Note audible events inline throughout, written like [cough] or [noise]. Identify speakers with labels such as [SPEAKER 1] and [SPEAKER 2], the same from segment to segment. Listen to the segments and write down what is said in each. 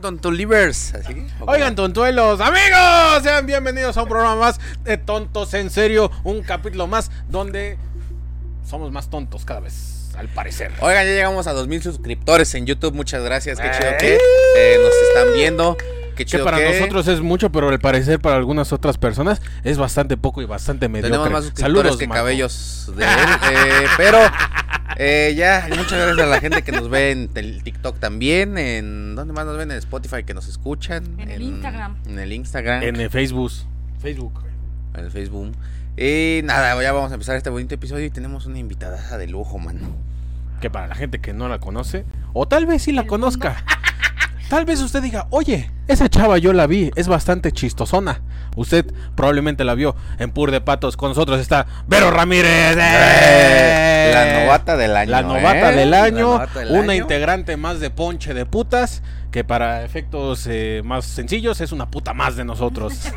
[SPEAKER 1] Tontolivers. Así que, ok.
[SPEAKER 2] Oigan, tontuelos, amigos, sean bienvenidos a un programa más de Tontos en Serio, un capítulo más donde somos más tontos cada vez, al parecer.
[SPEAKER 1] Oigan, ya llegamos a 2000 suscriptores en YouTube. Muchas gracias. Qué chido
[SPEAKER 2] Eh.
[SPEAKER 1] que eh, nos están viendo. Qué
[SPEAKER 2] Que
[SPEAKER 1] chido
[SPEAKER 2] para nosotros es mucho, pero al parecer para algunas otras personas es bastante poco y bastante mediocre.
[SPEAKER 1] tenemos más suscriptores que
[SPEAKER 2] Marco.
[SPEAKER 1] cabellos de él.
[SPEAKER 2] [laughs]
[SPEAKER 1] eh, pero eh, ya, muchas gracias a la gente que nos ve en el TikTok también. En, ¿Dónde más nos ven? En Spotify que nos escuchan.
[SPEAKER 3] En el Instagram.
[SPEAKER 1] En el Instagram.
[SPEAKER 2] En el Facebook. Facebook.
[SPEAKER 1] en el Facebook. Y nada, ya vamos a empezar este bonito episodio y tenemos una invitada de lujo, mano.
[SPEAKER 2] Que para la gente que no la conoce, o tal vez sí la conozca. Tal vez usted diga, oye, esa chava yo la vi, es bastante chistosona. Usted probablemente la vio en Pur de Patos. Con nosotros está Vero Ramírez. ¡eh!
[SPEAKER 1] La novata del año.
[SPEAKER 2] La novata
[SPEAKER 1] ¿eh?
[SPEAKER 2] del año,
[SPEAKER 1] La novata del
[SPEAKER 2] una
[SPEAKER 1] año.
[SPEAKER 2] integrante más de Ponche de Putas, que para efectos eh, más sencillos es una puta más
[SPEAKER 1] [laughs]
[SPEAKER 2] de nosotros. [laughs]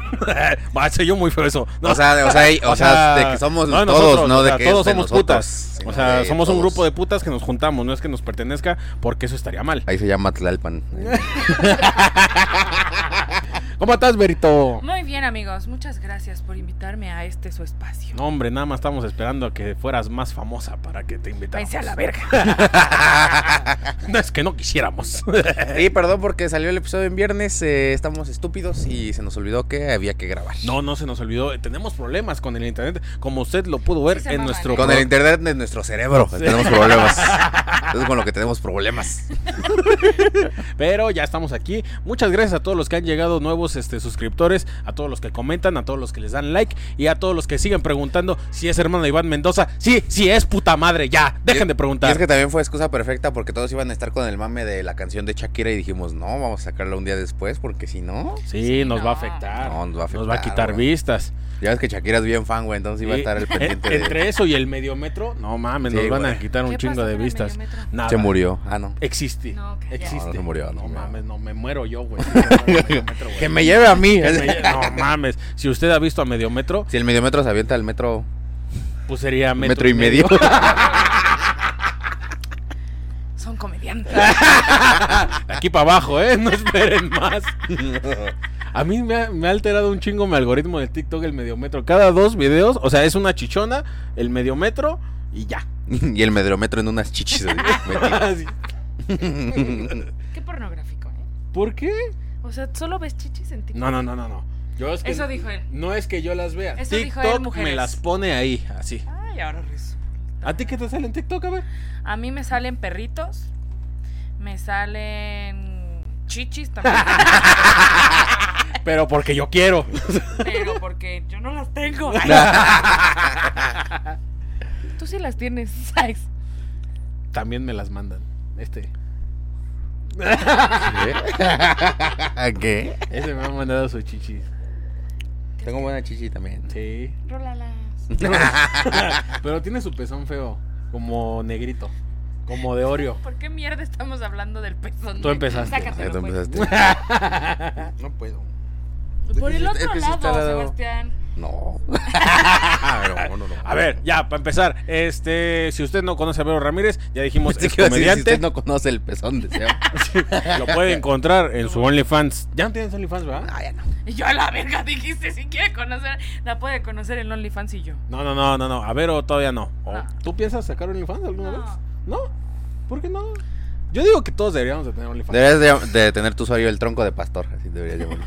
[SPEAKER 2] Va, se yo muy feo eso. No,
[SPEAKER 1] O sea, de- o sea, y- o
[SPEAKER 2] o
[SPEAKER 1] sea,
[SPEAKER 2] sea,
[SPEAKER 1] de que somos
[SPEAKER 2] no de
[SPEAKER 1] todos,
[SPEAKER 2] nosotros,
[SPEAKER 1] no
[SPEAKER 2] o
[SPEAKER 1] de
[SPEAKER 2] sea,
[SPEAKER 1] que
[SPEAKER 2] todos
[SPEAKER 1] es de
[SPEAKER 2] somos
[SPEAKER 1] nosotros,
[SPEAKER 2] putas.
[SPEAKER 1] sino
[SPEAKER 2] O sea,
[SPEAKER 1] de
[SPEAKER 2] somos un
[SPEAKER 1] todos.
[SPEAKER 2] grupo de putas que nos juntamos, no es que nos pertenezca, porque eso estaría mal.
[SPEAKER 1] Ahí se llama
[SPEAKER 2] [laughs]
[SPEAKER 1] Tlalpan.
[SPEAKER 2] ¿Cómo estás, Berito?
[SPEAKER 3] Muy bien, amigos. Muchas gracias por invitarme a este su espacio.
[SPEAKER 2] No, hombre, nada más estamos esperando a que fueras más famosa para que te invitáramos.
[SPEAKER 3] Váyanse a la verga.
[SPEAKER 2] [laughs] No es que no
[SPEAKER 1] [laughs]
[SPEAKER 2] quisiéramos.
[SPEAKER 1] Y perdón porque salió el episodio en viernes, eh, estamos estúpidos y se nos olvidó que había que grabar.
[SPEAKER 2] No, no se nos olvidó. Tenemos problemas con el internet, como usted lo pudo ver
[SPEAKER 3] Sí se
[SPEAKER 2] en
[SPEAKER 3] maman,
[SPEAKER 2] nuestro.
[SPEAKER 3] ¿eh?
[SPEAKER 1] Con el internet de nuestro cerebro
[SPEAKER 2] Sí.
[SPEAKER 1] tenemos
[SPEAKER 2] [laughs]
[SPEAKER 1] problemas. Es con lo que tenemos problemas.
[SPEAKER 2] Pero ya estamos aquí. Muchas gracias a todos los que han llegado nuevos este, suscriptores, a todos los que comentan, a todos los que les dan like y a todos los que siguen preguntando si es hermano de Iván Mendoza. Sí, sí es puta madre, ya. Dejen de
[SPEAKER 1] Y
[SPEAKER 2] preguntar.
[SPEAKER 1] es que también fue excusa perfecta porque todos iban a estar con el mame de la canción de Shakira y dijimos, no, vamos a sacarla un día después porque si no,
[SPEAKER 2] Sí,
[SPEAKER 3] Sí,
[SPEAKER 2] nos
[SPEAKER 3] no.
[SPEAKER 2] va a afectar.
[SPEAKER 1] No,
[SPEAKER 2] nos va a quitar
[SPEAKER 1] afectar, güey.
[SPEAKER 2] vistas.
[SPEAKER 1] ya ves que Shakira es bien fan, güey, entonces iba a
[SPEAKER 2] Sí, [laughs]
[SPEAKER 1] estar el
[SPEAKER 2] en-
[SPEAKER 1] pendiente de...
[SPEAKER 2] Entre eso y el mediometro, no mames,
[SPEAKER 1] Sí,
[SPEAKER 2] nos van
[SPEAKER 1] güey.
[SPEAKER 2] a quitar un
[SPEAKER 3] ¿Qué
[SPEAKER 2] chingo
[SPEAKER 3] pasó
[SPEAKER 2] de
[SPEAKER 3] con el
[SPEAKER 2] vistas.
[SPEAKER 3] mediometro?
[SPEAKER 2] Nada.
[SPEAKER 1] Se murió. Ah, no.
[SPEAKER 2] Existe.
[SPEAKER 3] No, que ya.
[SPEAKER 2] existe.
[SPEAKER 1] No, no se murió, no
[SPEAKER 2] No
[SPEAKER 1] se murió.
[SPEAKER 2] mames, no me muero yo,
[SPEAKER 1] [laughs]
[SPEAKER 2] güey. Mediometro, güey.
[SPEAKER 1] Que me lleve a mí.
[SPEAKER 2] Que me lle- No mames. Si usted ha visto a mediometro,
[SPEAKER 1] Si el mediometro se avienta al metro,
[SPEAKER 2] pues sería
[SPEAKER 1] metro, y medio.
[SPEAKER 2] [laughs]
[SPEAKER 3] Son comediantes.
[SPEAKER 2] De aquí para abajo, ¿eh? [laughs] No esperen más. A mí me ha, me ha alterado un chingo mi algoritmo de TikTok el mediometro. Cada dos videos, o sea, es una chichona, el mediometro y ya. [laughs]
[SPEAKER 1] [laughs] y el mediometro en unas chichis. güey. Metido.
[SPEAKER 2] Así.
[SPEAKER 3] Qué pornográfico, ¿eh?
[SPEAKER 2] ¿Por qué?
[SPEAKER 3] O sea, solo ves chichis en TikTok.
[SPEAKER 2] No, no, no, no, no. Yo es que
[SPEAKER 3] Eso dijo él.
[SPEAKER 2] no es que yo las vea.
[SPEAKER 3] Eso dijo él,
[SPEAKER 2] TikTok
[SPEAKER 3] mujeres.
[SPEAKER 2] me las pone ahí, así.
[SPEAKER 3] Ay, ahora resulta.
[SPEAKER 2] ¿A ti qué te sale en TikTok, a ver?
[SPEAKER 3] A mí me salen perritos. Me salen
[SPEAKER 2] [laughs]
[SPEAKER 3] chichis también.
[SPEAKER 2] Pero porque yo quiero.
[SPEAKER 3] pero porque yo no las
[SPEAKER 2] [laughs]
[SPEAKER 3] tengo. Tú sí las tienes, ¿sabes?
[SPEAKER 2] También me las mandan. Este.
[SPEAKER 1] ¿Qué? [laughs] ¿Qué?
[SPEAKER 2] Ese me ha mandado su chichis.
[SPEAKER 1] Tengo buena chichi también.
[SPEAKER 2] Sí.
[SPEAKER 3] Rólalas.
[SPEAKER 2] Pero tiene su pezón feo, como negrito, como de Oreo.
[SPEAKER 3] ¿Por qué mierda estamos hablando del pezón?
[SPEAKER 2] Tú empezaste.
[SPEAKER 3] Sácatelo,
[SPEAKER 1] Ahí tú
[SPEAKER 3] pues.
[SPEAKER 1] empezaste. [laughs] No puedo.
[SPEAKER 3] Por el
[SPEAKER 1] Es que sí
[SPEAKER 3] otro
[SPEAKER 1] está al
[SPEAKER 3] lado,
[SPEAKER 1] lado.
[SPEAKER 3] Sebastián.
[SPEAKER 1] [laughs] No. Pero, no, no.
[SPEAKER 2] A ver, ya, para empezar, este, si usted no conoce a Vero Ramírez, ya [laughs]
[SPEAKER 1] [laughs]
[SPEAKER 2] dijimos,
[SPEAKER 1] Pensé
[SPEAKER 2] es
[SPEAKER 1] que iba a decir, si
[SPEAKER 2] comediante,
[SPEAKER 1] usted no conoce el pezón de Seba.
[SPEAKER 2] lo puede encontrar en su OnlyFans. Ya no tienes OnlyFans, ¿verdad?
[SPEAKER 1] No, Ah, ya no.
[SPEAKER 3] Y yo a la verga dijiste, si quiere conocer, la puede conocer en OnlyFans y yo.
[SPEAKER 2] No, no, no, no, no, a Vero todavía no. ¿O
[SPEAKER 3] No.
[SPEAKER 2] ¿Tú piensas sacar OnlyFans alguna
[SPEAKER 3] No.
[SPEAKER 2] vez? ¿No? ¿Por qué no? Yo digo que todos deberíamos de tener
[SPEAKER 1] [laughs]
[SPEAKER 2] OnlyFans.
[SPEAKER 1] Deberías de, de tener tu usuario el tronco de pastor. Así deberías llamarlo.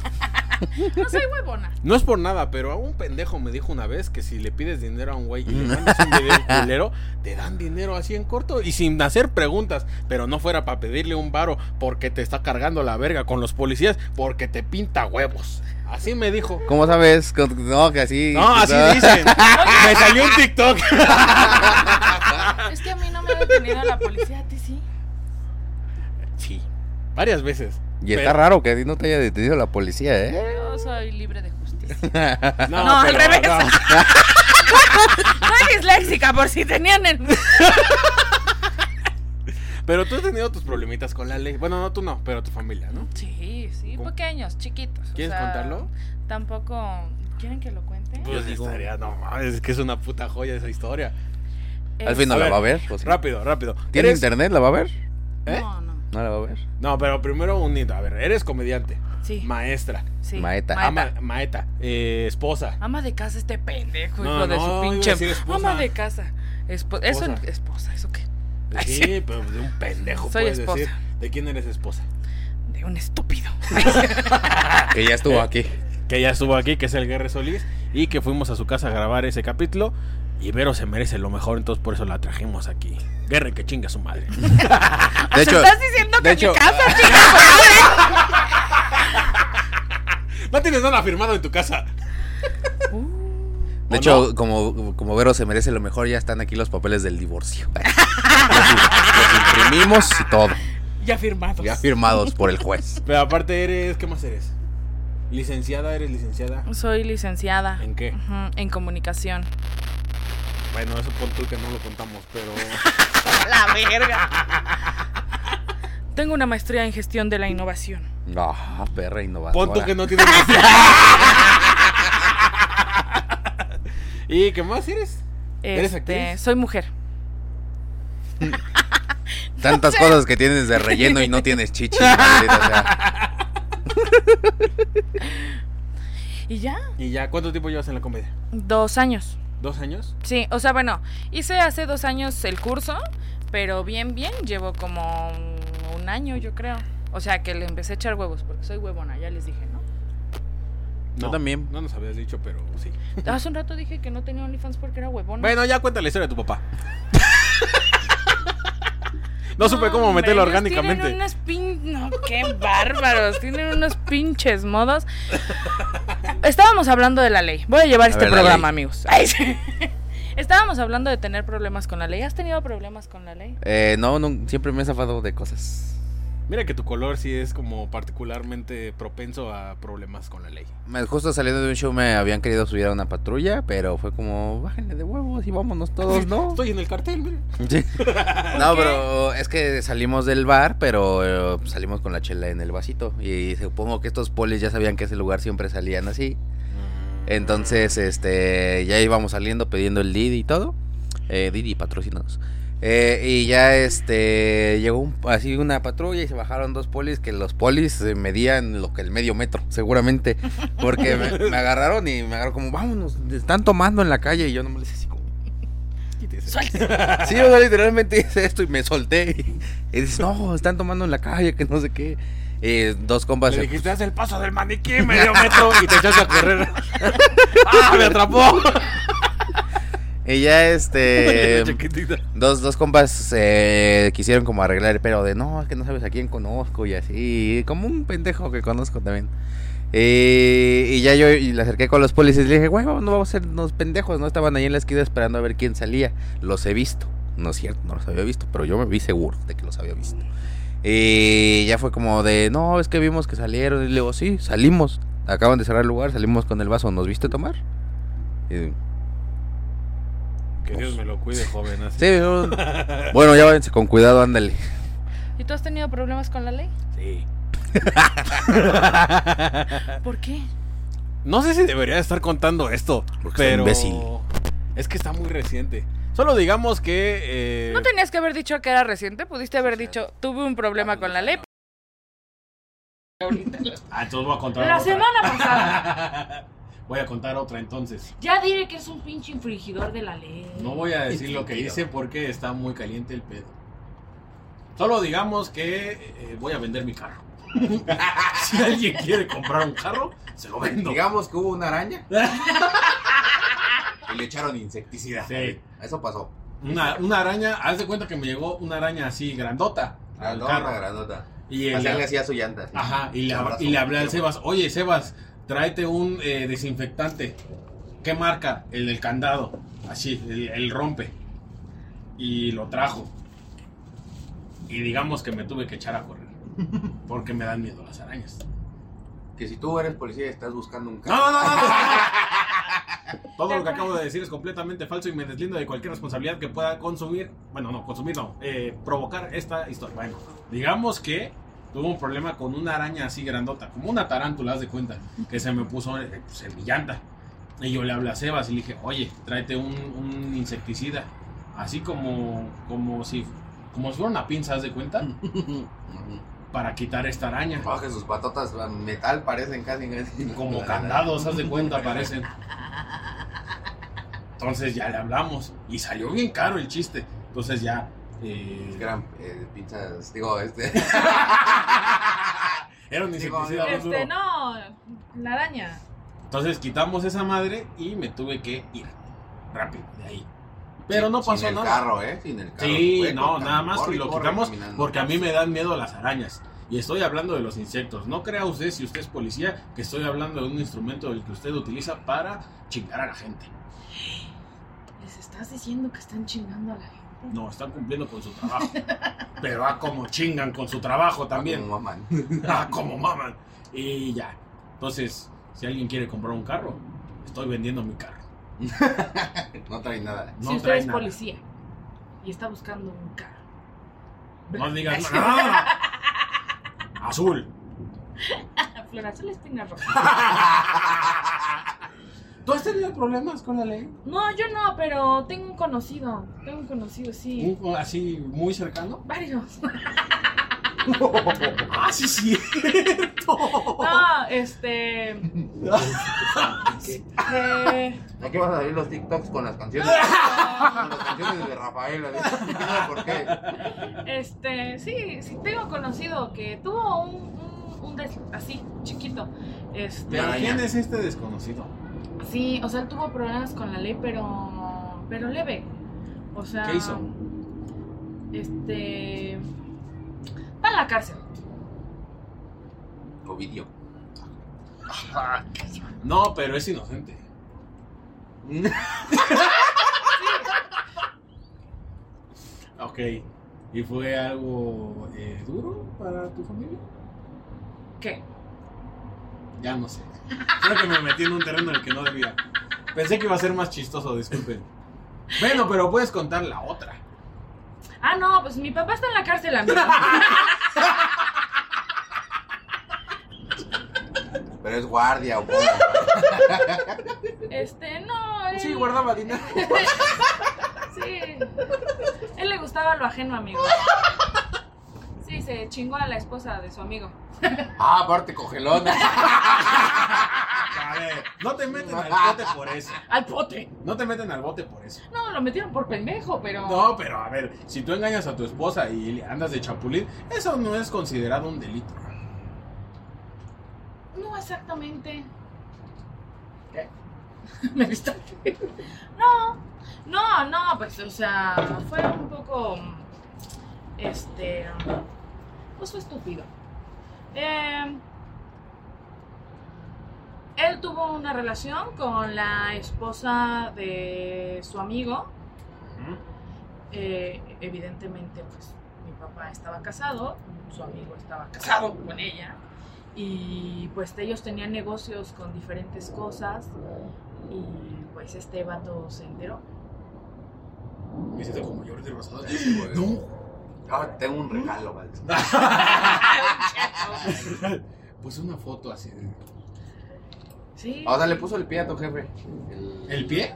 [SPEAKER 3] No soy huevona.
[SPEAKER 2] No es por nada, pero a un pendejo me dijo una vez que si le pides dinero a un güey y le mandas un video
[SPEAKER 1] [laughs]
[SPEAKER 2] culero, te dan dinero así en corto y sin hacer preguntas. Pero no fuera para pedirle un varo porque te está cargando la verga con los policías porque te pinta huevos. Así me dijo.
[SPEAKER 1] ¿Cómo sabes? Con- No, que así.
[SPEAKER 2] No, así
[SPEAKER 1] [laughs]
[SPEAKER 2] dicen. Me salió un TikTok. [laughs]
[SPEAKER 3] Es que a mí no me ha detenido la policía, a ti sí.
[SPEAKER 2] Sí, varias veces.
[SPEAKER 1] Y está
[SPEAKER 2] Pero-
[SPEAKER 1] raro que a ti no te haya detenido la policía, ¿eh?
[SPEAKER 3] Yo soy libre de justicia.
[SPEAKER 2] No,
[SPEAKER 3] No, al
[SPEAKER 2] pero-
[SPEAKER 3] revés.
[SPEAKER 2] no.
[SPEAKER 3] [laughs] Soy disléxica, por si tenían el.
[SPEAKER 2] Pero tú has tenido tus problemitas con la ley. Bueno, no tú no, pero tu familia, ¿no?
[SPEAKER 3] Sí, sí,
[SPEAKER 2] ¿Cómo?
[SPEAKER 3] pequeños, chiquitos. o
[SPEAKER 2] ¿Quieres
[SPEAKER 3] sea,
[SPEAKER 2] contarlo?
[SPEAKER 3] Tampoco. ¿Quieren que lo cuente?
[SPEAKER 2] Yo
[SPEAKER 1] Pues digo-
[SPEAKER 2] estaría, no mames, es que es una puta joya esa historia.
[SPEAKER 1] Al fin no
[SPEAKER 2] A
[SPEAKER 1] la
[SPEAKER 2] ver,
[SPEAKER 1] va a ver. pues,
[SPEAKER 2] Rápido, rápido.
[SPEAKER 1] ¿Tiene
[SPEAKER 2] Eres-
[SPEAKER 1] internet? ¿La va a ver?
[SPEAKER 2] ¿eh?
[SPEAKER 3] No, no.
[SPEAKER 1] ¿No la va a ver?
[SPEAKER 2] No, pero primero unido. A ver, eres comediante,
[SPEAKER 3] Sí.
[SPEAKER 2] maestra,
[SPEAKER 3] sí,
[SPEAKER 1] Maeta.
[SPEAKER 2] ama- maeta, eh, esposa.
[SPEAKER 3] Ama de casa este pendejo,
[SPEAKER 2] No,
[SPEAKER 3] hijo de
[SPEAKER 2] no,
[SPEAKER 3] su
[SPEAKER 2] iba a
[SPEAKER 3] pinche.
[SPEAKER 2] decir esposa.
[SPEAKER 3] Ama de casa. Espo- Eso
[SPEAKER 2] Esposa.
[SPEAKER 3] esposa, ¿eso qué? Ay,
[SPEAKER 2] Sí, pero de un pendejo
[SPEAKER 3] Ah, Soy
[SPEAKER 2] puedes
[SPEAKER 3] esposa.
[SPEAKER 2] decir. ¿De quién eres esposa?
[SPEAKER 3] De un estúpido.
[SPEAKER 1] [laughs] Que ya estuvo aquí.
[SPEAKER 2] Que ya estuvo aquí, que es el Guerre Solís, y que fuimos a su casa a grabar ese capítulo. Y Vero se merece lo mejor, entonces por eso la trajimos aquí. Guerre, que chinga su
[SPEAKER 3] [laughs]
[SPEAKER 2] madre.
[SPEAKER 1] De
[SPEAKER 3] ¿Te
[SPEAKER 1] hecho,
[SPEAKER 3] estás diciendo que
[SPEAKER 1] de
[SPEAKER 3] en
[SPEAKER 1] hecho-
[SPEAKER 3] mi casa,
[SPEAKER 2] No tienes nada firmado en tu casa.
[SPEAKER 3] chico? Uh,
[SPEAKER 1] de
[SPEAKER 2] ¿O
[SPEAKER 1] hecho como, como Vero se merece lo mejor, ya están aquí los papeles del
[SPEAKER 2] [laughs]
[SPEAKER 1] divorcio. Los, los imprimimos y todo.
[SPEAKER 3] ya firmados.
[SPEAKER 1] Ya firmados por el juez.
[SPEAKER 2] Pero aparte eres, ¿qué más eres? Licenciada, eres licenciada.
[SPEAKER 3] Soy licenciada.
[SPEAKER 2] ¿En qué?
[SPEAKER 3] Ujú, en comunicación.
[SPEAKER 2] Bueno, eso pon tú que no lo contamos, pero...
[SPEAKER 3] la verga. Tengo una maestría en gestión de la innovación.
[SPEAKER 1] No, perra innovadora.
[SPEAKER 2] Pon tú que no tienes... [laughs] ¿Y qué más eres? ¿Eres actriz?
[SPEAKER 3] Este, Soy mujer.
[SPEAKER 1] Tantas
[SPEAKER 2] [laughs]
[SPEAKER 1] cosas que tienes de relleno y no tienes chichi. maldita
[SPEAKER 2] [laughs]
[SPEAKER 1] sea.
[SPEAKER 3] ¿Y ya?
[SPEAKER 2] ¿Y ya cuánto tiempo llevas en la comedia?
[SPEAKER 3] Dos años.
[SPEAKER 2] ¿Dos años?
[SPEAKER 3] Sí, o sea, bueno, hice hace dos años el curso, pero bien, bien, llevo como un año, yo creo. O sea, que le empecé a echar huevos, porque soy huevona, ya
[SPEAKER 2] [laughs]
[SPEAKER 3] les dije, ¿no?
[SPEAKER 1] Yo también.
[SPEAKER 2] No nos habías dicho, pero sí.
[SPEAKER 3] Hace un rato dije que no tenía OnlyFans porque era huevona.
[SPEAKER 2] Bueno, ya cuenta la historia de tu
[SPEAKER 3] [laughs]
[SPEAKER 2] papá. no supe cómo
[SPEAKER 3] hombre,
[SPEAKER 2] meterlo
[SPEAKER 3] ellos
[SPEAKER 2] orgánicamente.
[SPEAKER 3] Tienen unas pin... No, qué bárbaros. tienen unos pinches modos. Estábamos hablando de la ley. Voy a llevar
[SPEAKER 1] A
[SPEAKER 3] este
[SPEAKER 1] ver, la
[SPEAKER 3] programa,
[SPEAKER 1] ley.
[SPEAKER 3] amigos. Ay, sí. [laughs] Estábamos hablando de tener problemas con la ley. ¿Has tenido problemas con la ley?
[SPEAKER 1] Eh, no, no, siempre me he zafado de cosas.
[SPEAKER 2] Mira que tu color sí es como particularmente propenso a problemas con la ley.
[SPEAKER 1] Me- Justo saliendo de un show me habían querido subir a una patrulla, pero fue como, bájenle de huevos y vámonos todos, ¿no?
[SPEAKER 2] Estoy en el cartel, mira.
[SPEAKER 1] [laughs] Sí. No,
[SPEAKER 3] Ok.
[SPEAKER 1] pero es que salimos del bar, pero eh, salimos con la chela en el vasito. Y supongo que estos polis ya sabían que ese lugar siempre salían así. Entonces, este, ya íbamos saliendo pidiendo el Didi y todo. Eh, Didi, patrocínanos. Eh, y ya, este, llegó un- así una patrulla y se bajaron dos polis, que los polis se medían lo que el medio metro, [laughs] seguramente. Porque me, me agarraron y me agarraron como, vámonos, están tomando en la calle. Y yo nomás les hice así como...
[SPEAKER 2] Quítese.
[SPEAKER 3] Suéltese.
[SPEAKER 1] Sí, o sea, literalmente [laughs] hice esto y me solté. Y, dices, no, están tomando en la calle, que no sé qué. Eh, dos compas.
[SPEAKER 2] Le
[SPEAKER 1] se-
[SPEAKER 2] dijiste, haz el paso del maniquí, medio metro, y te echaste a correr. ¡Ah, me atrapó!
[SPEAKER 1] Y ya este.
[SPEAKER 2] [laughs] Chiquitita.
[SPEAKER 1] Dos, dos compas eh, quisieron como arreglar el pero de no, es que no sabes a quién conozco y así. Como un pendejo que conozco también. Eh, y ya yo y le acerqué con los policías y le dije, güey, vamos, no vamos a ser unos pendejos, ¿no? Estaban ahí en la esquina esperando a ver quién salía. Los he visto. No es cierto, no los había visto, pero yo me vi seguro de que los había visto. Y ya fue como de, no, es que vimos que salieron. Y le digo, sí, salimos. Acaban de cerrar el lugar, salimos con el vaso. ¿Nos viste tomar? Y,
[SPEAKER 2] Que Dios me lo cuide, joven. Así.
[SPEAKER 1] sí, yo- bueno, ya váyanse con cuidado, ándale.
[SPEAKER 3] ¿Y tú has tenido problemas con la ley?
[SPEAKER 2] Sí. [laughs] Ah.
[SPEAKER 3] ¿Por qué?
[SPEAKER 2] No sé si debería estar contando esto,
[SPEAKER 1] Porque soy
[SPEAKER 2] pero
[SPEAKER 1] imbécil.
[SPEAKER 2] es que está muy reciente. Solo digamos que eh,
[SPEAKER 3] No tenías que haber dicho que era reciente. Pudiste haber dicho, tuve un problema con la ley.
[SPEAKER 2] Ah, entonces voy a contar
[SPEAKER 3] La
[SPEAKER 2] otra. [laughs]
[SPEAKER 3] semana pasada.
[SPEAKER 2] Voy a contar otra entonces.
[SPEAKER 3] Ya diré que es un pinche infringidor de la ley.
[SPEAKER 2] No voy a decir lo que hice porque está muy caliente el pedo. Solo digamos que eh, voy a vender mi carro. [laughs] si alguien quiere comprar un carro, se lo vendo.
[SPEAKER 1] Digamos que hubo una
[SPEAKER 2] [laughs]
[SPEAKER 1] araña. y le echaron insecticida.
[SPEAKER 2] Sí.
[SPEAKER 1] Eso pasó.
[SPEAKER 2] Una, una araña, haz de cuenta que me llegó una araña así grandota. al carro.
[SPEAKER 1] grandota.
[SPEAKER 2] Y el-
[SPEAKER 1] hacía su llanta.
[SPEAKER 2] Ajá, y le,
[SPEAKER 1] Un abrazo.
[SPEAKER 2] y le hablé al Sebas, oye Sebas, tráete un eh, desinfectante. ¿Qué marca? El del candado. Así, el, el rompe. Y lo trajo. Y digamos que me tuve que echar a correr. Porque me dan miedo las arañas.
[SPEAKER 1] Que si tú eres policía y estás buscando un
[SPEAKER 2] No, no, no,
[SPEAKER 1] [laughs]
[SPEAKER 2] no, no, no. Todo lo que acabo de decir es completamente falso y me deslindo de cualquier responsabilidad que pueda consumir. Bueno, no, consumir no. eh, provocar esta historia. Bueno, digamos que tuve un problema con una araña así grandota, como una tarántula, haz de cuenta, que se me puso eh, pues, en mi llanta. Y yo le hablé a Sebas y le dije, oye, tráete un, un insecticida. Así como, como si como si fuera una pinza, ¿haz
[SPEAKER 1] [laughs]
[SPEAKER 2] de cuenta? Para quitar esta araña.
[SPEAKER 1] Oh, que sus patotas metal parecen casi. casi.
[SPEAKER 2] Como candados, haz de cuenta, parecen. Entonces ya le hablamos. Y salió bien caro el chiste. Entonces ya. eh, [laughs]
[SPEAKER 1] Es que eran eh, pinzas, digo, este.
[SPEAKER 2] era un
[SPEAKER 1] Sí,
[SPEAKER 2] insecticida
[SPEAKER 1] como-
[SPEAKER 2] bien duro.
[SPEAKER 3] Este, no, la araña.
[SPEAKER 2] Entonces quitamos esa madre y me tuve que ir rápido de ahí. Pero no pasó
[SPEAKER 1] Sin el
[SPEAKER 2] nada.
[SPEAKER 1] carro, ¿eh? Sin el carro.
[SPEAKER 2] Sí,
[SPEAKER 1] Fue
[SPEAKER 2] no,
[SPEAKER 1] cortando,
[SPEAKER 2] nada más
[SPEAKER 1] corre
[SPEAKER 2] que
[SPEAKER 1] y
[SPEAKER 2] lo
[SPEAKER 1] corre
[SPEAKER 2] quitamos
[SPEAKER 1] caminando.
[SPEAKER 2] porque a mí me dan miedo las arañas. Y estoy hablando de los insectos. No crea usted, si usted es policía, que estoy hablando de un instrumento el que usted utiliza para chingar a la gente.
[SPEAKER 3] ¿Les estás diciendo que están chingando a la gente?
[SPEAKER 2] No, están cumpliendo con su trabajo. Pero a como chingan con su trabajo también.
[SPEAKER 1] Como maman.
[SPEAKER 2] [laughs] Ah, como maman. Y ya. Entonces, si alguien quiere comprar un carro, estoy vendiendo mi carro.
[SPEAKER 1] [laughs] No trae nada.
[SPEAKER 2] No
[SPEAKER 3] si usted
[SPEAKER 2] trae
[SPEAKER 3] es
[SPEAKER 2] nada.
[SPEAKER 3] policía y está buscando un carro.
[SPEAKER 2] No
[SPEAKER 3] [laughs]
[SPEAKER 2] digas nada. Azul.
[SPEAKER 3] [laughs] Flor azul espina roja.
[SPEAKER 2] [laughs] ¿Tú has tenido problemas con la ley?
[SPEAKER 3] No, yo no, pero tengo un conocido. Tengo un conocido, sí.
[SPEAKER 2] ¿Un- ¿Así muy cercano?
[SPEAKER 3] Varios.
[SPEAKER 2] ¡Ah, sí, cierto!
[SPEAKER 3] No,
[SPEAKER 2] [laughs]
[SPEAKER 3] este. eh,
[SPEAKER 1] Aquí vas a salir los TikToks con las
[SPEAKER 2] [laughs]
[SPEAKER 1] canciones. con las canciones de Rafael. así. [laughs] No, ¿Por qué?
[SPEAKER 3] este, sí, sí, tengo conocido que tuvo un, un, un des- así, chiquito. Este,
[SPEAKER 2] ¿Pero quién es este desconocido?
[SPEAKER 3] sí, o sea, él tuvo problemas con la ley, pero, pero leve. O sea,
[SPEAKER 2] ¿Qué hizo?
[SPEAKER 3] Este, va a la cárcel.
[SPEAKER 1] Ovidio.
[SPEAKER 2] No, pero es inocente. Ok. ¿Y fue algo eh, duro para tu familia?
[SPEAKER 3] ¿Qué?
[SPEAKER 2] Ya no sé. Creo que me metí en un terreno en el que no debía. Pensé que iba a ser más chistoso, disculpen. Bueno, pero puedes contar la otra.
[SPEAKER 3] Ah, no, pues mi papá está en la
[SPEAKER 2] [laughs]
[SPEAKER 3] cárcel, amigo.
[SPEAKER 1] Pero es guardia o cómo.
[SPEAKER 3] Este, no. Él,
[SPEAKER 2] Sí, guardaba dinero.
[SPEAKER 3] Sí. Él le gustaba lo ajeno, amigo. Sí, se chingó a la esposa de su amigo.
[SPEAKER 1] Ah, aparte cogelona.
[SPEAKER 2] A ver, no te meten al bote por eso.
[SPEAKER 3] ¡Al pote!
[SPEAKER 2] No te meten al bote por eso.
[SPEAKER 3] No, lo metieron por pendejo, pero.
[SPEAKER 2] No, pero a ver, si tú engañas a tu esposa y le andas de chapulín, eso no es considerado un delito.
[SPEAKER 3] No exactamente. ¿Qué? [laughs] Me distraje. No, no, no, pues, o sea, fue un poco. Este. Pues fue estúpido. Eh, él tuvo una relación con la esposa de su amigo. Eh, evidentemente, pues mi papá estaba casado, su amigo estaba casado con ella, y pues ellos tenían negocios con diferentes cosas, y pues este vato
[SPEAKER 1] [laughs]
[SPEAKER 3] se enteró.
[SPEAKER 2] Me siento como Jordi Rosado.
[SPEAKER 1] Ah, tengo un regalo, vale.
[SPEAKER 2] Pues una foto así. de-
[SPEAKER 3] Sí.
[SPEAKER 1] O sea, le puso el pie a tu jefe. El,
[SPEAKER 2] ¿El pie?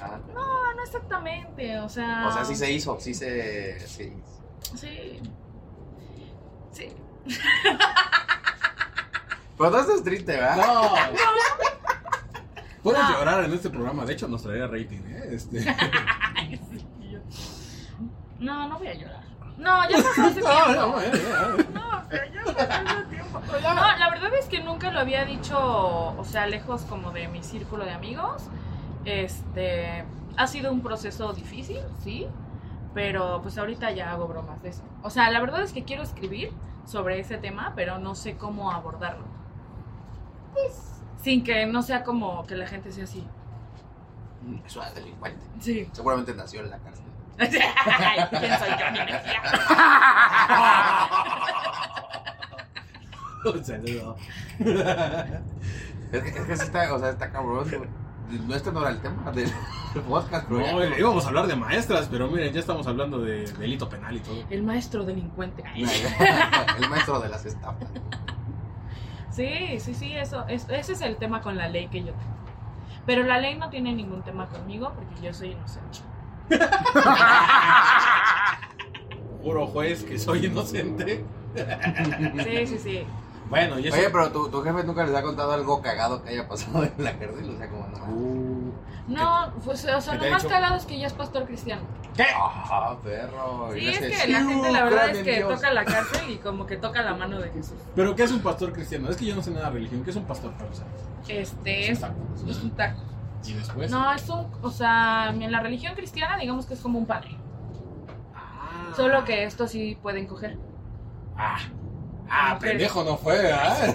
[SPEAKER 1] Ajá.
[SPEAKER 3] No, no exactamente, o sea.
[SPEAKER 1] O sea, sí se hizo, sí se. Sí.
[SPEAKER 3] Sí. Sí. [laughs]
[SPEAKER 1] Pero no estás triste, ¿verdad?
[SPEAKER 2] [laughs] No. Puedes
[SPEAKER 3] No.
[SPEAKER 2] llorar en este programa. De hecho, nos traería rating, ¿eh? Este. [laughs]
[SPEAKER 3] Ay, sí, yo- No, no voy a llorar. No, ya pasó
[SPEAKER 1] [laughs]
[SPEAKER 3] hace
[SPEAKER 2] No,
[SPEAKER 3] tiempo.
[SPEAKER 2] no, [laughs] eh, eh, eh.
[SPEAKER 3] No, pero ya me pasó el [laughs] tiempo. No, la verdad es que nunca lo había dicho, o sea, lejos como de mi círculo de amigos. Este, ha sido un proceso difícil, sí, pero pues ahorita ya hago bromas de eso. O sea, la verdad es que quiero escribir sobre ese tema, pero no sé cómo abordarlo. Sin que no sea como que la gente sea así.
[SPEAKER 1] Mm, Es una delincuente.
[SPEAKER 3] Sí. [laughs]
[SPEAKER 1] Seguramente nació en la cárcel.
[SPEAKER 3] Ay, ¿Quién soy yo? Ni me fía.
[SPEAKER 2] Un saludo.
[SPEAKER 1] Es que, es que sí está, o sea, está cabrón. güey. No este no era el tema del [laughs] del podcast, pero
[SPEAKER 2] No, eh.
[SPEAKER 1] ya-
[SPEAKER 2] le íbamos a hablar de maestras, pero miren, ya estamos hablando de delito penal y todo.
[SPEAKER 3] El maestro delincuente. Ay.
[SPEAKER 1] [laughs] El maestro de las estafas.
[SPEAKER 3] Sí, sí, sí, eso, es- ese es el tema con la ley que yo tengo. Pero la ley no tiene ningún tema conmigo porque yo soy inocente.
[SPEAKER 2] puro juez que soy inocente.
[SPEAKER 3] Sí, sí, sí.
[SPEAKER 2] Bueno, y eso.
[SPEAKER 1] Oye, pero tu, tu jefe nunca les ha contado algo cagado que haya pasado en la cárcel, o sea, como no. mames.
[SPEAKER 2] Uh,
[SPEAKER 3] No, pues, o sea,
[SPEAKER 2] ¿Qué te
[SPEAKER 3] lo
[SPEAKER 2] ha
[SPEAKER 3] más
[SPEAKER 2] dicho?
[SPEAKER 3] cagado es que ya es pastor cristiano.
[SPEAKER 1] Ah, perro.
[SPEAKER 3] Sí, es
[SPEAKER 1] gracias.
[SPEAKER 3] que la
[SPEAKER 2] Sí,
[SPEAKER 3] gente
[SPEAKER 1] oh,
[SPEAKER 3] la verdad
[SPEAKER 2] gran
[SPEAKER 3] es que
[SPEAKER 2] Dios.
[SPEAKER 3] toca la cárcel y como que toca la mano de Jesús.
[SPEAKER 2] ¿Pero qué es un pastor cristiano? Es que yo no sé nada de religión. ¿Qué es un pastor para usar?
[SPEAKER 3] Este es, es un taco.
[SPEAKER 2] Y después.
[SPEAKER 3] No, es un, o sea, en la religión cristiana digamos que es como un padre.
[SPEAKER 2] Ah.
[SPEAKER 3] Solo que estos sí pueden coger.
[SPEAKER 2] Ah, ah pendejo no fue, ¿eh? ¿verdad?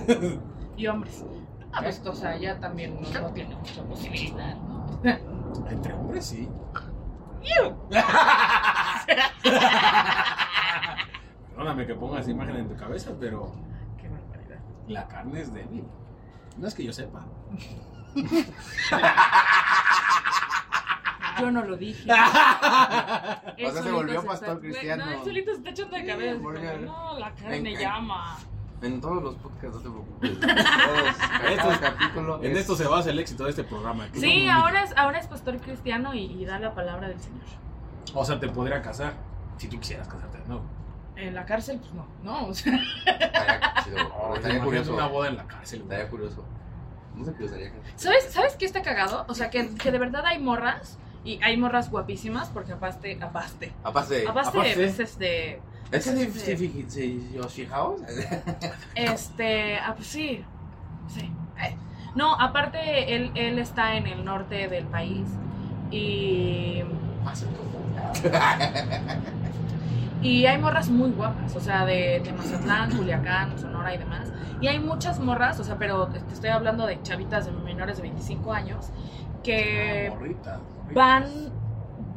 [SPEAKER 3] Y hombres. Ah, pues, o sea, ya también no, no tiene mucha posibilidad, ¿no?
[SPEAKER 2] [laughs]
[SPEAKER 3] [laughs]
[SPEAKER 2] Entre hombres sí. [laughs] Perdóname que ponga esa imagen en tu cabeza, pero
[SPEAKER 3] Qué barbaridad.
[SPEAKER 2] la carne es débil. No es que yo sepa.
[SPEAKER 3] Yo no lo dije.
[SPEAKER 2] [laughs]
[SPEAKER 3] Él
[SPEAKER 1] O sea, se
[SPEAKER 3] solito
[SPEAKER 1] volvió
[SPEAKER 3] está-
[SPEAKER 1] pastor cristiano.
[SPEAKER 3] No, él solito se está echando de
[SPEAKER 1] Sí,
[SPEAKER 3] cabeza. así
[SPEAKER 1] porque-
[SPEAKER 3] como, No, la
[SPEAKER 1] en-
[SPEAKER 3] carne
[SPEAKER 1] en-
[SPEAKER 3] llama.
[SPEAKER 1] En todos los podcasts, no te preocupes. Todos, cada
[SPEAKER 2] Estos-
[SPEAKER 1] Este capítulo.
[SPEAKER 2] En
[SPEAKER 1] es-
[SPEAKER 2] esto se basa el éxito de este programa. que
[SPEAKER 3] Sí,
[SPEAKER 2] somos-
[SPEAKER 3] ahora es, ahora es pastor cristiano y, y da la palabra del Señor.
[SPEAKER 2] O sea, te podría casar si tú quisieras casarte, ¿no?
[SPEAKER 3] En la cárcel, pues no. No, o sea, [laughs]
[SPEAKER 1] Estaría chido, pero Oh, estaría
[SPEAKER 2] Imagínate Una
[SPEAKER 1] curioso.
[SPEAKER 2] boda en la cárcel. güey.
[SPEAKER 1] Estaría curioso. No sé qué usaría.
[SPEAKER 3] ¿Sabes, ¿Sabes qué está cagado? O sea, que, que de verdad hay morras. Y hay morras guapísimas porque aparte, aparte.
[SPEAKER 1] Aparte,
[SPEAKER 3] Aparte,
[SPEAKER 2] aparte.
[SPEAKER 3] pues, este,
[SPEAKER 1] ¿es que si, si,
[SPEAKER 3] Sí.
[SPEAKER 1] fij- si os [laughs] fijaos?
[SPEAKER 3] este, ah, pues sí, sí. Eh, No, aparte él, él está en el norte del país y, y hay morras muy guapas, o sea, de, de Mazatlán, Culiacán, Sonora y demás. Y hay muchas morras, o sea, pero te estoy hablando de chavitas de menores de 25 años que...
[SPEAKER 2] Ah, morritas, morritas.
[SPEAKER 3] Eh, van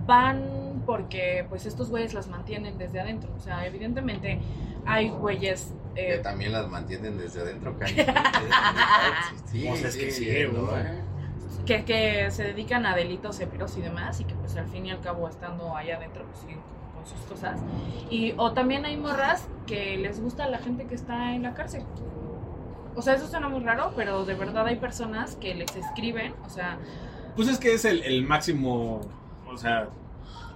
[SPEAKER 3] van porque pues estos güeyes las mantienen desde adentro o sea evidentemente hay güeyes eh,
[SPEAKER 1] que también las mantienen desde adentro, cariño.
[SPEAKER 3] [laughs]
[SPEAKER 1] Sí,
[SPEAKER 2] Pues es que sí,
[SPEAKER 1] siendo,
[SPEAKER 2] güey.
[SPEAKER 1] ¿eh?
[SPEAKER 3] que, que se dedican a delitos severos y demás y que pues al fin y al cabo estando allá adentro pues siguen con, con sus cosas y o también hay morras que les gusta la gente que está en la cárcel o sea eso suena muy raro pero de verdad hay personas que les escriben o sea
[SPEAKER 2] Pues es que es el, el máximo, o sea,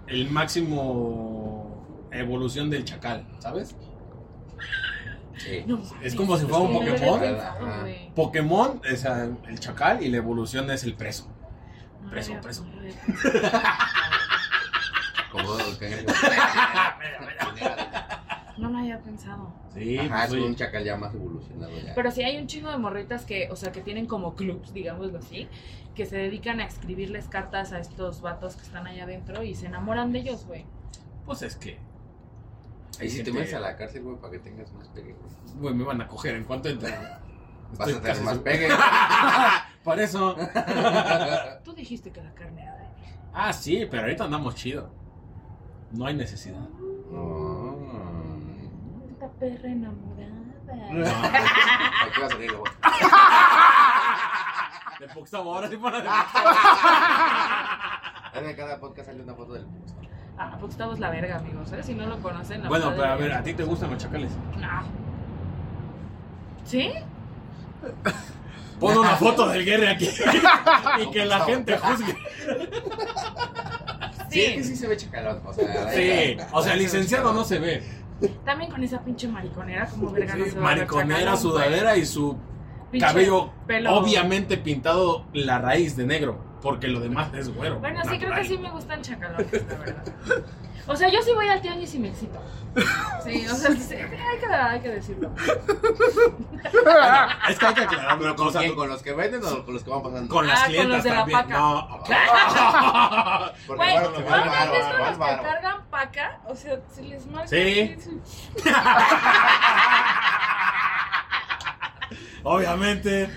[SPEAKER 2] el máximo evolución del chacal, ¿sabes?
[SPEAKER 3] [laughs]
[SPEAKER 1] Sí.
[SPEAKER 3] no,
[SPEAKER 2] Es como si fuera un
[SPEAKER 3] es que me
[SPEAKER 2] Pokémon.
[SPEAKER 3] había pensado, güey.
[SPEAKER 2] Pokémon es ah, el chacal y la evolución es el preso.
[SPEAKER 3] No me
[SPEAKER 2] Preso,
[SPEAKER 3] había-
[SPEAKER 2] preso.
[SPEAKER 3] no me había
[SPEAKER 1] Como el
[SPEAKER 2] [laughs]
[SPEAKER 1] cangrejo.
[SPEAKER 3] No lo había pensado.
[SPEAKER 2] Sí,
[SPEAKER 1] Ajá,
[SPEAKER 2] pues,
[SPEAKER 1] es un
[SPEAKER 2] oye,
[SPEAKER 1] chacal ya más evolucionado ya.
[SPEAKER 3] Pero sí hay un chingo de morritas que, o sea, que tienen como clubs, digámoslo así, que se dedican a escribirles cartas a estos vatos que están allá adentro y se enamoran de ellos, güey.
[SPEAKER 2] pues es que,
[SPEAKER 1] Ahí sí te
[SPEAKER 2] gente-
[SPEAKER 1] metes a la cárcel, güey, para que tengas más pegue. güey.
[SPEAKER 2] güey, me van a coger en cuanto [laughs] entre.
[SPEAKER 1] Vas a tener más
[SPEAKER 2] seguro. [laughs]
[SPEAKER 1] pegue.
[SPEAKER 2] Para eso.
[SPEAKER 3] Tú dijiste que la carne era de-
[SPEAKER 2] Ah, sí, pero ahorita andamos chido. No hay necesidad.
[SPEAKER 1] No.
[SPEAKER 3] Esta perra enamorada.
[SPEAKER 2] No.
[SPEAKER 1] Aquí va a salir la voz.
[SPEAKER 2] De Puxamo, ahora sí para de Puxamo.
[SPEAKER 1] Ahora En cada podcast sale una foto del Puxamo.
[SPEAKER 3] Ah, pues estamos la verga, amigos, ¿eh? Si no lo conocen, la
[SPEAKER 2] Bueno,
[SPEAKER 3] verdad
[SPEAKER 2] pero a
[SPEAKER 3] es
[SPEAKER 2] ver,
[SPEAKER 3] que-
[SPEAKER 2] ¿a ti te gustan los chacales?
[SPEAKER 3] No. ¿Sí?
[SPEAKER 2] Pon una foto del guerre [laughs] aquí y que la gente juzgue.
[SPEAKER 1] Sí, es que
[SPEAKER 3] sí.
[SPEAKER 1] sí se ve chacalón. O sea,
[SPEAKER 2] Sí, o sea, licenciado no se ve.
[SPEAKER 3] También con esa pinche mariconera, como verga no se va a ver
[SPEAKER 2] Mariconera,
[SPEAKER 3] chacalón, güey.
[SPEAKER 2] sudadera y su
[SPEAKER 3] Pinche
[SPEAKER 2] cabello
[SPEAKER 3] pelo.
[SPEAKER 2] obviamente pintado la raíz de negro, porque lo demás es güero.
[SPEAKER 3] Bueno, sí, creo
[SPEAKER 2] natural.
[SPEAKER 3] que sí me gustan chacalones, la verdad. O sea, yo sí voy al tianguis y me excito. Sí, o sea, sí, hay, que, hay que decirlo.
[SPEAKER 2] Es que hay que aclarar una
[SPEAKER 1] Pero con,
[SPEAKER 2] cosa.
[SPEAKER 1] quién?
[SPEAKER 2] [laughs] Con,
[SPEAKER 1] ¿Con los que venden o con los que van pasando?
[SPEAKER 2] las
[SPEAKER 3] Ah, con
[SPEAKER 2] clientas
[SPEAKER 3] los de la
[SPEAKER 2] también.
[SPEAKER 3] paca.
[SPEAKER 2] No.
[SPEAKER 3] [laughs]
[SPEAKER 1] Porque
[SPEAKER 3] Güey,
[SPEAKER 1] bueno,
[SPEAKER 3] ¿no
[SPEAKER 1] te
[SPEAKER 3] me
[SPEAKER 1] va el
[SPEAKER 3] has
[SPEAKER 1] varo,
[SPEAKER 3] visto
[SPEAKER 1] va el
[SPEAKER 3] los que
[SPEAKER 1] varo.
[SPEAKER 3] cargan paca? O sea, se les marca.
[SPEAKER 2] Sí.
[SPEAKER 3] así, sí.
[SPEAKER 2] Obviamente.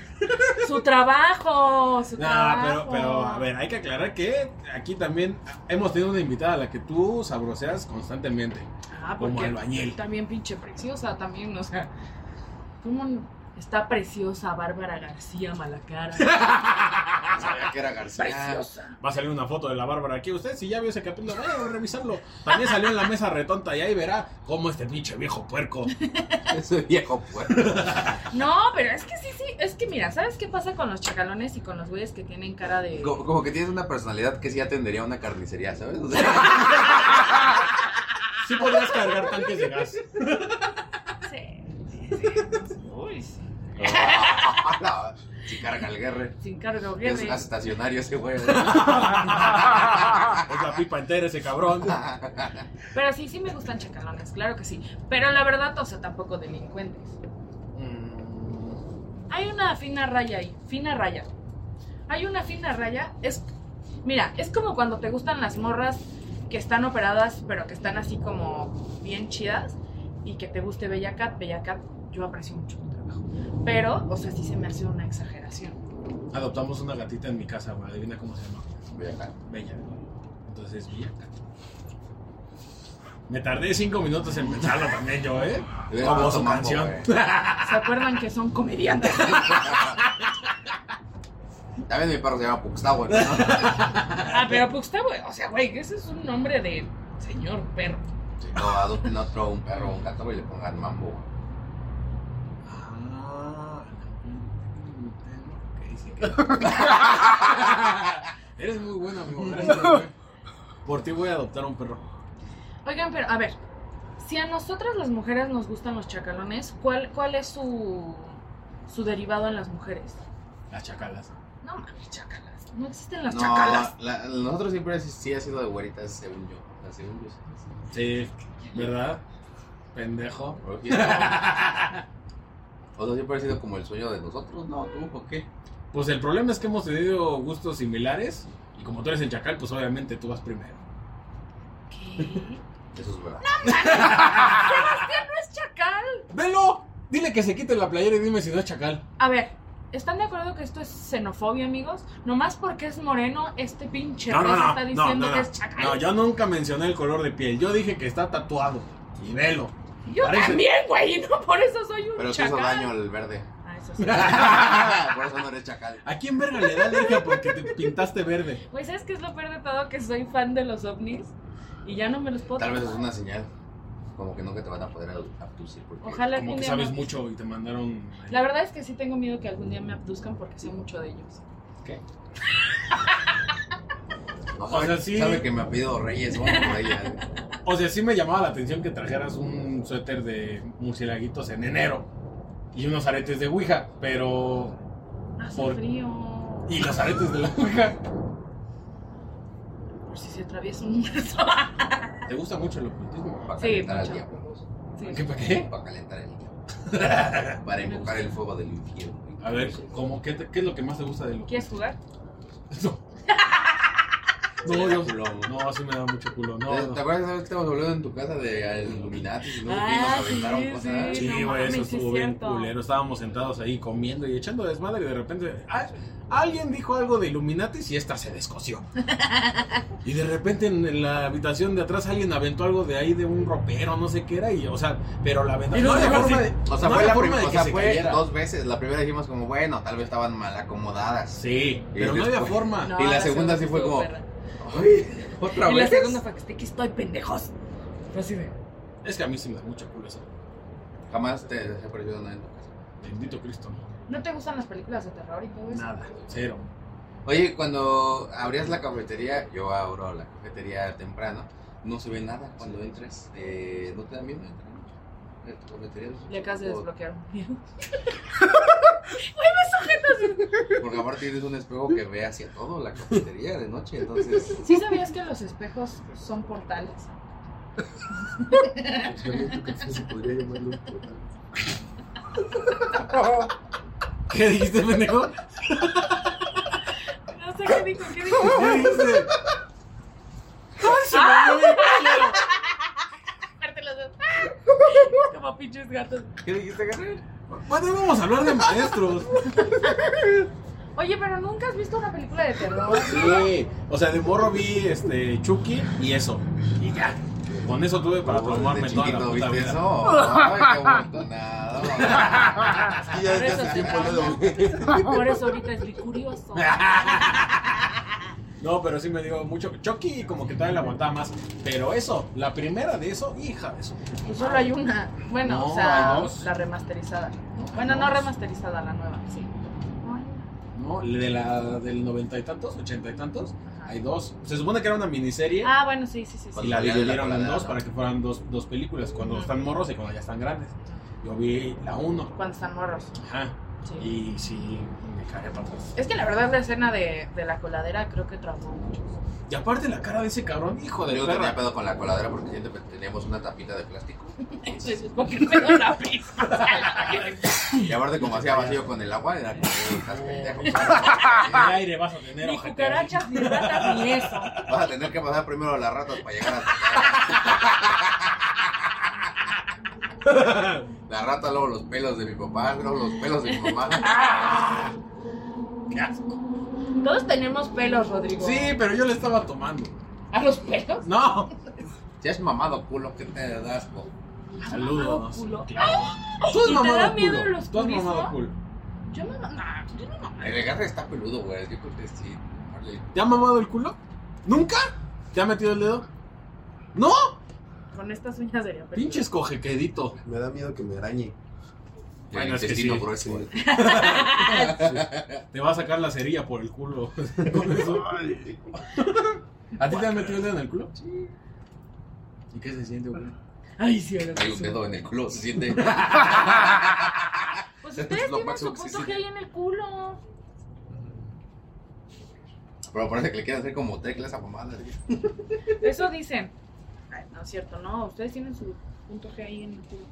[SPEAKER 3] Su trabajo, su
[SPEAKER 2] No,
[SPEAKER 3] trabajo.
[SPEAKER 2] pero, pero a ver, hay que aclarar que aquí también hemos tenido una invitada a la que tú sabroseas constantemente.
[SPEAKER 3] Ah,
[SPEAKER 2] como
[SPEAKER 3] porque
[SPEAKER 2] albañil.
[SPEAKER 3] También pinche preciosa, también, o sea. ¿Cómo no? Está preciosa Bárbara García Malacara.
[SPEAKER 2] [laughs]
[SPEAKER 1] Sabía que era García.
[SPEAKER 3] Preciosa.
[SPEAKER 2] Va a salir una foto de la Bárbara aquí. Usted, si ya vio ese capítulo, vaya a revisarlo. También salió en la mesa retonta y ahí verá cómo este pinche viejo puerco.
[SPEAKER 1] [laughs] Ese viejo pues. puerco.
[SPEAKER 3] No, pero es que sí, sí. Es que mira, ¿sabes qué pasa con los chacalones y con los güeyes que tienen cara de.
[SPEAKER 1] Como, [laughs]
[SPEAKER 3] [laughs]
[SPEAKER 1] como que tienes una personalidad que sí atendería a una carnicería, ¿sabes? O sea,
[SPEAKER 2] Sí podrías cargar tanques de gas. [laughs]
[SPEAKER 3] Sí, sí, sí. Uy, sí.
[SPEAKER 1] Si carga el guerre.
[SPEAKER 3] Sin cargo,
[SPEAKER 1] Es
[SPEAKER 3] guerre.
[SPEAKER 1] gas estacionario ese güey.
[SPEAKER 3] [laughs]
[SPEAKER 2] Es la pipa entera ese cabrón.
[SPEAKER 3] Pero sí, sí me gustan chacalones, claro que sí. Pero la verdad, o sea, tampoco delincuentes.
[SPEAKER 2] Mm.
[SPEAKER 3] Hay una fina raya ahí, fina raya. Hay una fina raya, es... Mira, es como cuando te gustan las morras que están operadas, pero que están así como bien chidas y que te guste Bella Cat. Bella Cat, yo aprecio mucho tu trabajo. Pero, o sea, sí se me hace una exageración.
[SPEAKER 2] Adoptamos una gatita en mi casa, güey. Adivina cómo se llama.
[SPEAKER 1] Voy acá.
[SPEAKER 2] Bella. Entonces, Bella. Me tardé cinco minutos en pensarlo también yo, ¿eh?
[SPEAKER 1] Le
[SPEAKER 2] Como
[SPEAKER 1] damos
[SPEAKER 2] su
[SPEAKER 1] mambo,
[SPEAKER 2] canción.
[SPEAKER 1] güey.
[SPEAKER 3] ¿Se acuerdan que son comediantes?
[SPEAKER 1] También mi perro se llama Puxtagüe, ¿no?
[SPEAKER 3] Ah, pero Puxta, güey, o sea, güey, ese es un nombre de señor perro.
[SPEAKER 1] Si no adopten otro, un perro, un gato, güey, le pongan mambo. güey.
[SPEAKER 2] Ah, ok, sí que-
[SPEAKER 3] [laughs]
[SPEAKER 2] Eres muy bueno, amigo. Gracias, güey. Por ti voy a adoptar a un perro.
[SPEAKER 3] Oigan, pero a ver, si a nosotras las mujeres nos gustan los chacalones, ¿cuál, cuál es su, su derivado en las mujeres?
[SPEAKER 2] Las chacalas.
[SPEAKER 3] No mames, chacalas. No existen las
[SPEAKER 1] No, [laughs]
[SPEAKER 3] chacalas.
[SPEAKER 1] la- nosotros siempre sí, sí ha sido de güeritas, según yo. O sea, según yo. sí.
[SPEAKER 2] [laughs] Sí, ¿verdad? Pendejo.
[SPEAKER 1] Pero sí, no. O sea, siempre ha sido como el sueño de nosotros, ¿no? ¿Tú por qué?
[SPEAKER 2] Pues el problema es que hemos tenido gustos similares. Y como tú eres el chacal, pues obviamente tú vas primero.
[SPEAKER 3] ¿Qué?
[SPEAKER 1] Eso es verdad.
[SPEAKER 3] Sebastián no es chacal.
[SPEAKER 2] ¡Velo! Dile que se quite la playera y dime si no es chacal.
[SPEAKER 3] A ver, ¿están de acuerdo que esto es xenofobia, amigos? Nomás porque es moreno, este pinche pez está diciendo que es chacal.
[SPEAKER 2] No, yo nunca mencioné el color de piel. Yo dije que está tatuado. Y velo.
[SPEAKER 3] Yo
[SPEAKER 2] Parece-
[SPEAKER 3] también, güey, y no por eso soy un
[SPEAKER 1] Pero te hizo
[SPEAKER 3] chacal.
[SPEAKER 1] daño el
[SPEAKER 3] [laughs]
[SPEAKER 1] verde.
[SPEAKER 3] Ah, eso sí.
[SPEAKER 1] por eso no eres chacal.
[SPEAKER 2] ¿A quién verga le da alergia porque te pintaste verde?
[SPEAKER 3] Güey, Pues, ¿sabes qué es lo peor de todo? Que soy fan de los ovnis y ya no me los puedo
[SPEAKER 1] Tal vez es
[SPEAKER 3] tragar.
[SPEAKER 1] una señal. Como que nunca te van a poder ab- abducir. Porque...
[SPEAKER 3] Ojalá
[SPEAKER 2] Como
[SPEAKER 3] algún
[SPEAKER 2] que
[SPEAKER 3] día
[SPEAKER 2] sabes
[SPEAKER 3] me-
[SPEAKER 2] mucho y te mandaron. ahí.
[SPEAKER 3] La verdad es que sí tengo miedo que algún día me abduzcan porque sé mucho de ellos.
[SPEAKER 2] ¿Qué?
[SPEAKER 1] No,
[SPEAKER 2] O
[SPEAKER 1] sabe,
[SPEAKER 3] pues,
[SPEAKER 2] sea, sí.
[SPEAKER 1] sabe que me ha pedido Reyes, vamos por ¿eh? ella.
[SPEAKER 2] O sea, sí me llamaba la atención que trajeras un suéter de murcielaguitos en enero y unos aretes de Ouija, pero.
[SPEAKER 3] Hace
[SPEAKER 2] Por-
[SPEAKER 3] frío.
[SPEAKER 2] Y los aretes de la Ouija.
[SPEAKER 3] Por si se atraviesa un muerto.
[SPEAKER 2] ¿Te gusta mucho el ocultismo?
[SPEAKER 1] Para
[SPEAKER 3] Sí,
[SPEAKER 1] calentar
[SPEAKER 3] mucho.
[SPEAKER 1] al diablo.
[SPEAKER 3] Sí.
[SPEAKER 2] ¿Qué, para qué?
[SPEAKER 1] [laughs] Para calentar el diablo. [laughs] Para invocar el fuego del infierno.
[SPEAKER 2] A ver, ¿cómo, qué, te- ¿qué es lo que más te gusta del
[SPEAKER 3] ¿Quieres jugar?
[SPEAKER 2] ocultismo? [laughs] No, no, yo-
[SPEAKER 1] Culo.
[SPEAKER 2] no, así me da mucho culo. No,
[SPEAKER 1] ¿Te,
[SPEAKER 2] no.
[SPEAKER 1] te acuerdas de vez que estábamos hablando en tu casa de Illuminati? Y no,
[SPEAKER 3] Ah,
[SPEAKER 1] nos aventaron
[SPEAKER 3] sí,
[SPEAKER 1] cosas.
[SPEAKER 3] sí.
[SPEAKER 2] Sí,
[SPEAKER 3] no
[SPEAKER 2] güey,
[SPEAKER 3] mames,
[SPEAKER 2] eso
[SPEAKER 3] sí es
[SPEAKER 2] estuvo bien
[SPEAKER 3] cierto.
[SPEAKER 2] culero. Estábamos sentados ahí comiendo y echando desmadre y de repente ah, alguien dijo algo de Illuminatis y esta se
[SPEAKER 3] [laughs]
[SPEAKER 2] descoció. y de repente en la habitación de atrás alguien aventó algo de ahí de un ropero, no sé qué era, y o sea, pero la aventó.
[SPEAKER 1] Y no
[SPEAKER 2] había
[SPEAKER 1] llegó
[SPEAKER 2] forma
[SPEAKER 1] así.
[SPEAKER 2] de-
[SPEAKER 1] O sea, fue
[SPEAKER 2] no había
[SPEAKER 1] la
[SPEAKER 2] forma
[SPEAKER 1] primera,
[SPEAKER 2] de
[SPEAKER 1] o
[SPEAKER 2] que
[SPEAKER 1] sea,
[SPEAKER 2] se
[SPEAKER 1] fue
[SPEAKER 2] cayera.
[SPEAKER 1] dos veces. La primera dijimos como, bueno, tal vez estaban mal acomodadas.
[SPEAKER 2] Sí, pero no
[SPEAKER 1] después-
[SPEAKER 2] había forma.
[SPEAKER 1] No. Ah, Y la segunda sí fue
[SPEAKER 3] estuvo
[SPEAKER 1] como-
[SPEAKER 3] perra.
[SPEAKER 1] Ay, otra
[SPEAKER 3] Y la
[SPEAKER 1] vez.
[SPEAKER 3] segunda fue que aquí estoy pendejos. Fue así de.
[SPEAKER 2] Es que a mí se me da mucho culo eso.
[SPEAKER 1] Jamás te desapareció nada en tu casa.
[SPEAKER 2] Bendito Cristo, no.
[SPEAKER 3] ¿No te gustan las películas de terror y todo eso?
[SPEAKER 2] Nada, cero.
[SPEAKER 1] Oye, cuando abrías la cafetería, yo abro la cafetería temprano, no se ve nada cuando entras. Eh, ¿No te da miedo entrar? en tu cafetería?
[SPEAKER 3] Le acabas de
[SPEAKER 1] O-
[SPEAKER 3] desbloquear un miedo.
[SPEAKER 1] Porque aparte tienes un espejo que ve hacia todo la cafetería de noche, entonces...
[SPEAKER 3] ¿Sí sabías que los espejos son portales?
[SPEAKER 2] [laughs] ¿Qué dijiste, pendejo?
[SPEAKER 3] No sé qué dijo, qué dijo.
[SPEAKER 2] ¿Qué dijiste? ¡Ay, se
[SPEAKER 3] Ah,
[SPEAKER 2] me dio el pelo!
[SPEAKER 3] Aparte los dos. Como pinches gatos.
[SPEAKER 1] ¿Qué dijiste, Gabriel?
[SPEAKER 2] Bueno, vamos a hablar de maestros.
[SPEAKER 3] Oye, pero nunca has visto una película de terror.
[SPEAKER 2] Sí, o sea, de morro vi este Chucky y eso. Y ya. Con eso tuve para traumarme
[SPEAKER 1] Desde
[SPEAKER 2] toda la
[SPEAKER 1] chiquito,
[SPEAKER 2] puta
[SPEAKER 1] ¿viste
[SPEAKER 2] vida.
[SPEAKER 1] eso? [laughs] Ay, qué amontonado. [laughs] Es que ya
[SPEAKER 3] Por
[SPEAKER 1] desde
[SPEAKER 3] eso
[SPEAKER 1] hace
[SPEAKER 3] sí,
[SPEAKER 1] tiempo no lo
[SPEAKER 3] por eso- Por eso ahorita es bicurioso.
[SPEAKER 2] [laughs] Ah. No, pero sí me dio mucho. Chucky como que todavía la aguantaba más. Pero eso, la primera de eso, hija de eso.
[SPEAKER 3] Pues solo hay una. Bueno,
[SPEAKER 2] No,
[SPEAKER 3] o sea,
[SPEAKER 2] hay dos.
[SPEAKER 3] la remasterizada. Bueno, no remasterizada, la nueva, sí.
[SPEAKER 2] ¿no? De la del noventa y tantos, ochenta y tantos, hay dos. Se supone que era una miniserie
[SPEAKER 3] Ah, bueno, sí, sí, sí. sí.
[SPEAKER 2] y la
[SPEAKER 1] Cuando ya
[SPEAKER 2] dividieron
[SPEAKER 1] la
[SPEAKER 2] en
[SPEAKER 1] plana,
[SPEAKER 2] dos
[SPEAKER 1] ¿no?
[SPEAKER 2] para que fueran dos, dos películas, cuando
[SPEAKER 3] Ujú.
[SPEAKER 2] están morros y cuando ya están grandes. Yo vi la uno,
[SPEAKER 3] Cuando están morros.
[SPEAKER 2] ajá,
[SPEAKER 3] Sí.
[SPEAKER 2] y sí, me cagué para atrás.
[SPEAKER 3] Es que la verdad la escena de, de la coladera creo que traumó [laughs] mucho.
[SPEAKER 2] Y aparte la cara de ese cabrón, hijo de
[SPEAKER 1] Yo tenía
[SPEAKER 2] perra.
[SPEAKER 1] pedo con la coladera porque siempre teníamos una tapita de plástico.
[SPEAKER 3] Porque no me da la pista.
[SPEAKER 1] Y aparte, como hacía vacío con el agua, era como, estás pendejo. [laughs]
[SPEAKER 2] En el aire vas a tener
[SPEAKER 3] [laughs] Ni
[SPEAKER 2] ojete.
[SPEAKER 3] cucarachas, ni ratas, ni eso.
[SPEAKER 1] Vas a tener que pasar primero las ratas para llegar [laughs] a. La rata, luego los pelos de mi papá, luego los pelos de mi mamá.
[SPEAKER 2] Qué asco.
[SPEAKER 3] Todos tenemos pelos, Rodrigo.
[SPEAKER 2] Sí, pero yo le estaba tomando.
[SPEAKER 3] ¿A los pelos?
[SPEAKER 2] No.
[SPEAKER 1] Ya es mamado culo, que te das asco.
[SPEAKER 2] Saludos.
[SPEAKER 3] culo?
[SPEAKER 2] Tú has
[SPEAKER 3] ¿Y te
[SPEAKER 2] mamado
[SPEAKER 3] da miedo
[SPEAKER 2] culo.
[SPEAKER 3] el
[SPEAKER 2] Tú has mamado
[SPEAKER 3] oscurismo?
[SPEAKER 2] culo.
[SPEAKER 3] Yo no, nah, yo no mamé.
[SPEAKER 1] El garra está peludo, güey. Yo creo que sí. Vale.
[SPEAKER 2] ¿Te ha mamado el culo? ¿Nunca? ¿Te ha metido el dedo? ¡No!
[SPEAKER 3] Con estas uñas sería peludo.
[SPEAKER 2] Pinches cojequedito.
[SPEAKER 4] Me da miedo que me arañe.
[SPEAKER 1] El
[SPEAKER 2] Bueno, es que
[SPEAKER 1] intestino
[SPEAKER 2] sí.
[SPEAKER 1] grueso, güey.
[SPEAKER 2] Te va a sacar la cerilla por el culo. Con eso. ¿A ti te han metido el dedo en el culo? Sí. ¿Y qué se siente, güey?
[SPEAKER 3] Ay, sí, ahora
[SPEAKER 1] Hay
[SPEAKER 3] sí.
[SPEAKER 1] un dedo en el culo, se
[SPEAKER 2] [laughs]
[SPEAKER 1] siente.
[SPEAKER 3] Pues
[SPEAKER 2] Este
[SPEAKER 1] Esto es
[SPEAKER 3] ustedes
[SPEAKER 1] lo
[SPEAKER 3] tienen su
[SPEAKER 1] máximo que
[SPEAKER 3] punto
[SPEAKER 1] existe.
[SPEAKER 3] G ahí en el culo.
[SPEAKER 1] Pero parece que le quieren hacer como tecla a esa mamada. güey.
[SPEAKER 3] Eso dicen. Ay, no es cierto, no. Ustedes tienen su punto G ahí en el culo.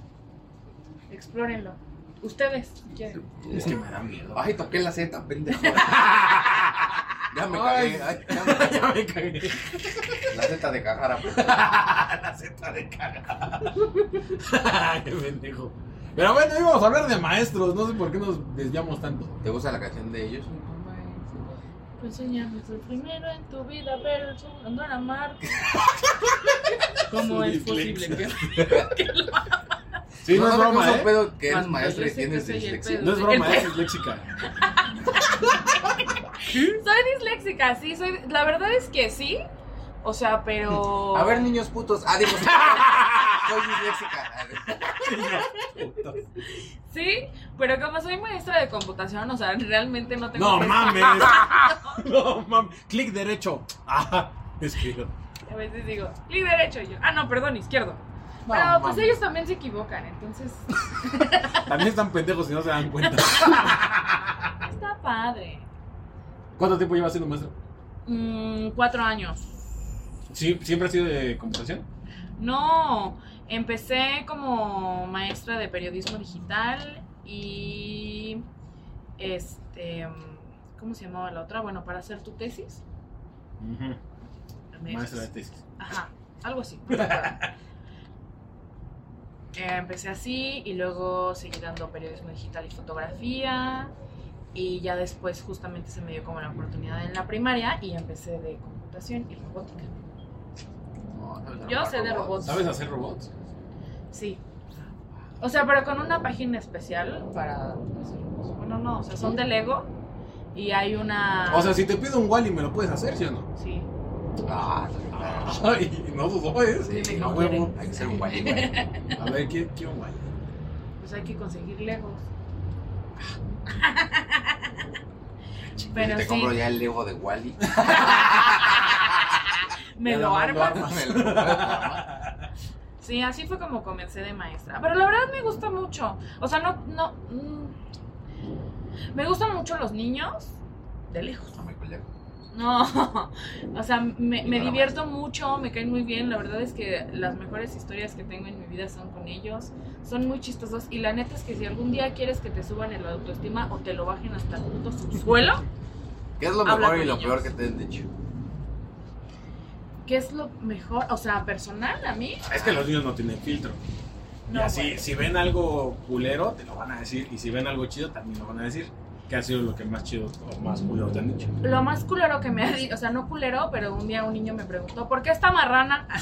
[SPEAKER 3] Explórenlo. Ustedes, si quieren.
[SPEAKER 2] Es que me da miedo.
[SPEAKER 1] Ay, toqué la Z,
[SPEAKER 2] [laughs]
[SPEAKER 1] pendejo. Ya me cagué. ay, ya me cagué.
[SPEAKER 2] [laughs] ya me cagué.
[SPEAKER 1] La Z de cajara, pues.
[SPEAKER 2] la seta de cagada. [laughs] Qué pendejo. Pero bueno, íbamos a hablar de maestros. No sé por qué nos desviamos tanto.
[SPEAKER 1] ¿Te gusta la canción de ellos?
[SPEAKER 3] Pues soñamos el primero en tu vida, pero el segundo en amar. ¿Cómo
[SPEAKER 2] Su
[SPEAKER 3] es
[SPEAKER 2] dislexia.
[SPEAKER 3] posible que.?
[SPEAKER 2] Sí, no, es
[SPEAKER 1] saben cómo
[SPEAKER 2] broma,
[SPEAKER 1] es
[SPEAKER 2] ¿eh?
[SPEAKER 1] un pedo que eres
[SPEAKER 3] Cuando
[SPEAKER 1] maestra
[SPEAKER 3] yo
[SPEAKER 1] y
[SPEAKER 3] sé que
[SPEAKER 1] tienes
[SPEAKER 3] soy el
[SPEAKER 1] dislexia.
[SPEAKER 3] pedo.
[SPEAKER 2] No es broma, ¿eh? es disléxica.
[SPEAKER 3] Soy disléxica, sí, soy. La verdad es que sí. O sea, pero.
[SPEAKER 1] A ver, niños putos. Ah,
[SPEAKER 3] [laughs]
[SPEAKER 1] digo, sí. soy disléxica.
[SPEAKER 3] Sí, pero como soy maestra de computación, o sea, realmente no tengo.
[SPEAKER 2] [laughs] No [laughs]
[SPEAKER 3] que-
[SPEAKER 2] mames. No mames. Clic derecho. [laughs] Ah, es que.
[SPEAKER 3] [laughs] A veces digo, clic derecho. Y yo, ah, no, perdón, izquierdo.
[SPEAKER 2] No,
[SPEAKER 3] pero pues
[SPEAKER 2] mames.
[SPEAKER 3] ellos también se equivocan, entonces. [laughs]
[SPEAKER 2] También están pendejos si no se dan cuenta.
[SPEAKER 3] Está padre.
[SPEAKER 2] ¿Cuánto tiempo llevas siendo maestro?
[SPEAKER 3] Mm, cuatro años.
[SPEAKER 2] Sí, ¿Siempre has sido de computación?
[SPEAKER 3] No, empecé como maestra de periodismo digital y este, ¿cómo se llamaba la otra? Bueno, para hacer tu tesis. me-
[SPEAKER 2] Maestra de tesis.
[SPEAKER 3] Ajá, algo así. no me acuerdo.
[SPEAKER 1] [laughs]
[SPEAKER 3] Eh, Empecé así y luego seguí dando periodismo digital y fotografía y ya después justamente se me dio como la oportunidad en la primaria y empecé de computación y robótica. Yo sé de robots.
[SPEAKER 2] ¿Sabes hacer robots?
[SPEAKER 3] Sí. O sea, pero con una página especial para hacer cosas. Bueno, no, o sea, son de Lego y hay una...
[SPEAKER 2] O sea, si te pido un Wally, ¿me lo puedes hacer, sí o no? [laughs]
[SPEAKER 3] sí.
[SPEAKER 1] Ah, claro.
[SPEAKER 2] Ay, no dudo, ¿eh?
[SPEAKER 1] Sí,
[SPEAKER 2] a
[SPEAKER 1] no,
[SPEAKER 2] huevo.
[SPEAKER 1] Hay que ser un
[SPEAKER 3] [laughs]
[SPEAKER 1] guay, güey.
[SPEAKER 2] A ver, ¿qué, qué un Wally?
[SPEAKER 3] Pues hay que conseguir Legos.
[SPEAKER 1] [laughs]
[SPEAKER 3] pero
[SPEAKER 1] te compro
[SPEAKER 3] sí,
[SPEAKER 1] ya el Lego de [laughs] Wally.
[SPEAKER 3] me
[SPEAKER 2] Ya
[SPEAKER 3] lo
[SPEAKER 2] nomás lo
[SPEAKER 3] arman.
[SPEAKER 2] armas.
[SPEAKER 3] Sí, así fue como comencé de maestra. Pero la verdad me gusta mucho. O sea, no, no. mm, me gustan mucho los niños de lejos.
[SPEAKER 1] No me culé.
[SPEAKER 3] No, [laughs] o sea, me, me
[SPEAKER 1] No, no,
[SPEAKER 3] divierto mucho, me caen muy bien. La verdad es que las mejores historias que tengo en mi vida son con ellos. Son muy chistosos. Y la neta es que si algún día quieres que te suban el autoestima o te lo bajen hasta el punto subsuelo,
[SPEAKER 1] ¿Qué es lo
[SPEAKER 3] Habla
[SPEAKER 1] mejor
[SPEAKER 3] con
[SPEAKER 1] y lo
[SPEAKER 3] ellos.
[SPEAKER 1] peor que te han dicho?
[SPEAKER 3] ¿qué es lo mejor? O sea, personal a mí.
[SPEAKER 2] Es que los niños no tienen filtro.
[SPEAKER 3] No,
[SPEAKER 2] y así,
[SPEAKER 3] bueno.
[SPEAKER 2] si ven algo culero, te lo van a decir. Y si ven algo chido, también lo van a decir. ¿Qué ha sido lo que más chido o más culero te han [laughs] dicho?
[SPEAKER 3] Lo más culero que me ha dicho, o sea, no culero, pero un día un niño me preguntó, ¿por qué esta marrana? [laughs]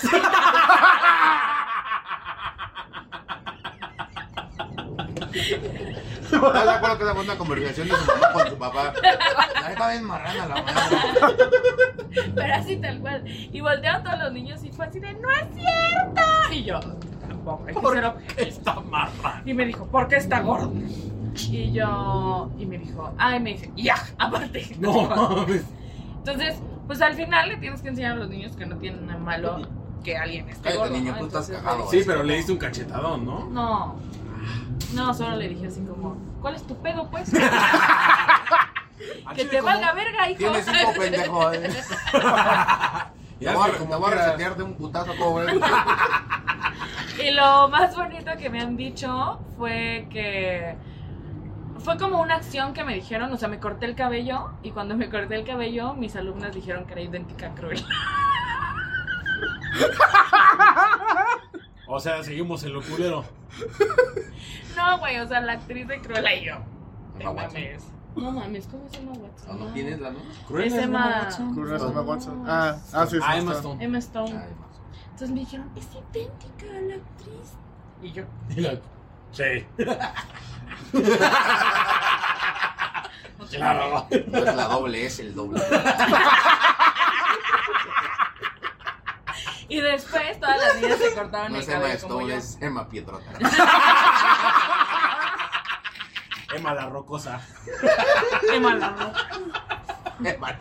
[SPEAKER 1] ¿Estás de acuerdo que esa fue una conversación de su mamá con su papá? La neta bien marrana la mamá.
[SPEAKER 3] Pero así tal cual. Y voltearon todos los niños y fue así de, ¡no es cierto! Y yo, tampoco, hay que ser objetiva.
[SPEAKER 2] Está marrana.
[SPEAKER 3] Y me dijo, ¿por qué está gordo? Y yo, y me dijo, ay, me dice, ya, [laughs] aparte.
[SPEAKER 2] No mames.
[SPEAKER 3] Entonces, pues al final le tienes que enseñar a los niños que no tienen nada malo que alguien esté
[SPEAKER 5] Cállate,
[SPEAKER 3] gordo.
[SPEAKER 5] niño,
[SPEAKER 3] ¿no?
[SPEAKER 5] tú estás
[SPEAKER 3] Entonces, pues,
[SPEAKER 5] cagado. eh.
[SPEAKER 2] Sí, pero le diste un cachetadón, ¿no?
[SPEAKER 3] No. No, solo le dije así como, ¿cuál es tu pedo,
[SPEAKER 5] [laughs]
[SPEAKER 3] pues? que te valga verga, hijo.
[SPEAKER 5] Tienes cinco pendejo. eh. Te
[SPEAKER 2] Ya
[SPEAKER 5] voy a,
[SPEAKER 2] sé,
[SPEAKER 5] te
[SPEAKER 2] como
[SPEAKER 5] voy a
[SPEAKER 2] quieras.
[SPEAKER 5] resetear de un putazo, ¿cómo ves?
[SPEAKER 3] Y lo más bonito que me han dicho fue que fue como una acción que me dijeron, o sea, me corté el cabello y cuando me corté el cabello mis alumnas dijeron que era idéntica a Cruel.
[SPEAKER 2] O sea, seguimos en lo culero.
[SPEAKER 3] [laughs] No, güey, o sea, la actriz de Cruella y yo.
[SPEAKER 5] Emma
[SPEAKER 3] No
[SPEAKER 5] Watson.
[SPEAKER 3] mames. No mames, ¿cómo se llama Watson?
[SPEAKER 5] Ah, No, no tienes la luz.
[SPEAKER 3] Es Emma.
[SPEAKER 4] Curioso, Emma Watson. Ah, ah, sí, sí.
[SPEAKER 2] Ah, Emma
[SPEAKER 4] está.
[SPEAKER 2] Stone.
[SPEAKER 3] Emma
[SPEAKER 5] Ah.
[SPEAKER 3] Stone. Entonces me dijeron, es idéntica a la actriz. Y yo,
[SPEAKER 2] Y la- Sí.
[SPEAKER 3] no te
[SPEAKER 2] Claro.
[SPEAKER 5] No es la doble, es el doble.
[SPEAKER 3] Y después todas las niñas se cortaban
[SPEAKER 5] No
[SPEAKER 3] el
[SPEAKER 5] es Emma
[SPEAKER 3] cabello como
[SPEAKER 5] Stone,
[SPEAKER 3] yo.
[SPEAKER 5] es Emma Pietrota.
[SPEAKER 3] [laughs]
[SPEAKER 1] [laughs]
[SPEAKER 2] Emma la rocosa.
[SPEAKER 3] Qué mala, ¿no?
[SPEAKER 5] Emma.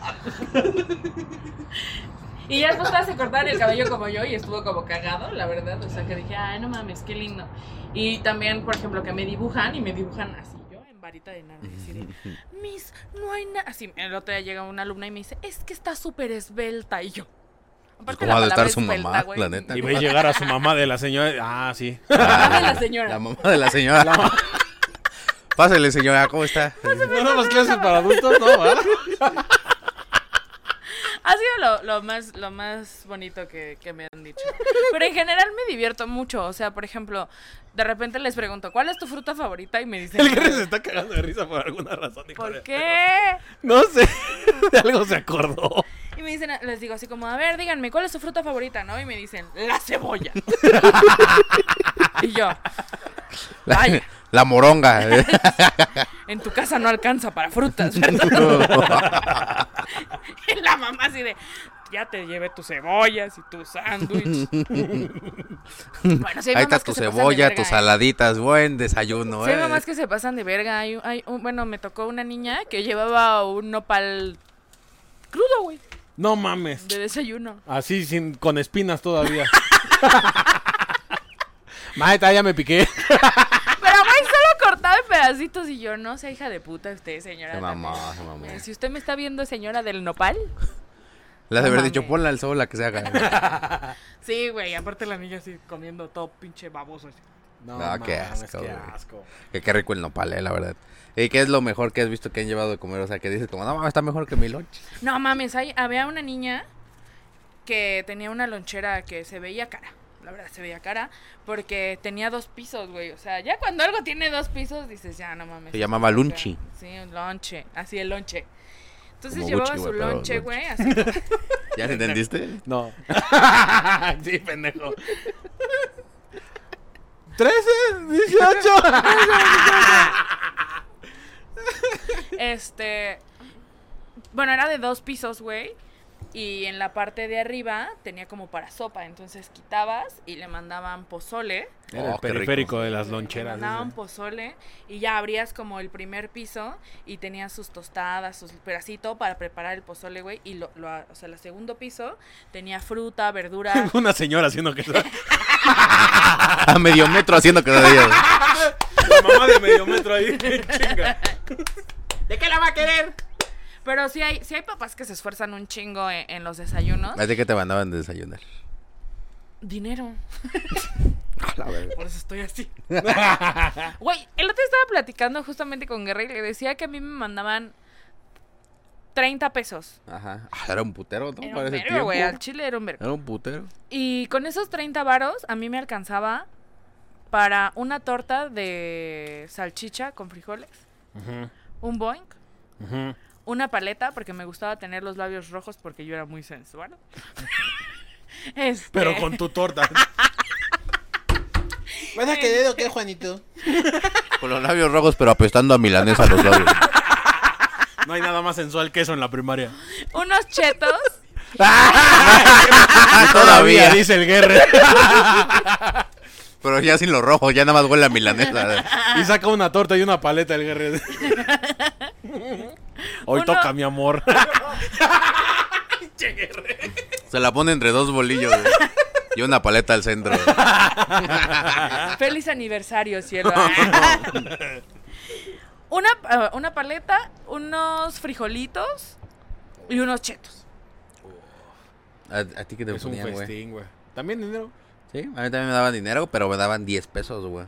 [SPEAKER 3] Y ya después todas se cortaron el cabello como yo y estuvo como cagado, la verdad. O sea, que dije, ay, no mames, qué lindo. Y también, por ejemplo, que me dibujan y me dibujan así, yo en varita de nada. Así de, Miss, no hay nada. Así, el otro día llega una alumna y me dice, es que está súper esbelta. Y yo, aparte
[SPEAKER 1] ¿Cómo ha de
[SPEAKER 3] palabra
[SPEAKER 1] estar su
[SPEAKER 3] esbelta,
[SPEAKER 1] mamá,
[SPEAKER 3] güey.
[SPEAKER 1] la neta?
[SPEAKER 2] Y ve llegar a su mamá de la señora. Ah, sí.
[SPEAKER 3] La
[SPEAKER 1] [laughs]
[SPEAKER 3] mamá de la señora.
[SPEAKER 1] La mamá de la señora. Pásale, señora, ¿cómo está?
[SPEAKER 2] [laughs] No, las clases para adultos, no, ¿verdad?
[SPEAKER 3] Ha sido lo, lo más, lo más bonito que, que me han dicho. Pero en general me divierto mucho. O sea, por ejemplo, de repente les pregunto, ¿cuál es tu fruta favorita? Y me dicen,
[SPEAKER 2] El Gary se está cagando de risa por alguna razón. hijo
[SPEAKER 3] ¿por
[SPEAKER 2] de-
[SPEAKER 3] qué?
[SPEAKER 2] No sé. [laughs] De algo se acordó.
[SPEAKER 3] Y me dicen, les digo así como, a ver, díganme, ¿cuál es su fruta favorita? ¿No? Y me dicen, la
[SPEAKER 2] [laughs]
[SPEAKER 3] cebolla. y yo,
[SPEAKER 1] La,
[SPEAKER 3] Ay.
[SPEAKER 1] [laughs] la
[SPEAKER 3] [laughs]
[SPEAKER 1] moronga.
[SPEAKER 3] en tu casa no alcanza
[SPEAKER 2] [laughs]
[SPEAKER 3] para frutas. ¿verdad?" y [laughs] la mamá así de, ya te llevé tus cebollas y
[SPEAKER 1] [laughs]
[SPEAKER 3] tus sándwiches. bueno, sí hay
[SPEAKER 1] Ahí está
[SPEAKER 3] mamás que
[SPEAKER 1] tu
[SPEAKER 3] se pasan de
[SPEAKER 1] cebolla,
[SPEAKER 3] verga,
[SPEAKER 1] tus
[SPEAKER 3] ¿eh?
[SPEAKER 1] saladitas, buen desayuno.
[SPEAKER 3] Sí, hay
[SPEAKER 1] eh.
[SPEAKER 3] mamás que se pasan de verga. Hay, hay un- bueno, me tocó una niña que llevaba un nopal crudo, güey,
[SPEAKER 2] No mames.
[SPEAKER 1] [laughs]
[SPEAKER 3] de desayuno.
[SPEAKER 2] Así, sin, con espinas todavía. [laughs] Maeta, ya me piqué.
[SPEAKER 3] Pero, güey, solo cortaba en pedacitos y yo, no sea hija de puta usted, señora.
[SPEAKER 1] Se mamó,
[SPEAKER 3] también".
[SPEAKER 1] se mamó.
[SPEAKER 3] Si usted me está viendo, señora del nopal.
[SPEAKER 1] Las de
[SPEAKER 3] No
[SPEAKER 1] haber dicho,
[SPEAKER 3] mames.
[SPEAKER 1] ponla al sol, la que se
[SPEAKER 3] [laughs]
[SPEAKER 1] haga.
[SPEAKER 3] Sí, güey, aparte la niña así comiendo todo pinche baboso. así.
[SPEAKER 2] No,
[SPEAKER 1] No, qué
[SPEAKER 2] mames,
[SPEAKER 1] asco,
[SPEAKER 2] qué
[SPEAKER 1] güey.
[SPEAKER 2] asco.
[SPEAKER 1] que qué rico el nopal, eh, la verdad. ¿Y qué es lo mejor que has visto que han llevado de comer? O sea, que dices como, no, mames, está mejor que mi lunch.
[SPEAKER 3] No mames, hay- había una niña que tenía una lonchera que se veía cara. La verdad, se veía cara porque tenía dos pisos, güey. O sea, ya cuando algo tiene dos pisos, dices, ya no mames.
[SPEAKER 1] Se llamaba lunchi.
[SPEAKER 3] Sí, un lonche. Así el lonche. Entonces
[SPEAKER 1] Como
[SPEAKER 3] llevaba
[SPEAKER 1] Gucci,
[SPEAKER 3] su
[SPEAKER 1] güey, pero
[SPEAKER 3] lonche,
[SPEAKER 1] lonche.
[SPEAKER 3] güey. Así [laughs]
[SPEAKER 1] ¿Ya le entendiste? Oh,
[SPEAKER 2] No.
[SPEAKER 3] Ah,
[SPEAKER 2] sí, pendejo. 13, 18. [laughs]
[SPEAKER 3] Este. Bueno, era de dos pisos, güey. Y en la parte de arriba tenía como para sopa. Entonces quitabas y le mandaban pozole.
[SPEAKER 2] Era el
[SPEAKER 1] Oh, qué rico.
[SPEAKER 2] periférico de las
[SPEAKER 3] Le
[SPEAKER 2] loncheras.
[SPEAKER 3] mandaban
[SPEAKER 2] ese.
[SPEAKER 3] pozole. Y ya abrías como el primer piso. Y tenías sus tostadas, sus pedacitos para preparar el pozole, güey. Y lo, lo- o sea, el segundo piso tenía fruta, verdura.
[SPEAKER 2] [laughs] Una señora haciendo que.
[SPEAKER 1] [laughs] A medio metro haciendo que no digas.
[SPEAKER 3] [laughs]
[SPEAKER 2] La mamá de medio metro ahí. [laughs] Chinga.
[SPEAKER 3] [laughs] ¿De qué la va a querer? Pero sí hay, sí hay papás que se esfuerzan un chingo e, en, en los desayunos.
[SPEAKER 1] Así que te mandaban de desayunar.
[SPEAKER 3] Dinero.
[SPEAKER 1] A la verga.
[SPEAKER 3] Por eso estoy así. Güey, el otro día estaba platicando justamente con Guerrero y le decía que a mí me mandaban 30 pesos.
[SPEAKER 1] Ajá. Ah, Era un putero, ¿no?
[SPEAKER 3] Era
[SPEAKER 1] Para
[SPEAKER 3] un
[SPEAKER 1] ese
[SPEAKER 3] vergo, güey. Al
[SPEAKER 1] tiempo.
[SPEAKER 3] chile era un vergo.
[SPEAKER 1] Era un putero.
[SPEAKER 3] Y con esos 30 varos a mí me alcanzaba para una torta de salchicha con frijoles,
[SPEAKER 2] Ujú,
[SPEAKER 3] un boing,
[SPEAKER 2] ujú.
[SPEAKER 3] una paleta, porque me gustaba tener los labios rojos porque yo era muy
[SPEAKER 2] [laughs]
[SPEAKER 3] sensual. Este,
[SPEAKER 2] Pero con tu torta. ¿Vas a querer o qué, Juanito?
[SPEAKER 1] Con los labios rojos, pero apestando a milanesa los labios.
[SPEAKER 2] No hay nada más sensual que eso en la primaria.
[SPEAKER 3] unos chetos,
[SPEAKER 1] [laughs]
[SPEAKER 2] [laughs]
[SPEAKER 1] Ah, Todavía.
[SPEAKER 2] dice el guerre.
[SPEAKER 1] Pero ya sin lo rojo, ya nada más huele a milanesa.
[SPEAKER 2] [laughs] Y saca una torta y una paleta el guerrero. Hoy
[SPEAKER 3] Uno-
[SPEAKER 2] toca, mi amor.
[SPEAKER 1] Se la pone entre dos bolillos güey, y una paleta al centro. güey.
[SPEAKER 2] Ah.
[SPEAKER 3] Feliz aniversario,
[SPEAKER 2] [laughs]
[SPEAKER 3] cielo. una, ah, una paleta, unos frijolitos y unos chetos.
[SPEAKER 1] ¿A, a ti qué te
[SPEAKER 2] Es un
[SPEAKER 1] ponían, güey?
[SPEAKER 2] festín, güey. También dinero.
[SPEAKER 1] Sí, a mí también me daban dinero, pero me daban 10 pesos, güey.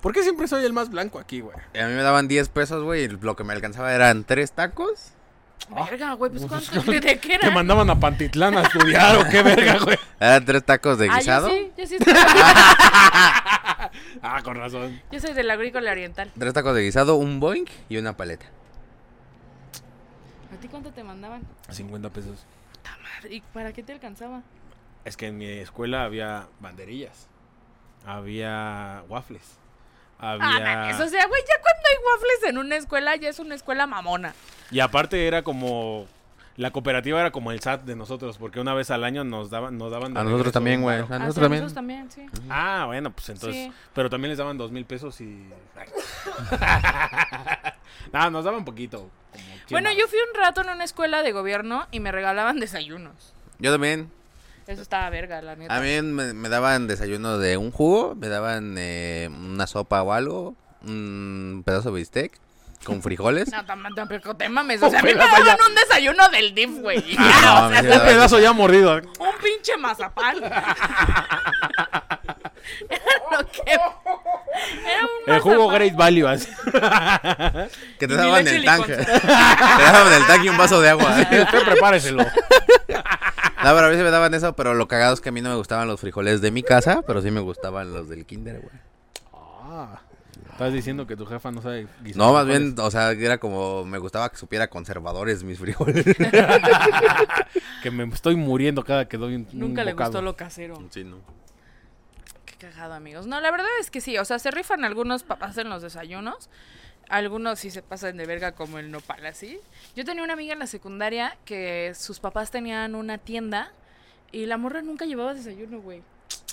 [SPEAKER 2] ¿Por qué siempre soy el más blanco aquí, güey?
[SPEAKER 1] A mí me daban 10 pesos, güey, y lo que me alcanzaba eran tres tacos.
[SPEAKER 2] Ah.
[SPEAKER 3] Verga, güey, pues ¿cuánto? ¿De qué era?
[SPEAKER 2] Te mandaban a Pantitlán a estudiar o [laughs] qué verga, güey.
[SPEAKER 1] Eran tres tacos de
[SPEAKER 3] Ah,
[SPEAKER 1] guisado.
[SPEAKER 3] yo sí, yo sí. soy-
[SPEAKER 2] Ah, con razón.
[SPEAKER 3] Yo soy del agrícola oriental.
[SPEAKER 1] Tres tacos de guisado, un boing y una paleta.
[SPEAKER 3] ¿A ti cuánto te mandaban?
[SPEAKER 2] 50 pesos.
[SPEAKER 3] ¿Y para qué te alcanzaba?
[SPEAKER 2] Es que en mi escuela había banderillas. Había waffles.
[SPEAKER 3] Ah,
[SPEAKER 2] Había...
[SPEAKER 3] mames, o sea, güey, ya cuando hay waffles en una escuela, ya es una escuela mamona.
[SPEAKER 2] Y aparte era como... La cooperativa era como el SAT de nosotros, porque una vez al año nos daban... Nos daban de
[SPEAKER 1] A nosotros
[SPEAKER 2] regreso
[SPEAKER 1] también,
[SPEAKER 2] un
[SPEAKER 1] güey.
[SPEAKER 2] varo.
[SPEAKER 1] A
[SPEAKER 3] Ah,
[SPEAKER 1] nosotros
[SPEAKER 3] sí,
[SPEAKER 1] también.
[SPEAKER 3] sí.
[SPEAKER 2] Ah, bueno, pues entonces.
[SPEAKER 3] Sí.
[SPEAKER 2] Pero también les daban dos mil pesos y. [laughs] Nada, nos daban poquito. como cien
[SPEAKER 3] Bueno,
[SPEAKER 2] varos.
[SPEAKER 3] yo fui un rato en una escuela de gobierno y me regalaban desayunos.
[SPEAKER 1] Yo también.
[SPEAKER 3] Eso estaba verga, la
[SPEAKER 1] A
[SPEAKER 3] neta.
[SPEAKER 1] mí me, me daban desayuno de un jugo, me daban eh, una sopa o algo, un pedazo de bistec con frijoles.
[SPEAKER 3] No, tam- tampoco te mames. O sea, a mí me daban un desayuno del DIF, güey.
[SPEAKER 1] Ah, no,
[SPEAKER 3] O sea,
[SPEAKER 1] me
[SPEAKER 2] Un pedazo ya mordido.
[SPEAKER 3] [laughs] un pinche mazapán. [laughs] era lo que. Era un
[SPEAKER 2] El jugo
[SPEAKER 3] mazapán.
[SPEAKER 2] Great Value. así.
[SPEAKER 3] [laughs]
[SPEAKER 1] Que te
[SPEAKER 3] Ni
[SPEAKER 1] daban
[SPEAKER 3] leche
[SPEAKER 1] el [laughs]
[SPEAKER 3] ni
[SPEAKER 1] tanque.
[SPEAKER 3] con-
[SPEAKER 1] Te daban el tanque y un vaso de
[SPEAKER 3] [laughs]
[SPEAKER 1] agua.
[SPEAKER 3] Ah.
[SPEAKER 2] Usted prepáreselo.
[SPEAKER 1] No, pero a veces me daban eso, pero lo cagado es que a mí no me gustaban los frijoles de mi casa, pero sí me gustaban los del kinder, güey.
[SPEAKER 2] Estás diciendo que tu jefa no sabe. guisar
[SPEAKER 1] Ah. No, más
[SPEAKER 2] frijoles?
[SPEAKER 1] bien, o sea, era como, me gustaba que supiera conservadores mis frijoles. [laughs]
[SPEAKER 2] Que me estoy muriendo cada que doy un. un
[SPEAKER 3] Nunca le
[SPEAKER 2] bocado.
[SPEAKER 3] gustó lo casero.
[SPEAKER 1] Sí, no.
[SPEAKER 3] Qué cagado, amigos. No, la verdad es que sí. O sea, se rifan algunos papás en los desayunos. Algunos sí se pasan de verga como el nopal así. Yo tenía una amiga en la secundaria que sus papás tenían una tienda y la morra nunca llevaba desayuno, güey.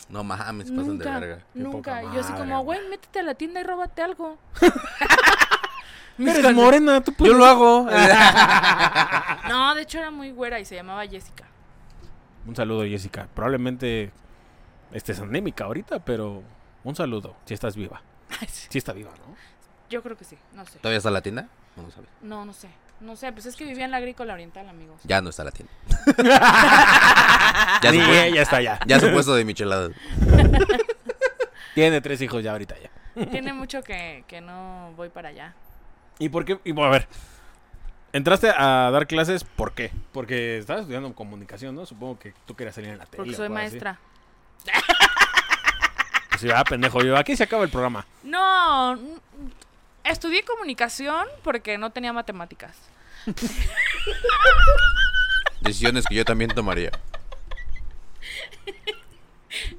[SPEAKER 1] No mames, se pasan de
[SPEAKER 3] Nunca,
[SPEAKER 1] verga.
[SPEAKER 2] Qué poca
[SPEAKER 3] nunca. Y Yo así
[SPEAKER 2] madre,
[SPEAKER 3] como,
[SPEAKER 2] güey.
[SPEAKER 3] güey, métete a la tienda y róbate algo.
[SPEAKER 1] [laughs]
[SPEAKER 3] Mis
[SPEAKER 2] Eres
[SPEAKER 3] conse-
[SPEAKER 2] morena, tú puedes.
[SPEAKER 1] hago.
[SPEAKER 3] No, de hecho era muy güera y se llamaba Jessica.
[SPEAKER 2] [laughs] Un saludo, Jessica. Probablemente estés anémica ahorita, pero un saludo. Si estás
[SPEAKER 3] [laughs]
[SPEAKER 2] viva. Si está viva, ¿no?
[SPEAKER 3] Yo creo que sí, no sé.
[SPEAKER 1] ¿Todavía está la tienda? No, no sabes.
[SPEAKER 3] No, no sé. No sé, pues es que vivía en la agrícola oriental, amigos.
[SPEAKER 1] Ya no está la
[SPEAKER 3] [laughs]
[SPEAKER 1] tienda.
[SPEAKER 2] Ya,
[SPEAKER 3] Ah.
[SPEAKER 1] Ya, supuesto,
[SPEAKER 2] ya está, ya.
[SPEAKER 1] ya supuesto de micheladas.
[SPEAKER 2] Tiene tres hijos ya ahorita ya.
[SPEAKER 3] Tiene mucho que, que no voy para allá.
[SPEAKER 2] ¿Y por qué? Y, bueno, a ver. Entraste a dar clases, ¿por qué? Porque estabas estudiando comunicación, ¿no? Supongo que tú querías salir en la tele.
[SPEAKER 3] Porque
[SPEAKER 2] o
[SPEAKER 3] soy
[SPEAKER 2] algo así.
[SPEAKER 3] maestra.
[SPEAKER 2] Pues sí, ah, pendejo. Yo, aquí se acaba el programa.
[SPEAKER 3] No, n- estudié comunicación porque no tenía matemáticas.
[SPEAKER 1] Decisiones que yo también tomaría.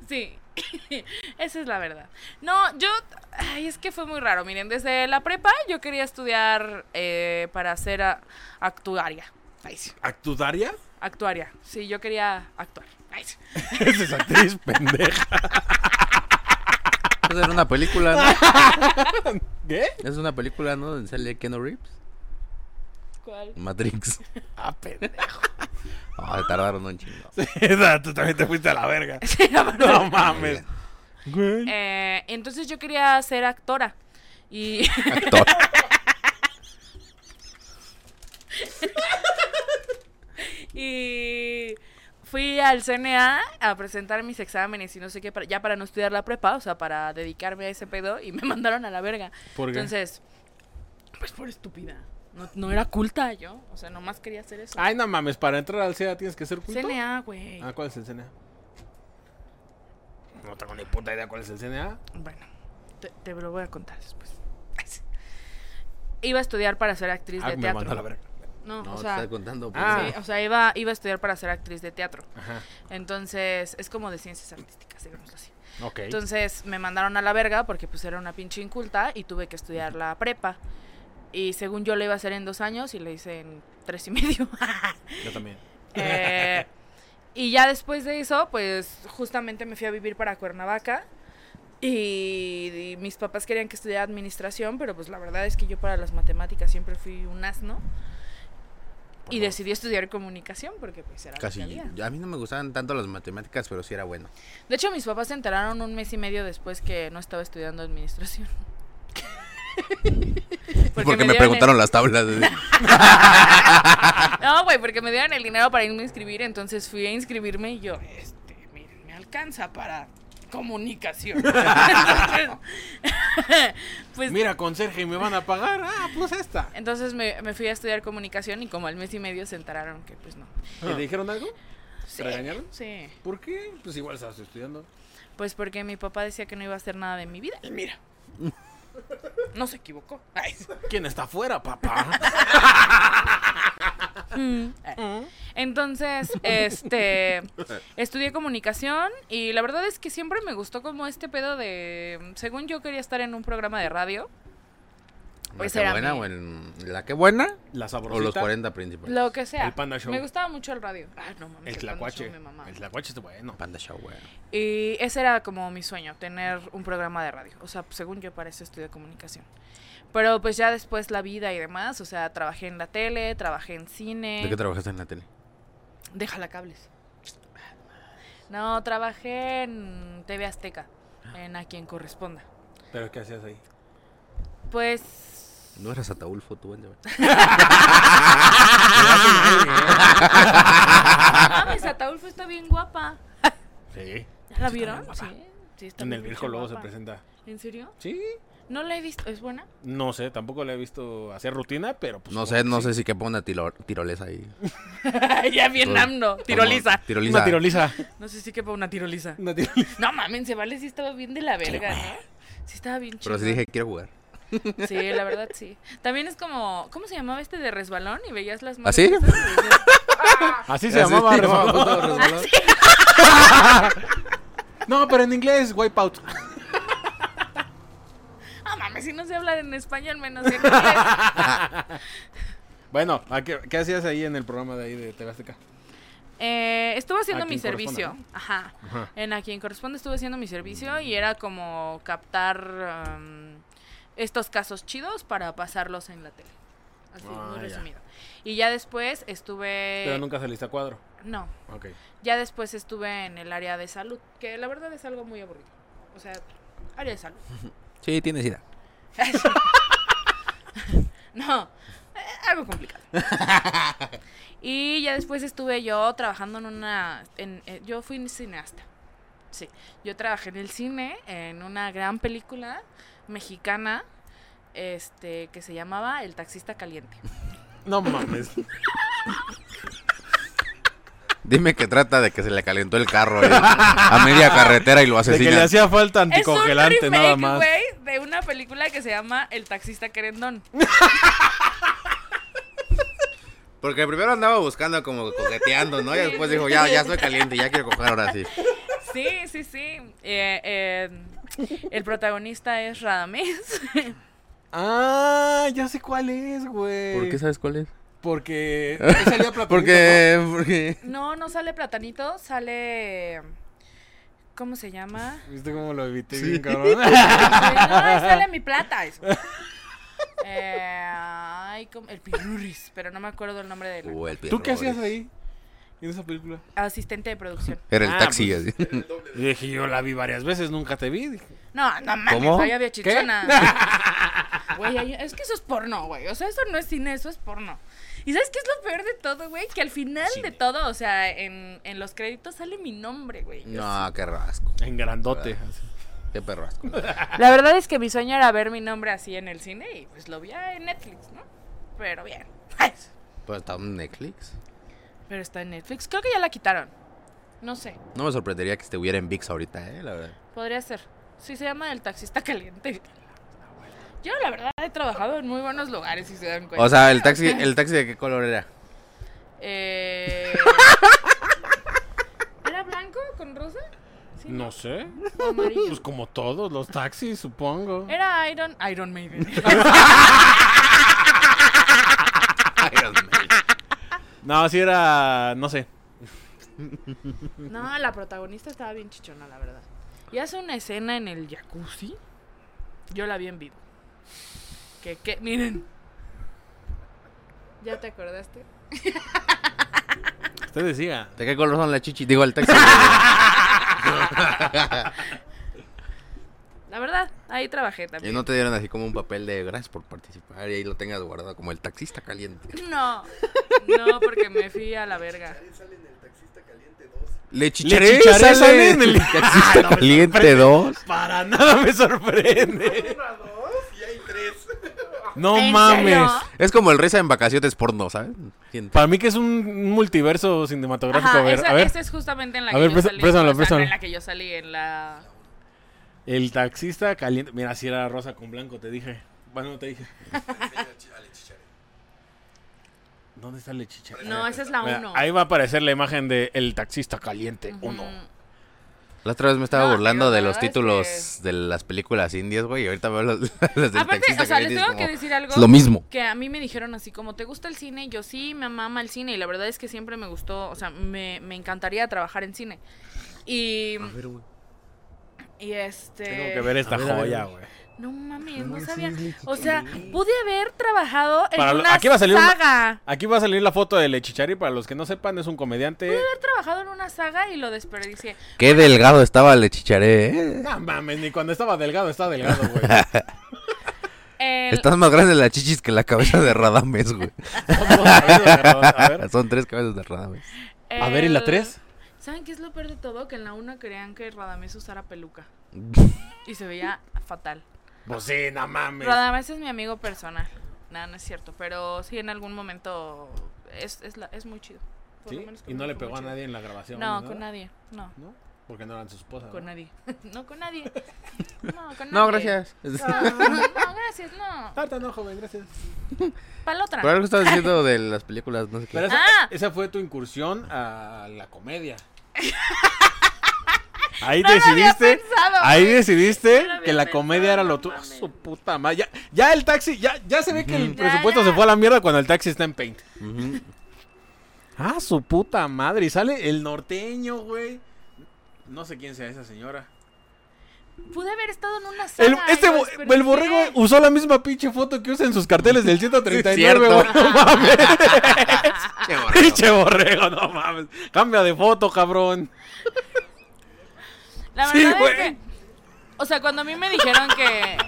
[SPEAKER 3] Sí, [laughs] esa es la verdad. No, yo, ay, es que fue muy raro. Miren, desde la prepa yo quería estudiar eh, para ser a- actuaria. Ay, sí,
[SPEAKER 2] [laughs] ¿Actudaria?
[SPEAKER 3] actuaria. Sí, yo quería actuar. Ay, sí.
[SPEAKER 2] Esa es actriz, pendeja.
[SPEAKER 1] Es una película,
[SPEAKER 3] [laughs]
[SPEAKER 1] ¿no?
[SPEAKER 2] ¿Qué?
[SPEAKER 1] Es una película, ¿no? Donde sale Keanu Reeves.
[SPEAKER 3] ¿Cuál?
[SPEAKER 1] Matrix.
[SPEAKER 2] Ah, [laughs] pendejo.
[SPEAKER 1] Ah, tardaron un chingo.
[SPEAKER 2] Esa, tú también te fuiste a la verga.
[SPEAKER 3] [laughs] Sí, la verdad.
[SPEAKER 2] No mames. Güey.
[SPEAKER 3] Eh, entonces yo quería ser actora. Y [laughs]
[SPEAKER 1] Actor.
[SPEAKER 3] Y fui al CNA a presentar mis exámenes y no sé qué, para- ya para no estudiar la prepa, o sea, para dedicarme a ese pedo y me [laughs] mandaron a la verga.
[SPEAKER 2] ¿Por qué?
[SPEAKER 3] Entonces, pues por estúpida. No, no era culta yo, o sea, nomás quería hacer eso.
[SPEAKER 2] Ay, no mames. Para entrar al CEA tienes que ser Ah, culto.
[SPEAKER 3] CNA, güey.
[SPEAKER 2] Ah, ¿cuál es el CNA? No tengo ni puta idea cuál es el CNA.
[SPEAKER 3] Bueno, te, te lo voy a contar después. Ay, sí. Iba a estudiar para ser actriz
[SPEAKER 2] Ah,
[SPEAKER 3] de
[SPEAKER 2] me mandó a la
[SPEAKER 3] teatro.
[SPEAKER 2] verga.
[SPEAKER 3] No,
[SPEAKER 1] No,
[SPEAKER 3] o
[SPEAKER 1] te
[SPEAKER 3] sea,
[SPEAKER 1] está contando. pues.
[SPEAKER 2] Ah.
[SPEAKER 3] sí, o sea, iba, iba a estudiar para ser actriz de teatro.
[SPEAKER 2] Ajá.
[SPEAKER 3] Entonces, es como de ciencias artísticas, digámoslo así.
[SPEAKER 2] Ok.
[SPEAKER 3] Entonces me mandaron a la verga porque pues era una pinche inculta y tuve que estudiar la prepa. Y según yo le [laughs] iba a hacer en dos años y le hice en tres y medio.
[SPEAKER 2] Yo también.
[SPEAKER 3] Eh, Y ya después de eso, pues justamente me fui a vivir para Cuernavaca. Y, y mis papás querían que estudiara administración, pero pues la verdad es que yo para las matemáticas siempre fui un asno. Y decidí estudiar comunicación porque pues era lo que
[SPEAKER 1] Casi.
[SPEAKER 3] había.
[SPEAKER 1] A mí no me gustaban tanto las matemáticas, pero sí era
[SPEAKER 3] [laughs]
[SPEAKER 1] bueno.
[SPEAKER 3] De hecho, mis papás se enteraron un mes y medio después que no estaba estudiando
[SPEAKER 1] [laughs]
[SPEAKER 3] administración.
[SPEAKER 1] Porque,
[SPEAKER 3] dieron
[SPEAKER 1] me
[SPEAKER 3] el-
[SPEAKER 1] preguntaron las tablas.
[SPEAKER 3] [laughs] No, güey, porque me dieron el dinero para irme a inscribir, entonces fui a inscribirme y yo, este, miren, me alcanza para
[SPEAKER 1] [laughs]
[SPEAKER 3] comunicación. pues Eh,
[SPEAKER 2] Mira, conserje, me van a pagar. Ah, pues esta.
[SPEAKER 3] entonces me, me fui a estudiar comunicación y como al mes y medio se enteraron que pues no.
[SPEAKER 2] ¿Y te dijeron algo?
[SPEAKER 3] Sí,
[SPEAKER 2] regañaron?
[SPEAKER 3] Sí.
[SPEAKER 2] ¿Por qué? Pues igual estabas estudiando.
[SPEAKER 3] Pues porque mi papá decía que no iba a hacer nada de mi vida. Y mira. No se equivocó. Ay.
[SPEAKER 2] ¿Quién está afuera,
[SPEAKER 3] [laughs]
[SPEAKER 2] papá?
[SPEAKER 3] Mm. Entonces, [laughs] este, estudié comunicación y la verdad es que siempre me gustó como este pedo de, según yo quería estar en un programa de radio. Pues
[SPEAKER 1] ¿La que
[SPEAKER 3] era
[SPEAKER 1] buena
[SPEAKER 3] mi-
[SPEAKER 1] o el- la que buena?
[SPEAKER 2] La sabrosita.
[SPEAKER 1] O los 40 principales.
[SPEAKER 3] Lo que sea.
[SPEAKER 2] El Panda Show.
[SPEAKER 3] Me gustaba mucho el radio. Ah, no mames.
[SPEAKER 2] El
[SPEAKER 3] Panda
[SPEAKER 2] tlacuache.
[SPEAKER 3] Show, mi mamá.
[SPEAKER 2] El tlacuache es bueno.
[SPEAKER 1] Panda Show, güey.
[SPEAKER 3] Eh. Y ese era como mi sueño, tener un programa de radio. O sea, según yo para eso estudié comunicación. Pero pues ya después la vida y demás, o sea, trabajé en la tele, trabajé en cine.
[SPEAKER 1] ¿De qué trabajaste en la tele?
[SPEAKER 3] Déjala cables. No, trabajé en TV Azteca, en a quien corresponda.
[SPEAKER 2] ¿Pero qué hacías ahí?
[SPEAKER 3] Pues
[SPEAKER 1] No eras Ataulfo, tú,
[SPEAKER 3] [laughs]
[SPEAKER 1] güey.
[SPEAKER 2] Pues ¿eh?
[SPEAKER 3] [laughs] mames, Ataulfo está bien guapa.
[SPEAKER 2] Sí.
[SPEAKER 3] ¿Ya la
[SPEAKER 2] Sí,
[SPEAKER 3] vieron?
[SPEAKER 2] está
[SPEAKER 3] Sí.
[SPEAKER 2] bien
[SPEAKER 3] sí está
[SPEAKER 2] En
[SPEAKER 3] bien
[SPEAKER 2] el
[SPEAKER 3] pinche
[SPEAKER 2] viejo lobo se
[SPEAKER 3] guapa.
[SPEAKER 2] presenta.
[SPEAKER 3] ¿En serio?
[SPEAKER 2] Sí.
[SPEAKER 3] No la he visto. ¿Es buena?
[SPEAKER 2] No sé, tampoco la he visto hacer rutina, pero pues.
[SPEAKER 1] [laughs] No sé, no sé si que ponga una tiro- tirolesa ahí.
[SPEAKER 3] ya bien amno. Tiroliza.
[SPEAKER 1] Como- Tiroliza.
[SPEAKER 2] Una
[SPEAKER 1] [laughs]
[SPEAKER 2] tiroliza.
[SPEAKER 3] No sé si quepa una tiroliza.
[SPEAKER 2] Una tiroliza.
[SPEAKER 3] No mamen, se vale si estaba bien de la verga, ¿no? Sí estaba bien chido.
[SPEAKER 1] Pero sí dije, quiero jugar.
[SPEAKER 3] Sí, la verdad sí. También es como, ¿cómo se llamaba este de resbalón? Y veías las
[SPEAKER 2] ¿Ah,
[SPEAKER 3] manos.
[SPEAKER 1] ¿Así?
[SPEAKER 3] esas y decías,
[SPEAKER 2] Así
[SPEAKER 1] [laughs]
[SPEAKER 2] se llamaba. Resbalón.
[SPEAKER 1] puto resbalón.
[SPEAKER 2] No, pero en inglés, wipeout.
[SPEAKER 3] Ah, mames, si no sé hablar en español, menos
[SPEAKER 2] [laughs]
[SPEAKER 3] en inglés.
[SPEAKER 2] Bueno, ¿a qué, qué hacías ahí en el programa de ahí de TV Azteca?
[SPEAKER 3] Eh, estuve haciendo
[SPEAKER 2] A
[SPEAKER 3] mi
[SPEAKER 2] quien
[SPEAKER 3] servicio.
[SPEAKER 2] corresponde,
[SPEAKER 3] Ajá.
[SPEAKER 2] Ajá.
[SPEAKER 3] En a quien corresponde estuve haciendo mi servicio y era como captar um, estos casos chidos para pasarlos en la tele. Así,
[SPEAKER 2] Ah,
[SPEAKER 3] muy
[SPEAKER 2] ya.
[SPEAKER 3] resumido. Y ya después estuve...
[SPEAKER 2] Pero nunca saliste a cuadro.
[SPEAKER 3] No,
[SPEAKER 2] Ok.
[SPEAKER 3] ya después estuve en el área de salud, que la verdad es algo muy aburrido. O sea, área de salud.
[SPEAKER 1] [laughs] Sí, tienes idea.
[SPEAKER 3] No, eh,
[SPEAKER 2] [laughs]
[SPEAKER 3] algo complicado. y ya después estuve yo trabajando en una... en- eh, yo fui cineasta. Sí, yo trabajé en el cine, en una gran película mexicana este que se llamaba El taxista caliente.
[SPEAKER 2] No
[SPEAKER 1] [laughs]
[SPEAKER 2] mames.
[SPEAKER 1] Dime que trata de que se le calentó el carro eh, a media carretera y lo
[SPEAKER 2] [laughs] De que le
[SPEAKER 1] asesinan.
[SPEAKER 2] hacía falta
[SPEAKER 3] Es un
[SPEAKER 2] anticongelante nada
[SPEAKER 3] remake,
[SPEAKER 2] más.
[SPEAKER 3] güey, de una película que se llama El taxista
[SPEAKER 2] [laughs]
[SPEAKER 3] querendón.
[SPEAKER 1] Porque primero andaba buscando como coqueteando, ¿no? Y después dijo, ya, ya estoy caliente, ya quiero coger ahora sí.
[SPEAKER 3] Sí, sí, sí. Eh, eh, el protagonista es Radamés.
[SPEAKER 2] Ah, ya sé cuál es, güey.
[SPEAKER 1] sabes cuál es? [laughs]
[SPEAKER 2] Porque ahí salía platonito,
[SPEAKER 1] Porque, porque...
[SPEAKER 3] No, no sale platanito, sale. ¿Cómo se llama?
[SPEAKER 2] ¿no? ¿Viste cómo lo evité
[SPEAKER 1] Sí. [laughs]
[SPEAKER 2] bien, cabrón?
[SPEAKER 3] Ay, no, ahí sale mi plata. Eso. Eh, ay, ¿cómo? el Pirurris, pero no me acuerdo el nombre del
[SPEAKER 1] Uh, el Pierre
[SPEAKER 2] [laughs] ¿Tú qué hacías
[SPEAKER 1] Robles.
[SPEAKER 2] ahí? En esa película.
[SPEAKER 3] asistente de producción.
[SPEAKER 1] Era el
[SPEAKER 2] Ah,
[SPEAKER 1] taxi.
[SPEAKER 2] pues,
[SPEAKER 1] así.
[SPEAKER 2] Y dije, yo la vi varias veces, nunca te vi. Dije,
[SPEAKER 3] No, no mames,
[SPEAKER 1] ¿Cómo?
[SPEAKER 3] ahí había chichona. Güey, ahí- es que eso es porno, güey. O sea, eso no es cine, eso es porno. ¿Y sabes qué es lo peor de todo, güey? Que al final de todo, o sea, en, en los créditos sale mi nombre, güey.
[SPEAKER 1] eh, No, qué rasco.
[SPEAKER 2] En grandote.
[SPEAKER 1] Ah.
[SPEAKER 2] así.
[SPEAKER 1] Qué perro asco.
[SPEAKER 3] La verdad es que mi sueño era ver mi nombre así en el cine y pues lo vi en Netflix, ¿no? Pero bien. Ay,
[SPEAKER 1] Pero está en Netflix.
[SPEAKER 3] Pero está en Netflix. Creo que ya la quitaron. No sé.
[SPEAKER 1] No me sorprendería que estuviera en VIX ahorita, eh, la verdad.
[SPEAKER 3] Podría ser. Sí, se llama El taxista caliente. Yo, la verdad, he trabajado en muy buenos lugares, si se dan cuenta.
[SPEAKER 1] O sea, el taxi, el taxi de qué color [laughs] era? [laughs]
[SPEAKER 3] Eh... ¿Era blanco con rosa? Sí,
[SPEAKER 2] No sé.
[SPEAKER 3] ¿O amarillo?
[SPEAKER 2] Pues como todos los taxis, supongo.
[SPEAKER 3] Era Iron... Iron Maiden.
[SPEAKER 1] Iron Man.
[SPEAKER 2] No, sí era. No sé.
[SPEAKER 3] No, la protagonista estaba bien chichona, la verdad. Y hace una escena en el jacuzzi. Yo la vi en vivo. Que, que, miren. ¿Ya te acordaste?
[SPEAKER 2] Usted decía.
[SPEAKER 1] ¿De qué color son las chichis? Digo, el texto.
[SPEAKER 3] La verdad, ahí trabajé
[SPEAKER 1] y
[SPEAKER 3] también.
[SPEAKER 1] no te dieron así como un papel de gracias por participar y ahí lo tengas guardado como el taxista caliente.
[SPEAKER 3] No, no, porque me fui a la verga.
[SPEAKER 1] Le
[SPEAKER 2] chicharé, sale [laughs] Ah, en
[SPEAKER 1] [laughs]
[SPEAKER 2] el-
[SPEAKER 1] taxista caliente 2.
[SPEAKER 2] Para nada me sorprende. No
[SPEAKER 3] ¿En
[SPEAKER 2] mames.
[SPEAKER 3] serio?
[SPEAKER 1] Es como el risa en vacaciones porno, ¿sabes? Siento.
[SPEAKER 2] Para mí que es un multiverso cinematográfico.
[SPEAKER 3] Ajá,
[SPEAKER 2] a ver,
[SPEAKER 3] esa,
[SPEAKER 2] a ver.
[SPEAKER 3] esa es justamente en la
[SPEAKER 2] A
[SPEAKER 3] que
[SPEAKER 2] ver,
[SPEAKER 3] yo
[SPEAKER 2] presa-
[SPEAKER 3] salí.
[SPEAKER 2] préstamela,
[SPEAKER 3] o sea, no
[SPEAKER 2] préstamela.
[SPEAKER 3] en la que yo salí, en la...
[SPEAKER 2] El taxista caliente. Mira, si era rosa con blanco, te dije. Bueno, no te dije. ¿Dónde está el chicharé?
[SPEAKER 3] No, esa es la
[SPEAKER 2] Mira,
[SPEAKER 3] 1.
[SPEAKER 2] Ahí va a aparecer la imagen de El taxista caliente 1.
[SPEAKER 1] La otra vez me estaba
[SPEAKER 3] No,
[SPEAKER 1] burlando
[SPEAKER 3] pero
[SPEAKER 1] de
[SPEAKER 3] la
[SPEAKER 1] los
[SPEAKER 3] verdad es
[SPEAKER 1] títulos de las películas indias, güey. Y ahorita veo los, [laughs] los del
[SPEAKER 3] Aparte,
[SPEAKER 1] taxista
[SPEAKER 3] o sea, les
[SPEAKER 1] caliente y es
[SPEAKER 3] tengo
[SPEAKER 1] como,
[SPEAKER 3] que decir algo.
[SPEAKER 1] "Es lo mismo.
[SPEAKER 3] Que a mí me dijeron así como, ¿te gusta el cine? Yo sí, me mama el cine. Y la verdad es que siempre me gustó, o sea, me, me encantaría trabajar en cine. Y, y este...
[SPEAKER 2] Tengo que ver esta
[SPEAKER 1] A ver, a ver,
[SPEAKER 2] joya,
[SPEAKER 1] a ver.
[SPEAKER 2] güey.
[SPEAKER 3] No mames, no sabía. O sea, pude haber trabajado en
[SPEAKER 2] Para lo-
[SPEAKER 3] una
[SPEAKER 2] aquí va a salir una-
[SPEAKER 3] saga.
[SPEAKER 2] Aquí va a salir la foto de Le Chichari. Para los que no sepan, es un comediante.
[SPEAKER 3] Haber trabajado en una saga y lo desperdicié.
[SPEAKER 1] Qué delgado estaba le chicharé, ¿eh?
[SPEAKER 2] No mames, ni cuando estaba delgado, está delgado,
[SPEAKER 1] [laughs]
[SPEAKER 2] güey.
[SPEAKER 3] El-
[SPEAKER 1] Estás más grande las chichis que la cabeza de Radames, güey.
[SPEAKER 2] Vamos a ver, a
[SPEAKER 1] [laughs]
[SPEAKER 2] ver.
[SPEAKER 1] Son tres cabezas de Radames.
[SPEAKER 2] A ver, ¿y la
[SPEAKER 3] el-
[SPEAKER 2] tres?
[SPEAKER 3] ¿Saben qué es lo peor de todo? Que en la 1 querían que Radames
[SPEAKER 2] [laughs]
[SPEAKER 3] usara peluca. Y se veía fatal.
[SPEAKER 2] Pues sí, no mames.
[SPEAKER 3] Radames es mi amigo personal. Nada, no es cierto. Pero sí, en algún momento es, es, la- es muy chido. Por lo
[SPEAKER 2] ¿Sí?
[SPEAKER 3] menos
[SPEAKER 2] Y no
[SPEAKER 3] conmigo
[SPEAKER 2] le
[SPEAKER 3] fue
[SPEAKER 2] pegó
[SPEAKER 3] muy
[SPEAKER 2] a
[SPEAKER 3] chido.
[SPEAKER 2] nadie en la grabación.
[SPEAKER 3] No,
[SPEAKER 2] ni
[SPEAKER 3] con
[SPEAKER 2] nada?
[SPEAKER 3] nadie. No,
[SPEAKER 2] ¿No? Porque no eran sus esposas.
[SPEAKER 3] con
[SPEAKER 2] ¿no?
[SPEAKER 3] nadie. [laughs] No, con nadie. No, con nadie.
[SPEAKER 1] No, gracias. [laughs]
[SPEAKER 3] No, no, gracias, no.
[SPEAKER 2] Tarta no, joven, gracias.
[SPEAKER 3] Para la otra.
[SPEAKER 1] Pero algo estabas diciendo de las películas, no sé
[SPEAKER 2] Pero
[SPEAKER 1] qué. [laughs]
[SPEAKER 2] esa,
[SPEAKER 3] Ah.
[SPEAKER 2] esa fue tu incursión a la
[SPEAKER 3] [laughs]
[SPEAKER 2] comedia. Ahí
[SPEAKER 3] No lo había
[SPEAKER 2] decidiste,
[SPEAKER 3] pensado,
[SPEAKER 2] ahí
[SPEAKER 3] güey.
[SPEAKER 2] decidiste
[SPEAKER 3] No lo había
[SPEAKER 2] que la
[SPEAKER 3] pensado,
[SPEAKER 2] comedia era
[SPEAKER 3] no
[SPEAKER 2] lo tuyo. Ah,
[SPEAKER 3] mames.
[SPEAKER 2] Su puta madre. Ya, ya el taxi, ya, ya se ve que el
[SPEAKER 3] Ya,
[SPEAKER 2] presupuesto
[SPEAKER 3] ya.
[SPEAKER 2] se fue a la mierda cuando el taxi está en paint.
[SPEAKER 1] Ujú.
[SPEAKER 2] Ah, su puta madre. Y sale el norteño, güey. No sé quién sea esa señora.
[SPEAKER 3] Pude haber estado en una saga.
[SPEAKER 2] El, este,
[SPEAKER 3] y lo
[SPEAKER 2] bo- el borrego
[SPEAKER 3] desperdicié.
[SPEAKER 2] usó la misma pinche foto que usa en sus carteles del 139,
[SPEAKER 1] cierto.
[SPEAKER 2] güey. [laughs] No mames.
[SPEAKER 1] Qué bárbaro.
[SPEAKER 2] Pinche borrego, no mames. Cambia de foto, cabrón.
[SPEAKER 3] La
[SPEAKER 2] Sí,
[SPEAKER 3] verdad es
[SPEAKER 2] güey.
[SPEAKER 3] que. O sea, cuando a mí me dijeron que,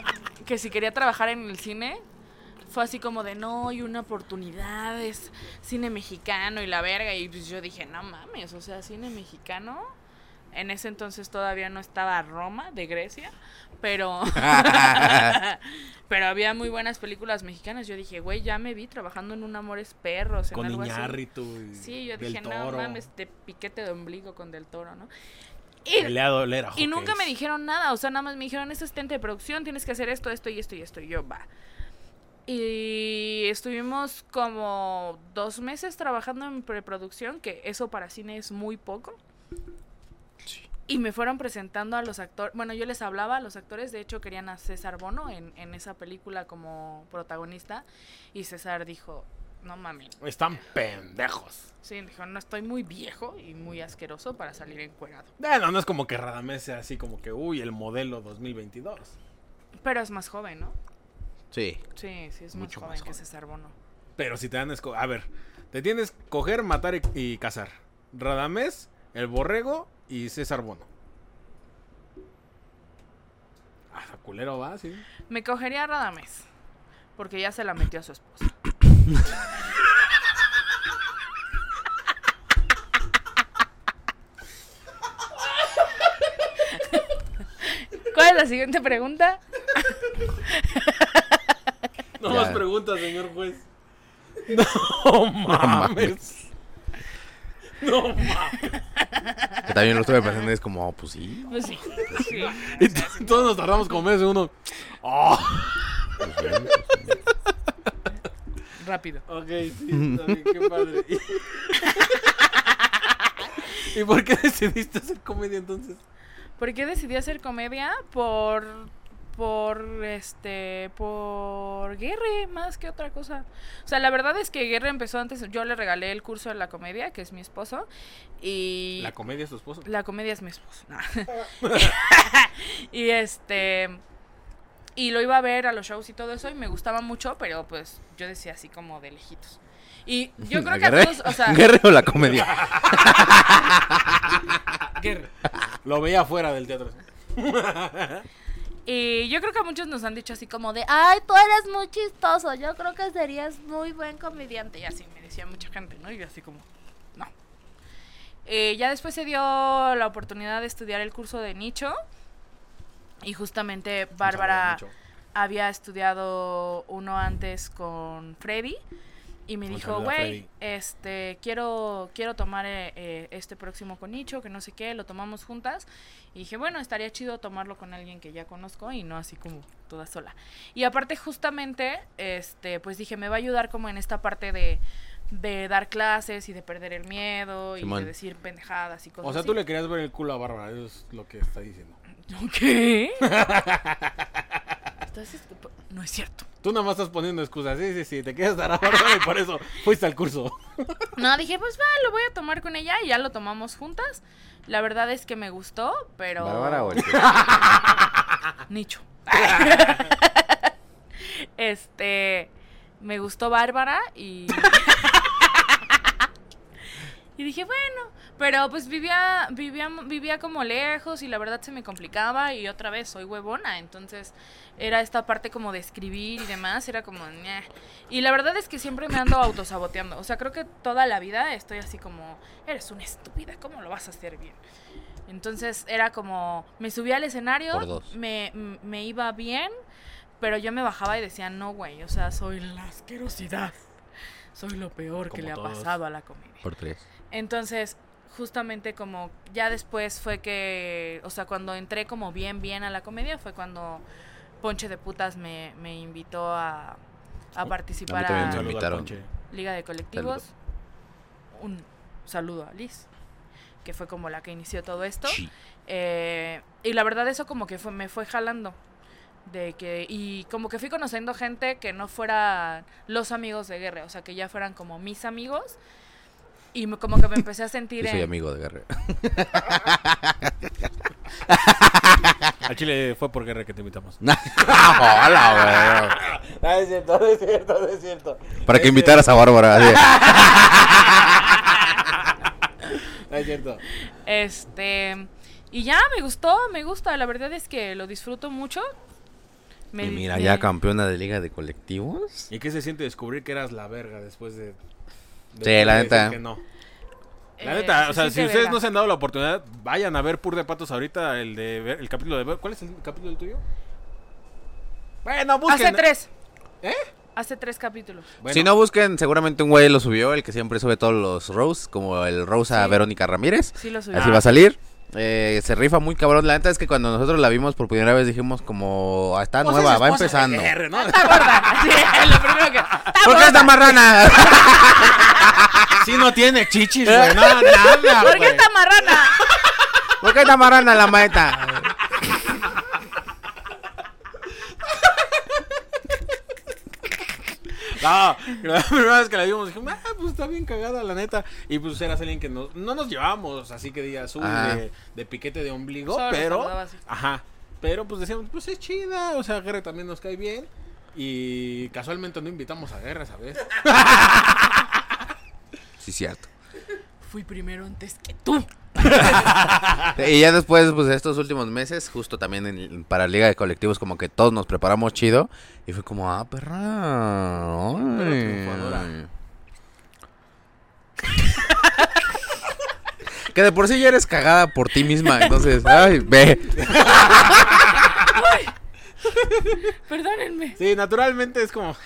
[SPEAKER 3] que si quería trabajar en el cine, fue así como de no, hay una oportunidad, es cine mexicano y la verga. Y pues yo dije, no mames, o sea, cine mexicano. En ese entonces todavía no estaba Roma de Grecia,
[SPEAKER 2] [laughs]
[SPEAKER 3] pero. [laughs] pero había muy buenas películas mexicanas. Yo dije, güey, ya me vi trabajando en Un Amores Perros, en
[SPEAKER 2] Con
[SPEAKER 3] algo así".
[SPEAKER 2] Iñárritu y
[SPEAKER 3] Sí, yo
[SPEAKER 2] Del
[SPEAKER 3] dije, no
[SPEAKER 2] Toro.
[SPEAKER 3] mames, de piquete de ombligo con Del Toro, ¿no?
[SPEAKER 2] Que le
[SPEAKER 3] Y,
[SPEAKER 2] ha dado- le era
[SPEAKER 3] y nunca
[SPEAKER 2] hockey.
[SPEAKER 3] me dijeron nada, o sea, nada más me dijeron, es asistente de producción, tienes que hacer esto, esto y esto y esto, y yo, va. Y estuvimos como dos meses trabajando en preproducción, que eso para cine es muy poco. Y me fueron presentando a los actores, bueno, yo les hablaba a los actores, de hecho querían a César Bono en, en esa película como protagonista, y César dijo, no mames,
[SPEAKER 2] Están pendejos.
[SPEAKER 3] Sí, dijo, no estoy muy viejo y muy asqueroso para salir encuerado.
[SPEAKER 2] Bueno, no es como que Radamés sea así como que, uy, el modelo 2022.
[SPEAKER 3] Pero es más joven, ¿no?
[SPEAKER 1] Sí.
[SPEAKER 3] Sí, sí, es
[SPEAKER 2] Mucho
[SPEAKER 3] más,
[SPEAKER 2] más
[SPEAKER 3] joven que
[SPEAKER 2] joven.
[SPEAKER 3] César Bono.
[SPEAKER 2] Pero si te dan a esco- A ver, te tienes que coger, matar y, y cazar. Radamés, el borrego y César Bono. Ah, esa culero va, sí.
[SPEAKER 3] Me cogería a Radames, porque ya se la metió a su esposa. ¿Cuál es la siguiente pregunta?
[SPEAKER 2] No
[SPEAKER 1] Ya.
[SPEAKER 2] más preguntas, señor juez. [laughs] No mames. No mames.
[SPEAKER 1] Que también lo estuve pensando y es como, oh, pues sí.
[SPEAKER 3] Pues sí, sí.
[SPEAKER 2] Y t- todos nos tardamos como meses uno. Ah.
[SPEAKER 3] Rápido.
[SPEAKER 2] Ok, sí, está bien, qué padre. [laughs] ¿Y por qué decidiste hacer comedia entonces?
[SPEAKER 3] ¿Por qué decidí hacer comedia? Por por este por Guerre más que otra cosa. O sea, la verdad es que Guerre empezó antes, yo le regalé el curso de la comedia, que es mi esposo, y
[SPEAKER 2] La comedia es tu esposo.
[SPEAKER 3] la comedia es mi esposo. No. y este. Y lo iba a ver a los shows y todo eso y me gustaba mucho, pero pues yo decía así como de lejitos. Y yo creo que a
[SPEAKER 1] ¿Guerre?
[SPEAKER 3] todos, o sea,
[SPEAKER 1] [laughs] ¿Guerre o la comedia?
[SPEAKER 2] Ah. Lo veía afuera del teatro.
[SPEAKER 3] y yo creo que a muchos nos han dicho así como de, ay, tú eres muy chistoso, yo creo que serías muy buen comediante. Y así me decía mucha gente, ¿no? Y yo así como, no. Eh, ya después se dio la oportunidad de estudiar el curso de nicho y justamente Bárbara...
[SPEAKER 2] Mucho.
[SPEAKER 3] había estudiado uno antes con Freddy y me
[SPEAKER 2] Un
[SPEAKER 3] dijo,
[SPEAKER 2] saludo a
[SPEAKER 3] güey,
[SPEAKER 2] Freddy".
[SPEAKER 3] este, quiero, quiero tomar eh, eh, este próximo con Nicho, que no sé qué, lo tomamos juntas. Y dije, bueno, estaría chido tomarlo con alguien que ya conozco y no así como toda sola. Y aparte, justamente, este, pues dije, me va a ayudar como en esta parte de, de dar clases y de perder el miedo y
[SPEAKER 1] Simón.
[SPEAKER 3] de decir pendejadas y cosas
[SPEAKER 2] O sea,
[SPEAKER 3] así.
[SPEAKER 2] tú le querías ver el culo a Bárbara, eso es lo que está diciendo.
[SPEAKER 3] [laughs]
[SPEAKER 2] [laughs]
[SPEAKER 3] ¿Qué? Estás estup- No es cierto.
[SPEAKER 2] Tú nada más estás poniendo excusas. Sí, sí, sí, te quieres dar a Bárbara y por eso fuiste al curso.
[SPEAKER 3] No, dije, pues va, lo voy a tomar con ella y ya lo tomamos juntas. La verdad es que me gustó, pero.
[SPEAKER 1] ¿Bárbara o el qué?
[SPEAKER 3] [laughs] Nicho. este. Me gustó Bárbara
[SPEAKER 1] [laughs]
[SPEAKER 3] y. y dije, bueno. Pero pues vivía, vivía, vivía como lejos y la verdad se me complicaba. Y otra vez, soy huevona. Entonces, era esta parte como de escribir y demás. Era como. "Nyeh". Y la verdad es que siempre me ando autosaboteando. O sea, creo que toda la vida estoy así como. Eres una estúpida, ¿cómo lo vas a hacer bien? Entonces era como, me subía al
[SPEAKER 1] Por
[SPEAKER 3] escenario,
[SPEAKER 1] dos.
[SPEAKER 3] me, m- me iba bien, pero yo me bajaba y decía, no, güey, o sea, soy la asquerosidad. Soy lo peor
[SPEAKER 2] Como
[SPEAKER 3] que le ha
[SPEAKER 2] todos.
[SPEAKER 3] pasado a la comedia.
[SPEAKER 1] Por tres.
[SPEAKER 3] Entonces, justamente como ya después fue que, o sea, cuando entré como bien, bien a la comedia, fue cuando Ponche de Putas me, me invitó a, a participar
[SPEAKER 1] también
[SPEAKER 3] a
[SPEAKER 1] me
[SPEAKER 2] Saluda al
[SPEAKER 1] invitaron.
[SPEAKER 2] Ponche.
[SPEAKER 3] Liga de Colectivos. Un saludo a Liz, que fue como la que inició todo esto.
[SPEAKER 1] Chi.
[SPEAKER 3] Eh, y la verdad eso como que fue, me fue jalando. De que, y como que fui conociendo gente que no fuera los amigos de Guerre, o sea, que ya fueran como mis amigos. Y me- como que
[SPEAKER 1] [laughs]
[SPEAKER 3] me empecé a sentir...
[SPEAKER 1] Yo soy
[SPEAKER 3] en-
[SPEAKER 1] amigo de [laughs] Guerre.
[SPEAKER 2] Al Chile fue por guerra que te invitamos.
[SPEAKER 1] Ah, Hola, güey.
[SPEAKER 2] No, Ah, es cierto, no es cierto, no es cierto.
[SPEAKER 1] Para que invitaras a Bárbara. así.
[SPEAKER 2] No Ah, es cierto.
[SPEAKER 3] Este. Y ya, me gustó, me gusta. La verdad es que lo disfruto mucho. Me-
[SPEAKER 1] Y mira,
[SPEAKER 3] me-
[SPEAKER 1] ya campeona de liga de colectivos.
[SPEAKER 2] ¿Y qué se siente descubrir que eras la verga después de...
[SPEAKER 1] Sí, la
[SPEAKER 2] de decir
[SPEAKER 1] neta.
[SPEAKER 2] que no? La
[SPEAKER 3] eh,
[SPEAKER 2] neta,
[SPEAKER 3] se
[SPEAKER 2] o sea, si
[SPEAKER 3] siente
[SPEAKER 2] ustedes
[SPEAKER 3] verga.
[SPEAKER 2] no se han dado la oportunidad, vayan a ver Pur de Patos ahorita, el de ver- el capítulo de... ver- ¿Cuál es el capítulo del tuyo? Bueno, busquen.
[SPEAKER 3] Hace tres.
[SPEAKER 2] ¿Eh?
[SPEAKER 3] Hace tres capítulos. [laughs]
[SPEAKER 2] Bueno,
[SPEAKER 1] Si no busquen, seguramente un güey lo subió, el que siempre sube todos los rows, como el rose a
[SPEAKER 3] Sí.
[SPEAKER 1] Verónica Ramírez.
[SPEAKER 3] Sí, lo subí.
[SPEAKER 1] Así va a salir. Eh, se rifa muy cabrón. La neta es que cuando nosotros la vimos por primera vez dijimos como, "Ah, está
[SPEAKER 2] pues
[SPEAKER 1] nueva,
[SPEAKER 2] es
[SPEAKER 1] va
[SPEAKER 2] esposa de
[SPEAKER 1] empezando.
[SPEAKER 2] Guerre, ¿no?
[SPEAKER 3] Está gorda. Sí, es lo primero que. Está
[SPEAKER 1] ¿Por qué
[SPEAKER 3] gorda.
[SPEAKER 1] está marrana? [laughs]
[SPEAKER 2] Sí no tiene chichis, güey. No, nada,
[SPEAKER 3] ¿Por qué
[SPEAKER 2] güey.
[SPEAKER 3] está marrana?
[SPEAKER 1] ¿Por qué está marrana la maeta?
[SPEAKER 2] No, la [laughs] primera vez que la vimos dijimos, ah, pues está bien cagada, la neta. Y pues eras alguien que no, no nos llevábamos, así que digas, uy,
[SPEAKER 1] Ajá.
[SPEAKER 2] de, de piquete de ombligo,
[SPEAKER 3] Solo nos
[SPEAKER 2] pero.
[SPEAKER 3] saludaba así.
[SPEAKER 2] Ajá. Pero pues decíamos, pues es chida, o sea, Guerra también nos cae bien. Y casualmente no invitamos a Guerra, ¿sabes?
[SPEAKER 1] Sí, cierto.
[SPEAKER 3] Fui primero antes que tú.
[SPEAKER 1] Y ya después, pues estos últimos meses, justo también en- para Liga de Colectivos, como que todos nos preparamos chido. Y fue como, ah, perra. ay".
[SPEAKER 2] Pero triunfadora.
[SPEAKER 1] [laughs] que de por sí ya eres cagada por ti misma, entonces, ay, ve.
[SPEAKER 3] Perdónenme.
[SPEAKER 2] Sí, naturalmente es como.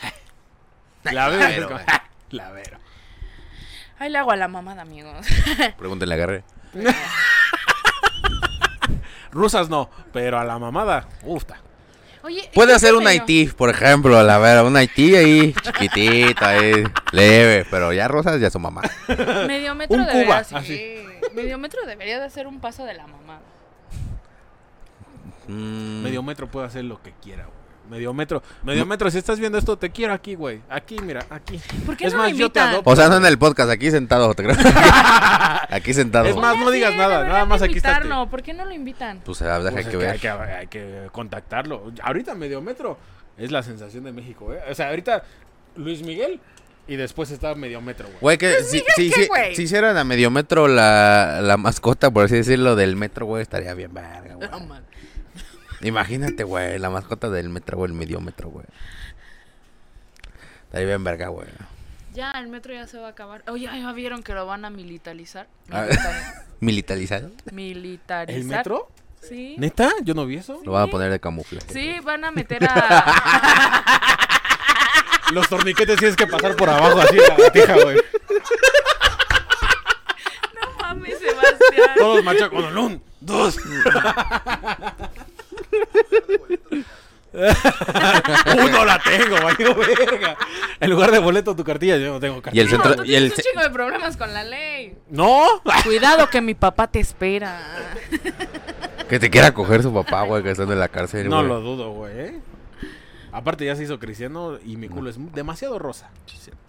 [SPEAKER 2] [laughs] La vero.
[SPEAKER 1] Pero,
[SPEAKER 2] güey. [laughs] La vero.
[SPEAKER 3] Ay, le hago a la mamada, amigos.
[SPEAKER 1] Pregúntenle a Garre.
[SPEAKER 2] Rusas no, pero a la mamada, gusta.
[SPEAKER 3] Oye.
[SPEAKER 1] Puede
[SPEAKER 3] ¿qué
[SPEAKER 1] hacer un
[SPEAKER 3] diseño?
[SPEAKER 1] Haití, por ejemplo, la verdad, un Haití ahí, chiquitito, ahí, leve, pero ya Rosas ya su mamá.
[SPEAKER 3] Medio metro
[SPEAKER 2] Un
[SPEAKER 3] debería
[SPEAKER 2] Cuba,
[SPEAKER 3] sí. Medio metro debería de hacer un paso de la mamada.
[SPEAKER 1] Mm.
[SPEAKER 2] Medio metro puede hacer lo que quiera, güey. Medio metro, medio metro, si estás viendo esto, te quiero aquí, güey. Aquí, mira, aquí.
[SPEAKER 3] ¿Por qué
[SPEAKER 2] es
[SPEAKER 3] no
[SPEAKER 2] más,
[SPEAKER 3] me
[SPEAKER 2] yo te
[SPEAKER 3] invitan?
[SPEAKER 2] adopto.
[SPEAKER 1] O sea, no en el podcast, aquí sentado, te creo.
[SPEAKER 2] [laughs]
[SPEAKER 1] aquí sentado.
[SPEAKER 2] Es más, no digas nada,
[SPEAKER 3] deberían
[SPEAKER 2] nada más
[SPEAKER 3] de
[SPEAKER 2] aquí estate.
[SPEAKER 3] invitarlo, ¿Por qué no lo invitan?
[SPEAKER 1] Pues a ver,
[SPEAKER 2] Pues
[SPEAKER 1] hay
[SPEAKER 2] es
[SPEAKER 1] que
[SPEAKER 2] que
[SPEAKER 1] ver.
[SPEAKER 2] hay, que, hay que contactarlo. Ahorita medio metro es la sensación de México, ¿eh? O sea, ahorita Luis Miguel y después está medio metro, güey.
[SPEAKER 1] Güey, que si, si-
[SPEAKER 3] ¿qué,
[SPEAKER 1] si-
[SPEAKER 3] Pues güey?
[SPEAKER 1] si hicieran a medio metro la, la mascota, por así decirlo, del metro, güey, estaría bien verga, güey.
[SPEAKER 3] No, man.
[SPEAKER 1] Imagínate, güey, la mascota del metro, güey, el medio metro, güey. Estaría bien verga, güey.
[SPEAKER 3] Ya, el metro ya se va a acabar. Oye, ya vieron que lo van a militarizar.
[SPEAKER 1] Ah.
[SPEAKER 3] Militari-
[SPEAKER 1] Militarizado.
[SPEAKER 3] Militarizar.
[SPEAKER 2] ¿El metro?
[SPEAKER 3] Sí.
[SPEAKER 2] ¿Neta? Yo no vi eso.
[SPEAKER 1] Lo van a poner de camuflaje.
[SPEAKER 3] Sí, van a meter a.
[SPEAKER 2] [laughs]
[SPEAKER 3] [laughs]
[SPEAKER 2] Los torniquetes tienes que pasar por abajo así, la gatija, güey.
[SPEAKER 3] No mames, Sebastián.
[SPEAKER 2] Todos machacos. Bueno, un, dos. [laughs] Uno la tengo, valió verga. En lugar de boleto, tu cartilla, yo no tengo
[SPEAKER 1] Y
[SPEAKER 2] cartilla.
[SPEAKER 1] el
[SPEAKER 3] No,
[SPEAKER 1] centro.
[SPEAKER 3] tú
[SPEAKER 1] Y el,
[SPEAKER 3] tienes un chingo de problemas con la ley.
[SPEAKER 2] ¿No?
[SPEAKER 3] Cuidado que mi papá te espera.
[SPEAKER 1] ce- que te quiera coger su papá, güey, que están en la cárcel.
[SPEAKER 2] No
[SPEAKER 1] güey.
[SPEAKER 2] lo dudo, güey. ¿eh? Aparte ya se hizo cristiano y mi culo es mu- demasiado rosa. Sí, cierto.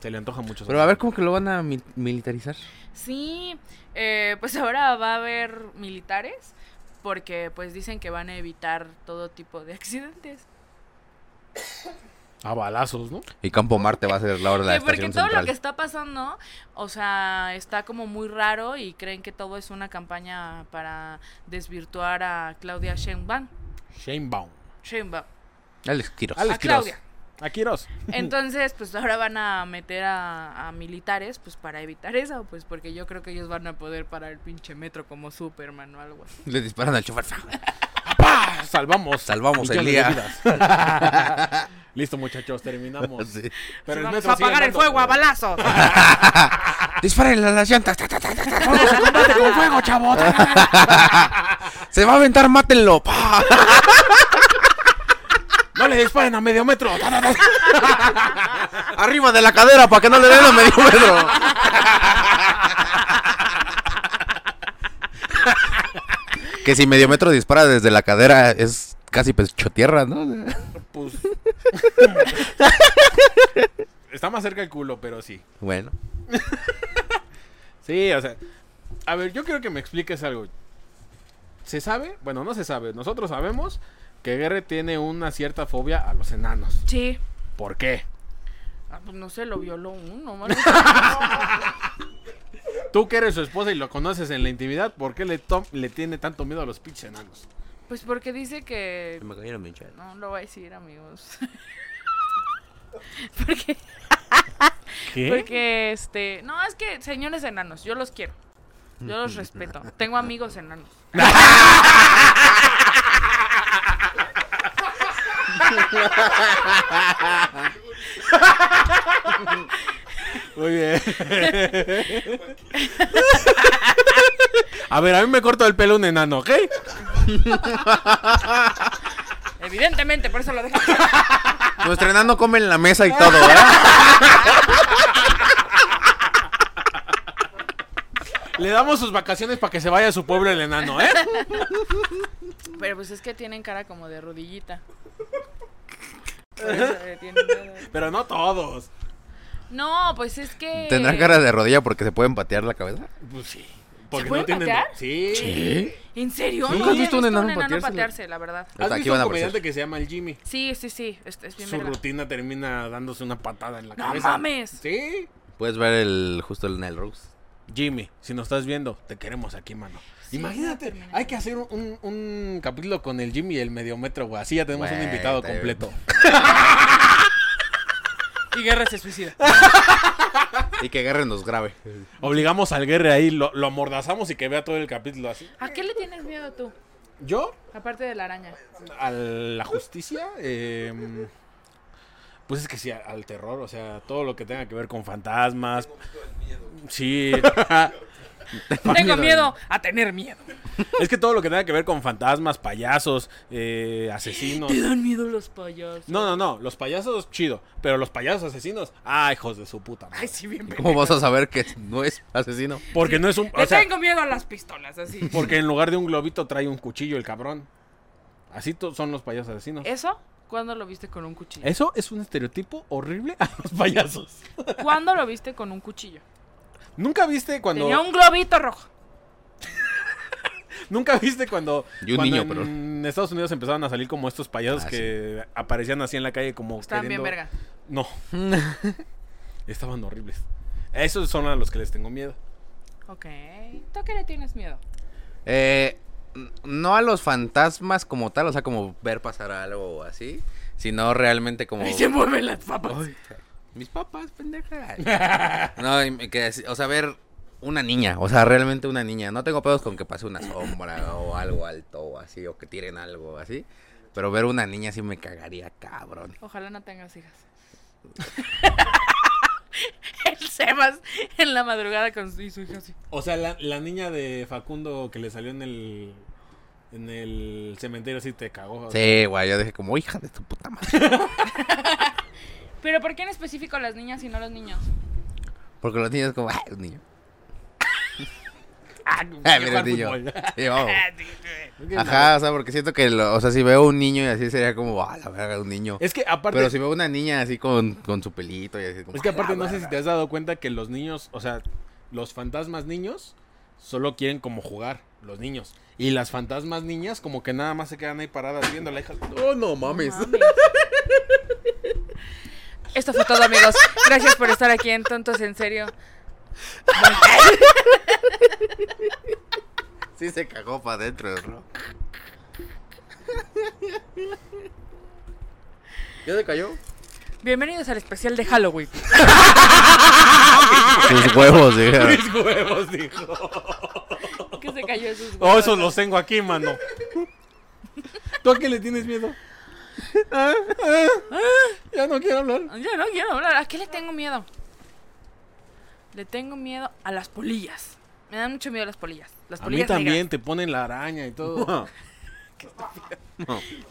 [SPEAKER 2] Se le antoja mucho.
[SPEAKER 1] Pero a ver, ¿cómo que lo van a mil- militarizar?
[SPEAKER 3] Sí, eh, pues [laughs] ahora va a haber militares porque pues dicen que van a evitar todo tipo de [laughs] accidentes.
[SPEAKER 2] A balazos, ¿no?
[SPEAKER 1] Y Campo Marte va a ser la hora de la
[SPEAKER 3] Sí, porque
[SPEAKER 1] estación
[SPEAKER 3] todo lo
[SPEAKER 1] central.
[SPEAKER 3] que está pasando, o sea, está como muy raro y creen que todo es una campaña para desvirtuar a Claudia Sheinbaum.
[SPEAKER 2] Shanebaum.
[SPEAKER 1] [laughs]
[SPEAKER 3] Sheinbaum.
[SPEAKER 1] Alex Quiroz.
[SPEAKER 2] Alex
[SPEAKER 3] A
[SPEAKER 2] Quiroz.
[SPEAKER 3] Claudia.
[SPEAKER 2] A Quiroz.
[SPEAKER 3] Entonces, pues ahora van a meter a, a militares, pues para evitar eso, pues porque yo creo que ellos van a poder parar el pinche metro como Superman o algo así.
[SPEAKER 1] Le disparan al chofer. [laughs]
[SPEAKER 2] ¡Pah! Salvamos.
[SPEAKER 1] Salvamos el
[SPEAKER 2] millones
[SPEAKER 1] día.
[SPEAKER 2] de vidas. [laughs] Listo, muchachos, terminamos.
[SPEAKER 1] Sí.
[SPEAKER 2] Pero
[SPEAKER 3] Sí,
[SPEAKER 2] el
[SPEAKER 3] vamos
[SPEAKER 2] metro
[SPEAKER 3] a
[SPEAKER 2] sigue
[SPEAKER 3] apagar el
[SPEAKER 2] andando.
[SPEAKER 3] fuego a balazos.
[SPEAKER 1] [laughs] Disparen a las llantas. ta, ta, ta, ta, ta.
[SPEAKER 2] ¡Fuego, se combate con fuego, chavo!
[SPEAKER 1] Se va a aventar, mátenlo. pa.
[SPEAKER 2] ¡No le disparen a
[SPEAKER 1] [laughs]
[SPEAKER 2] medio metro!
[SPEAKER 1] [laughs] Arriba de la cadera para que no le den a medio metro. que si medio metro dispara desde la cadera es casi pecho tierra, ¿no?
[SPEAKER 2] Pues... Está más cerca el culo, pero sí.
[SPEAKER 1] Bueno.
[SPEAKER 2] Sí, o sea. A ver, yo quiero que me expliques algo. ¿Se sabe? Bueno, no se sabe. Nosotros sabemos que Guerre tiene una cierta fobia a los enanos.
[SPEAKER 3] Sí.
[SPEAKER 2] ¿Por qué?
[SPEAKER 3] Ah, pues no sé, lo violó uno, [laughs] mano.
[SPEAKER 2] Tú que eres su esposa y lo conoces en la intimidad, ¿por qué le, to- le tiene tanto miedo a los pinches enanos?
[SPEAKER 3] Pues porque dice que. No lo voy a decir, amigos. [laughs] porque, porque, este. No, es que, señores enanos, yo los quiero. Yo [laughs] los respeto. Tengo amigos enanos.
[SPEAKER 2] Muy bien. a ver, a mí me corto el pelo un enano, ¿ok?
[SPEAKER 3] Evidentemente, por eso lo dejo.
[SPEAKER 1] Nuestro enano come en la mesa y todo, ¿verdad?
[SPEAKER 2] Le damos sus vacaciones para que se vaya a su pueblo el enano, ¿eh?
[SPEAKER 3] Pero pues es que tienen cara como de rodillita. Por eso, eh, tienen cara-
[SPEAKER 2] Pero no todos.
[SPEAKER 3] No, pues es que.
[SPEAKER 1] Tendrán cara de rodilla porque se pueden patear la cabeza.
[SPEAKER 2] Pues sí.
[SPEAKER 3] pueden patear?
[SPEAKER 2] Sí.
[SPEAKER 3] ¿En serio?
[SPEAKER 1] Sí.
[SPEAKER 3] Nunca
[SPEAKER 1] ¿Has visto un enano patearse?
[SPEAKER 3] patearse, la verdad.
[SPEAKER 2] ¿Has
[SPEAKER 1] Pues Aquí
[SPEAKER 2] visto
[SPEAKER 1] van
[SPEAKER 2] un
[SPEAKER 1] a
[SPEAKER 2] comediante
[SPEAKER 1] aparecer.
[SPEAKER 2] que se llama el Jimmy?
[SPEAKER 3] Sí, sí, sí. Es, es bien
[SPEAKER 2] Su
[SPEAKER 3] verga.
[SPEAKER 2] rutina termina dándose una patada en la
[SPEAKER 3] ¡No
[SPEAKER 2] cabeza.
[SPEAKER 3] mames!
[SPEAKER 2] Sí.
[SPEAKER 1] Puedes ver el justo el Nel Rose.
[SPEAKER 2] Jimmy, si nos estás viendo, te queremos aquí, mano.
[SPEAKER 3] Sí,
[SPEAKER 2] Imagínate,
[SPEAKER 3] termina.
[SPEAKER 2] hay que hacer un, un capítulo con el Jimmy y el mediometro, güey. Así ya tenemos un
[SPEAKER 1] Güey,
[SPEAKER 2] invitado
[SPEAKER 1] está bien.
[SPEAKER 2] completo.
[SPEAKER 3] Y Guerra se suicida.
[SPEAKER 1] Y que agarren nos grabe.
[SPEAKER 2] Obligamos al guerre ahí, lo, lo amordazamos y que vea todo el capítulo así.
[SPEAKER 3] ¿A qué le tienes miedo tú?
[SPEAKER 2] Yo,
[SPEAKER 3] Aparte de la araña.
[SPEAKER 2] a la justicia, eh, pues es que sí, al terror, o sea, todo lo que tenga que ver con fantasmas. Sí.
[SPEAKER 3] Tengo miedo a tener miedo.
[SPEAKER 2] Es que todo lo que tenga que ver con fantasmas, payasos, eh, asesinos.
[SPEAKER 3] Te dan miedo los payasos.
[SPEAKER 2] No, no, no. Los payasos, chido. Pero los payasos asesinos, ah, hijos de su puta madre.
[SPEAKER 3] Ay, sí, bien.
[SPEAKER 1] ¿Cómo vas a saber que no es asesino?
[SPEAKER 2] Porque no es un.
[SPEAKER 3] Le
[SPEAKER 2] O sea,
[SPEAKER 3] tengo miedo a las pistolas, así.
[SPEAKER 2] porque en lugar de un globito trae un cuchillo el cabrón. Así to- son los payasos asesinos.
[SPEAKER 3] ¿Eso? ¿Cuándo lo viste con un cuchillo?
[SPEAKER 2] Eso es un estereotipo horrible [laughs] a los payasos.
[SPEAKER 3] ¿Cuándo lo viste con un cuchillo?
[SPEAKER 2] ¿Nunca viste cuando
[SPEAKER 3] Tenía un globito rojo.
[SPEAKER 2] nunca viste cuando,
[SPEAKER 1] Y un
[SPEAKER 2] cuando
[SPEAKER 1] niño, pero-
[SPEAKER 2] en Estados Unidos empezaban a salir como estos payasos
[SPEAKER 1] Ah,
[SPEAKER 2] que aparecían así en la calle como
[SPEAKER 3] Estaban bien
[SPEAKER 2] queriendo-
[SPEAKER 3] verga.
[SPEAKER 2] [laughs] No. Estaban horribles. Esos son a los que les tengo miedo.
[SPEAKER 3] Ok. ¿Tú a qué le tienes miedo?
[SPEAKER 1] Eh, n- no a los fantasmas como tal, o sea, como ver pasar algo así, sino realmente como...
[SPEAKER 3] mueven las papas.
[SPEAKER 1] Ay, mis papás, pendeja. No, y me- que, así- o sea, ver una niña, o sea, realmente una niña. No tengo pedos con que pase una sombra o algo alto o así, o que tiren algo así. Pero ver una niña sí me cagaría, cabrón.
[SPEAKER 3] Ojalá no tengas hijas. El Sebas en la madrugada con su, y su hija así.
[SPEAKER 2] O sea, la, la niña de Facundo que le salió en el en el cementerio así te cagó. [laughs]
[SPEAKER 1] Sí, [laughs] güey, yo dije como hija de tu puta madre.
[SPEAKER 3] Pero ¿por qué en específico las niñas y no los niños?
[SPEAKER 1] Porque los niños como, ah, un niño.
[SPEAKER 2] Ah,
[SPEAKER 1] Ah,
[SPEAKER 2] voy a
[SPEAKER 1] mira,
[SPEAKER 2] jugar
[SPEAKER 1] el niño.
[SPEAKER 2] fútbol. [laughs]
[SPEAKER 1] Ah, Sí, vamos. Ajá, o sea, porque siento que, lo- o sea, si veo un niño y así sería como, ah, la verga, un niño.
[SPEAKER 2] Es que aparte
[SPEAKER 1] Pero si veo una niña así con, con su pelito y así como,
[SPEAKER 2] Es que
[SPEAKER 1] "Ah, la
[SPEAKER 2] aparte no sé si
[SPEAKER 1] verga".
[SPEAKER 2] te has dado cuenta que los niños, o sea, los fantasmas niños solo quieren como jugar, los niños. Y las fantasmas niñas como que nada más se quedan ahí paradas viendo a la hija. Oh, no mames.
[SPEAKER 3] pues. [laughs] Esto fue todo, amigos. Gracias por estar aquí en Tontos en Serio.
[SPEAKER 1] [laughs] Sí se cagó para adentro,
[SPEAKER 3] [laughs]
[SPEAKER 1] bro. ¿Ya se cayó?
[SPEAKER 3] Bienvenidos al especial de Halloween.
[SPEAKER 1] Sus huevos,
[SPEAKER 2] [laughs]
[SPEAKER 1] dije.
[SPEAKER 2] Mis huevos, dijo.
[SPEAKER 3] Que se cayó sus
[SPEAKER 2] Oh, esos los tengo aquí, mano. ¿Tú a qué le tienes miedo? Ah, ah, ah, ya no quiero hablar.
[SPEAKER 3] Yo no quiero hablar. ¿A qué le tengo miedo? Le tengo miedo a las polillas. Me dan mucho miedo las polillas. Las
[SPEAKER 2] A mí
[SPEAKER 3] polillas
[SPEAKER 2] también
[SPEAKER 3] negras.
[SPEAKER 2] te ponen la araña y todo.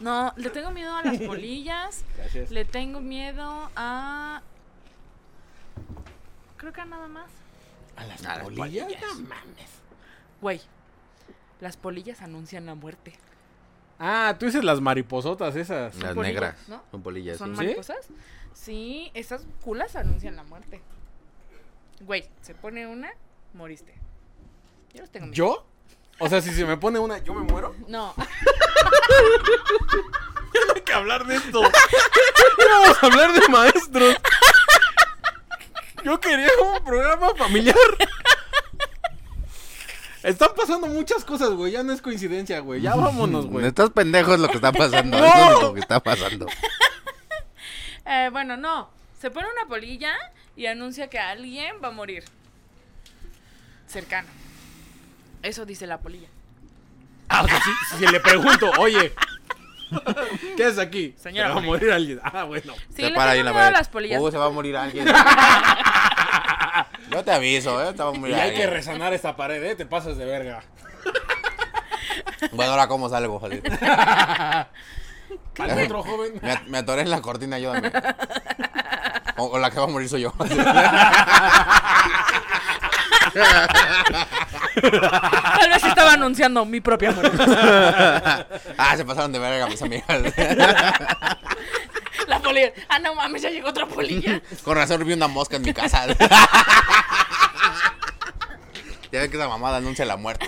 [SPEAKER 3] No, le tengo miedo a las polillas.
[SPEAKER 2] Gracias.
[SPEAKER 3] Le tengo miedo a. Creo que a nada más.
[SPEAKER 2] A las
[SPEAKER 1] A las
[SPEAKER 2] polillas.
[SPEAKER 1] polillas.
[SPEAKER 2] No mames.
[SPEAKER 3] Güey, las polillas anuncian la muerte.
[SPEAKER 2] Ah, tú dices las mariposotas esas.
[SPEAKER 1] Las
[SPEAKER 3] polillas,
[SPEAKER 1] negras.
[SPEAKER 3] ¿no?
[SPEAKER 1] Son polillas.
[SPEAKER 3] ¿Son
[SPEAKER 1] sí.
[SPEAKER 3] mariposas? Sí, esas culas anuncian la muerte. Güey, se pone una, moriste. Yo los tengo miedo.
[SPEAKER 2] ¿Yo? O sea, si se me pone una, ¿yo me muero?
[SPEAKER 3] No, [laughs]
[SPEAKER 2] Hay que hablar de [laughs] esto. Vamos a hablar de maestros. Yo quería un programa familiar. Están pasando muchas cosas, güey. Ya no es coincidencia, güey. Ya vámonos,
[SPEAKER 1] No
[SPEAKER 2] güey.
[SPEAKER 1] estás pendejo es lo que está pasando.
[SPEAKER 2] [laughs] No.
[SPEAKER 1] Eso es lo que está pasando.
[SPEAKER 3] Eh, bueno, no. Se pone una polilla y anuncia que alguien va a morir. Cercano. Eso dice la polilla.
[SPEAKER 2] Ah, o sea, si, si le pregunto, oye, ¿qué es aquí?
[SPEAKER 3] Señora
[SPEAKER 2] Se va a morir alguien. Ah, bueno.
[SPEAKER 3] Sí,
[SPEAKER 1] Se
[SPEAKER 3] le
[SPEAKER 1] para ahí en
[SPEAKER 3] tengo
[SPEAKER 1] la
[SPEAKER 3] miedo a
[SPEAKER 1] pared.
[SPEAKER 3] las polillas.
[SPEAKER 1] Uh, se va a morir
[SPEAKER 2] [laughs]
[SPEAKER 1] alguien. Yo te aviso, ¿eh? Te va a
[SPEAKER 2] Y
[SPEAKER 1] morir
[SPEAKER 2] hay que
[SPEAKER 1] alguien.
[SPEAKER 2] resanar esta pared, ¿eh? Te pasas de verga.
[SPEAKER 1] Bueno, ahora cómo salgo, joder.
[SPEAKER 2] Al otro joven.
[SPEAKER 1] Me, at- me atoré en la cortina,
[SPEAKER 3] [laughs]
[SPEAKER 1] ayúdame. O, o la que va a morir
[SPEAKER 2] [laughs]
[SPEAKER 1] soy yo.
[SPEAKER 3] [laughs] Tal vez estaba anunciando mi propia muerte. [laughs]
[SPEAKER 1] [laughs] ah, se pasaron de verga mis amigas.
[SPEAKER 3] La polilla. Ah, no mames, ya llegó
[SPEAKER 1] [laughs]
[SPEAKER 3] otra polilla.
[SPEAKER 1] [laughs] Con razón vi una mosca en mi casa. [laughs] Ya ven que esa mamada anuncia la muerte.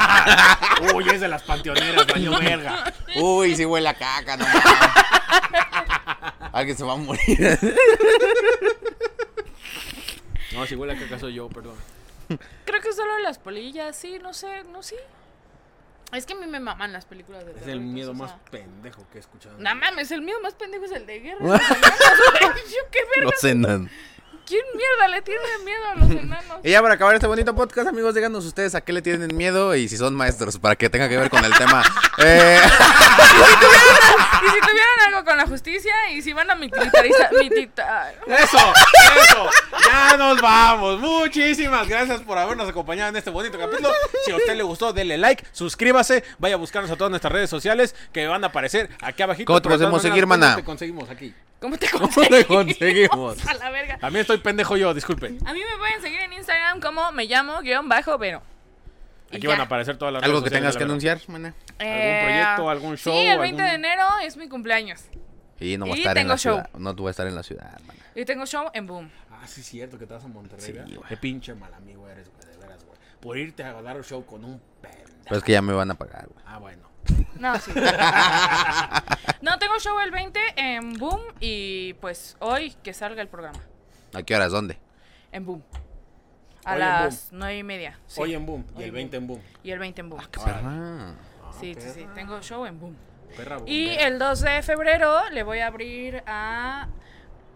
[SPEAKER 2] [laughs] Uy, es de las panteoneras, baño verga.
[SPEAKER 1] Uy, sí huele a caca, no mames. Alguien se va a [laughs] morir.
[SPEAKER 2] No, si huele a caca soy yo, perdón.
[SPEAKER 3] Creo que solo las polillas, sí, no sé, no sé. Es que a mí me maman las películas de
[SPEAKER 2] Es
[SPEAKER 3] terror.
[SPEAKER 2] el
[SPEAKER 3] entonces,
[SPEAKER 2] miedo
[SPEAKER 3] o
[SPEAKER 2] más
[SPEAKER 3] sea,
[SPEAKER 2] pendejo que he escuchado.
[SPEAKER 3] No mames, el miedo más pendejo es el de guerra. de los enanos, güey. Yo, ¿Qué verga?
[SPEAKER 1] sé nada.
[SPEAKER 3] ¿Quién mierda le tiene miedo a los enanos?
[SPEAKER 1] Y ya para acabar este bonito podcast, amigos, díganos ustedes a qué le tienen miedo y si son maestros, para que tenga que ver con el [laughs] tema. Eh,
[SPEAKER 3] Y si tuvieran algo con la justicia y si van a militarizar. milita-
[SPEAKER 2] Eso, eso. Ya nos vamos. Muchísimas gracias por habernos acompañado en este bonito capítulo. Si a usted le gustó, denle like, suscríbase, vaya a buscarnos a todas nuestras redes sociales que van a aparecer aquí abajito.
[SPEAKER 1] ¿Cómo te
[SPEAKER 2] Pero de todas
[SPEAKER 1] podemos seguir, maná?
[SPEAKER 2] maneras, ¿cómo Te conseguimos aquí.
[SPEAKER 3] ¿Cómo te
[SPEAKER 1] ¿Cómo te
[SPEAKER 3] conseguimos?
[SPEAKER 1] conseguimos?
[SPEAKER 3] A la verga.
[SPEAKER 2] También estoy pendejo yo, disculpen.
[SPEAKER 3] A mí me pueden seguir en Instagram como me llamo guión bajo, pero.
[SPEAKER 6] Y
[SPEAKER 2] Aquí van a
[SPEAKER 6] ya.
[SPEAKER 2] aparecer todas las
[SPEAKER 1] ¿Algo
[SPEAKER 2] redes
[SPEAKER 1] que
[SPEAKER 2] sociales
[SPEAKER 1] tengas
[SPEAKER 2] de
[SPEAKER 1] que
[SPEAKER 2] la
[SPEAKER 1] anunciar, maná?
[SPEAKER 6] Eh,
[SPEAKER 2] proyecto, algún show,
[SPEAKER 6] Sí, el 20 de
[SPEAKER 2] algún-
[SPEAKER 6] enero es mi cumpleaños.
[SPEAKER 1] Y no voy a
[SPEAKER 6] Y
[SPEAKER 1] estar en
[SPEAKER 6] tengo
[SPEAKER 1] la
[SPEAKER 6] show.
[SPEAKER 1] ciudad. No tú vas a estar en la ciudad, maná.
[SPEAKER 6] Y tengo show en Boom.
[SPEAKER 2] Ah, sí, cierto, que te vas a Monterrey.
[SPEAKER 1] Sí,
[SPEAKER 2] ¿verdad?
[SPEAKER 1] güey.
[SPEAKER 2] Qué pinche mal amigo eres, güey, de veras, güey. Por irte a dar un show con un pendejo.
[SPEAKER 1] Pero es que ya me van a pagar, güey.
[SPEAKER 2] Ah, bueno.
[SPEAKER 6] No, sí. no, tengo show el 20 en Boom y pues hoy que salga el programa.
[SPEAKER 1] ¿A qué horas? ¿Dónde?
[SPEAKER 6] En Boom. A
[SPEAKER 2] Hoy en
[SPEAKER 6] las nueve y media. sí.
[SPEAKER 2] Hoy en Boom y
[SPEAKER 6] Hoy
[SPEAKER 2] el
[SPEAKER 6] en
[SPEAKER 2] 20 en Ah, Boom.
[SPEAKER 6] Y el 20 en Boom.
[SPEAKER 1] Perra.
[SPEAKER 6] sí, sí, sí. Tengo show en Boom.
[SPEAKER 2] Perra Boom.
[SPEAKER 6] Y el 2 de febrero le voy a abrir a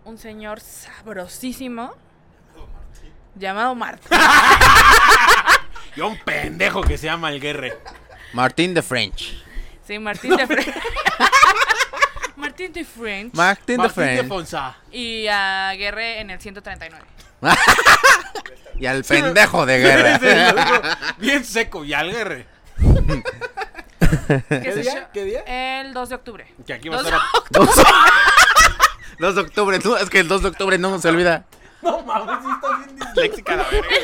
[SPEAKER 6] un señor sabrosísimo llamado
[SPEAKER 2] [laughs]
[SPEAKER 6] Martín.
[SPEAKER 2] Y a un pendejo que se llama El Guerre.
[SPEAKER 1] Martín de French.
[SPEAKER 6] Sí, Martín de French. [laughs] Martín de French.
[SPEAKER 1] Martín de
[SPEAKER 2] Martín de
[SPEAKER 1] French.
[SPEAKER 2] Fonsa.
[SPEAKER 6] y a Guerre en el 139.
[SPEAKER 1] Y al pendejo de
[SPEAKER 2] [laughs]
[SPEAKER 1] guerra.
[SPEAKER 2] Bien seco. Y al Guerre.
[SPEAKER 6] ¿Qué, se
[SPEAKER 2] día?
[SPEAKER 6] llama?
[SPEAKER 2] ¿Qué día?
[SPEAKER 6] El 2 de octubre.
[SPEAKER 2] Que aquí va a
[SPEAKER 6] Dos-
[SPEAKER 2] estar...
[SPEAKER 1] [laughs] 2 de octubre. No, es que el 2 de octubre no se olvida.
[SPEAKER 2] No mames, sí está bien disléxica la verga.
[SPEAKER 6] de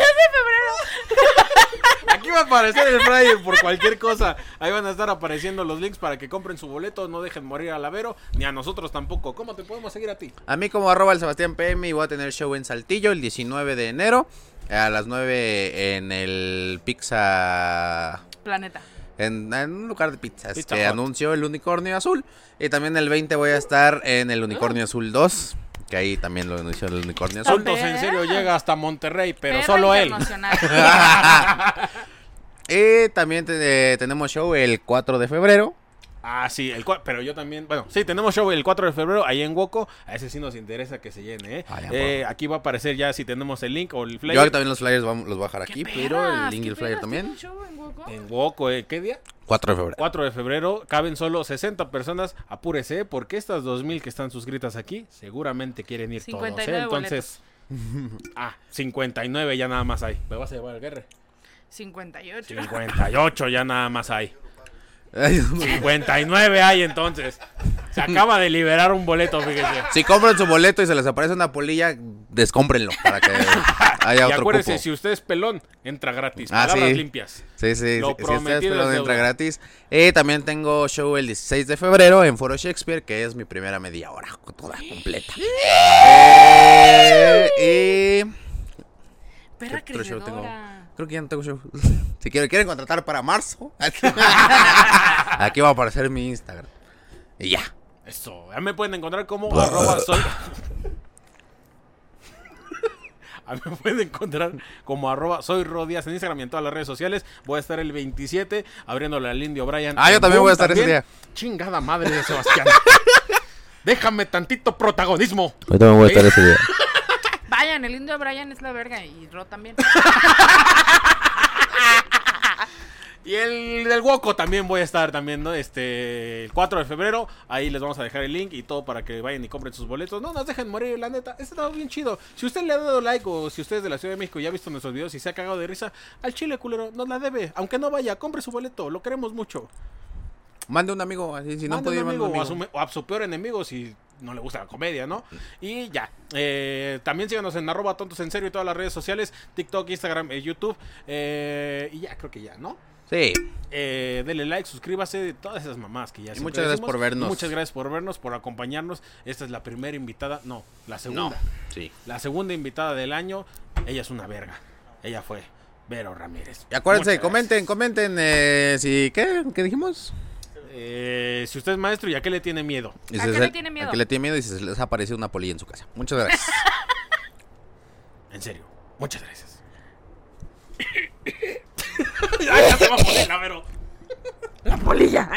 [SPEAKER 2] Aquí va a aparecer el flyer por cualquier cosa. Ahí van a estar apareciendo los links para que compren su boleto. No dejen morir al Avero, ni a nosotros tampoco. ¿Cómo te podemos seguir a ti?
[SPEAKER 1] A mí como arroba el Sebastián PM y voy a tener show en Saltillo el 19 de enero a las 9 en el Pizza...
[SPEAKER 6] febrero. Planeta.
[SPEAKER 1] En, en un lugar de pizzas
[SPEAKER 2] Pizza
[SPEAKER 1] que
[SPEAKER 2] Hut.
[SPEAKER 1] anunció el Unicornio Azul. Y también el 20 voy a estar en el Unicornio Azul 2, que ahí también lo anunció el Unicornio Azul.
[SPEAKER 2] Santos en serio llega hasta Monterrey, pero
[SPEAKER 6] Perra
[SPEAKER 2] solo él. [laughs]
[SPEAKER 6] internacional.
[SPEAKER 2] Ah.
[SPEAKER 1] y también te- eh, tenemos show el 4 de febrero.
[SPEAKER 2] Ah, sí, el cua- pero yo también. Bueno, sí, tenemos show el 4 de febrero ahí en Woco. A ese sí nos interesa que se llene, ¿eh?
[SPEAKER 1] Ah, ya,
[SPEAKER 2] Eh, aquí va a aparecer ya si tenemos el link o el flyer.
[SPEAKER 1] Yo también los flyers vam- los voy a dejar aquí,
[SPEAKER 6] Qué
[SPEAKER 1] pero el
[SPEAKER 6] perras,
[SPEAKER 1] link y
[SPEAKER 6] qué
[SPEAKER 1] el flyer
[SPEAKER 6] perras, ¿tiene
[SPEAKER 1] también.
[SPEAKER 6] un show en Woco?
[SPEAKER 2] En Woco, ¿eh? ¿Qué día?
[SPEAKER 1] 4 de febrero.
[SPEAKER 2] 4 de febrero. Caben solo 60 personas. Apúrese, ¿eh? porque estas 2000 que están suscritas aquí seguramente quieren ir todos. ¿eh?
[SPEAKER 6] 59
[SPEAKER 2] Entonces. [laughs] Ah, 59 ya nada más hay. ¿Me vas a llevar al guerre?
[SPEAKER 6] 58.
[SPEAKER 2] 58 ya nada más hay.
[SPEAKER 1] [laughs] Ay, no.
[SPEAKER 2] 59 hay entonces. Se acaba de liberar un boleto, fíjese.
[SPEAKER 1] si compran su boleto y se les aparece una polilla, descómprenlo para que haya
[SPEAKER 2] Y
[SPEAKER 1] otro
[SPEAKER 2] acuérdese,
[SPEAKER 1] cupo.
[SPEAKER 2] si usted es pelón, entra gratis.
[SPEAKER 1] Ah,
[SPEAKER 2] palabras
[SPEAKER 1] sí.
[SPEAKER 2] limpias.
[SPEAKER 1] Sí, sí,
[SPEAKER 2] Lo
[SPEAKER 1] sí, si
[SPEAKER 2] prometido
[SPEAKER 1] ustedes
[SPEAKER 2] es
[SPEAKER 1] pelón entra
[SPEAKER 2] deuda.
[SPEAKER 1] gratis. Eh, también tengo show el 16 de febrero en Foro Shakespeare, que es mi primera media hora, toda completa. Eh, y
[SPEAKER 6] Perra
[SPEAKER 1] ¿Qué otro show tengo?
[SPEAKER 6] crecedora.
[SPEAKER 1] creo que ya no tengo show. [laughs] Si quieren, quieren contratar para marzo, aquí va a aparecer mi Instagram. Y ya.
[SPEAKER 2] Eso. Ya me pueden encontrar como
[SPEAKER 1] [laughs]
[SPEAKER 2] arroba soy. [laughs] A mí me pueden encontrar como arroba soy Rodias en Instagram y en todas las redes sociales. Voy a estar el 27 abriéndole al Indio Brian.
[SPEAKER 1] Ah, yo
[SPEAKER 2] en
[SPEAKER 1] también
[SPEAKER 2] Boom
[SPEAKER 1] voy a estar ese día.
[SPEAKER 2] Chingada madre
[SPEAKER 1] [laughs]
[SPEAKER 2] de Sebastián. Déjame tantito protagonismo.
[SPEAKER 1] Yo también voy a estar ese día.
[SPEAKER 6] Vayan, el lindo Brian es la verga y Ro también.
[SPEAKER 2] Y el del Woco también voy a estar también, ¿no? Este, el 4 de febrero, ahí les vamos a dejar el link y todo para que vayan y compren sus boletos. No nos dejen morir, la neta, este estado bien chido. Si usted le ha dado like o si usted es de la Ciudad de México y ha visto nuestros videos y se ha cagado de risa, al chile culero, nos la debe. Aunque no vaya, compre su boleto, lo queremos mucho.
[SPEAKER 1] Mande un amigo, así, si no
[SPEAKER 2] Mande
[SPEAKER 1] puede ir,
[SPEAKER 2] un
[SPEAKER 1] mande
[SPEAKER 2] amigo,
[SPEAKER 1] un amigo.
[SPEAKER 2] o,
[SPEAKER 1] Mm.
[SPEAKER 2] a su, me- o a su peor enemigo si no le gusta la comedia, ¿no? Y ya. Eh, también síganos en arroba tontos en serio y todas las redes sociales, TikTok, Instagram, eh, YouTube. eh, y ya, creo que ya, ¿no?
[SPEAKER 1] Sí.
[SPEAKER 2] Eh, denle like, suscríbase, todas esas mamás que ya siempre
[SPEAKER 1] muchas gracias por vernos.
[SPEAKER 2] Muchas gracias por vernos, por acompañarnos. Esta es la primera invitada, no, la segunda.
[SPEAKER 1] Sí.
[SPEAKER 2] La segunda invitada del año. Ella es una verga. Ella fue Vero Ramírez.
[SPEAKER 1] Y acuérdense,
[SPEAKER 2] Muchas
[SPEAKER 1] comenten, comenten. Eh, si, ¿qué? ¿Qué dijimos?
[SPEAKER 2] gracias. Eh, si usted es maestro, ¿y a qué le tiene miedo?
[SPEAKER 1] Y
[SPEAKER 6] ¿A
[SPEAKER 1] si
[SPEAKER 6] qué
[SPEAKER 1] se-
[SPEAKER 6] le tiene miedo?
[SPEAKER 1] ¿A qué le tiene miedo? Y si se les ha aparecido una polilla en su casa. Muchas gracias.
[SPEAKER 2] En serio, muchas gracias. Ay, ya se va a poner la Vero. La polilla.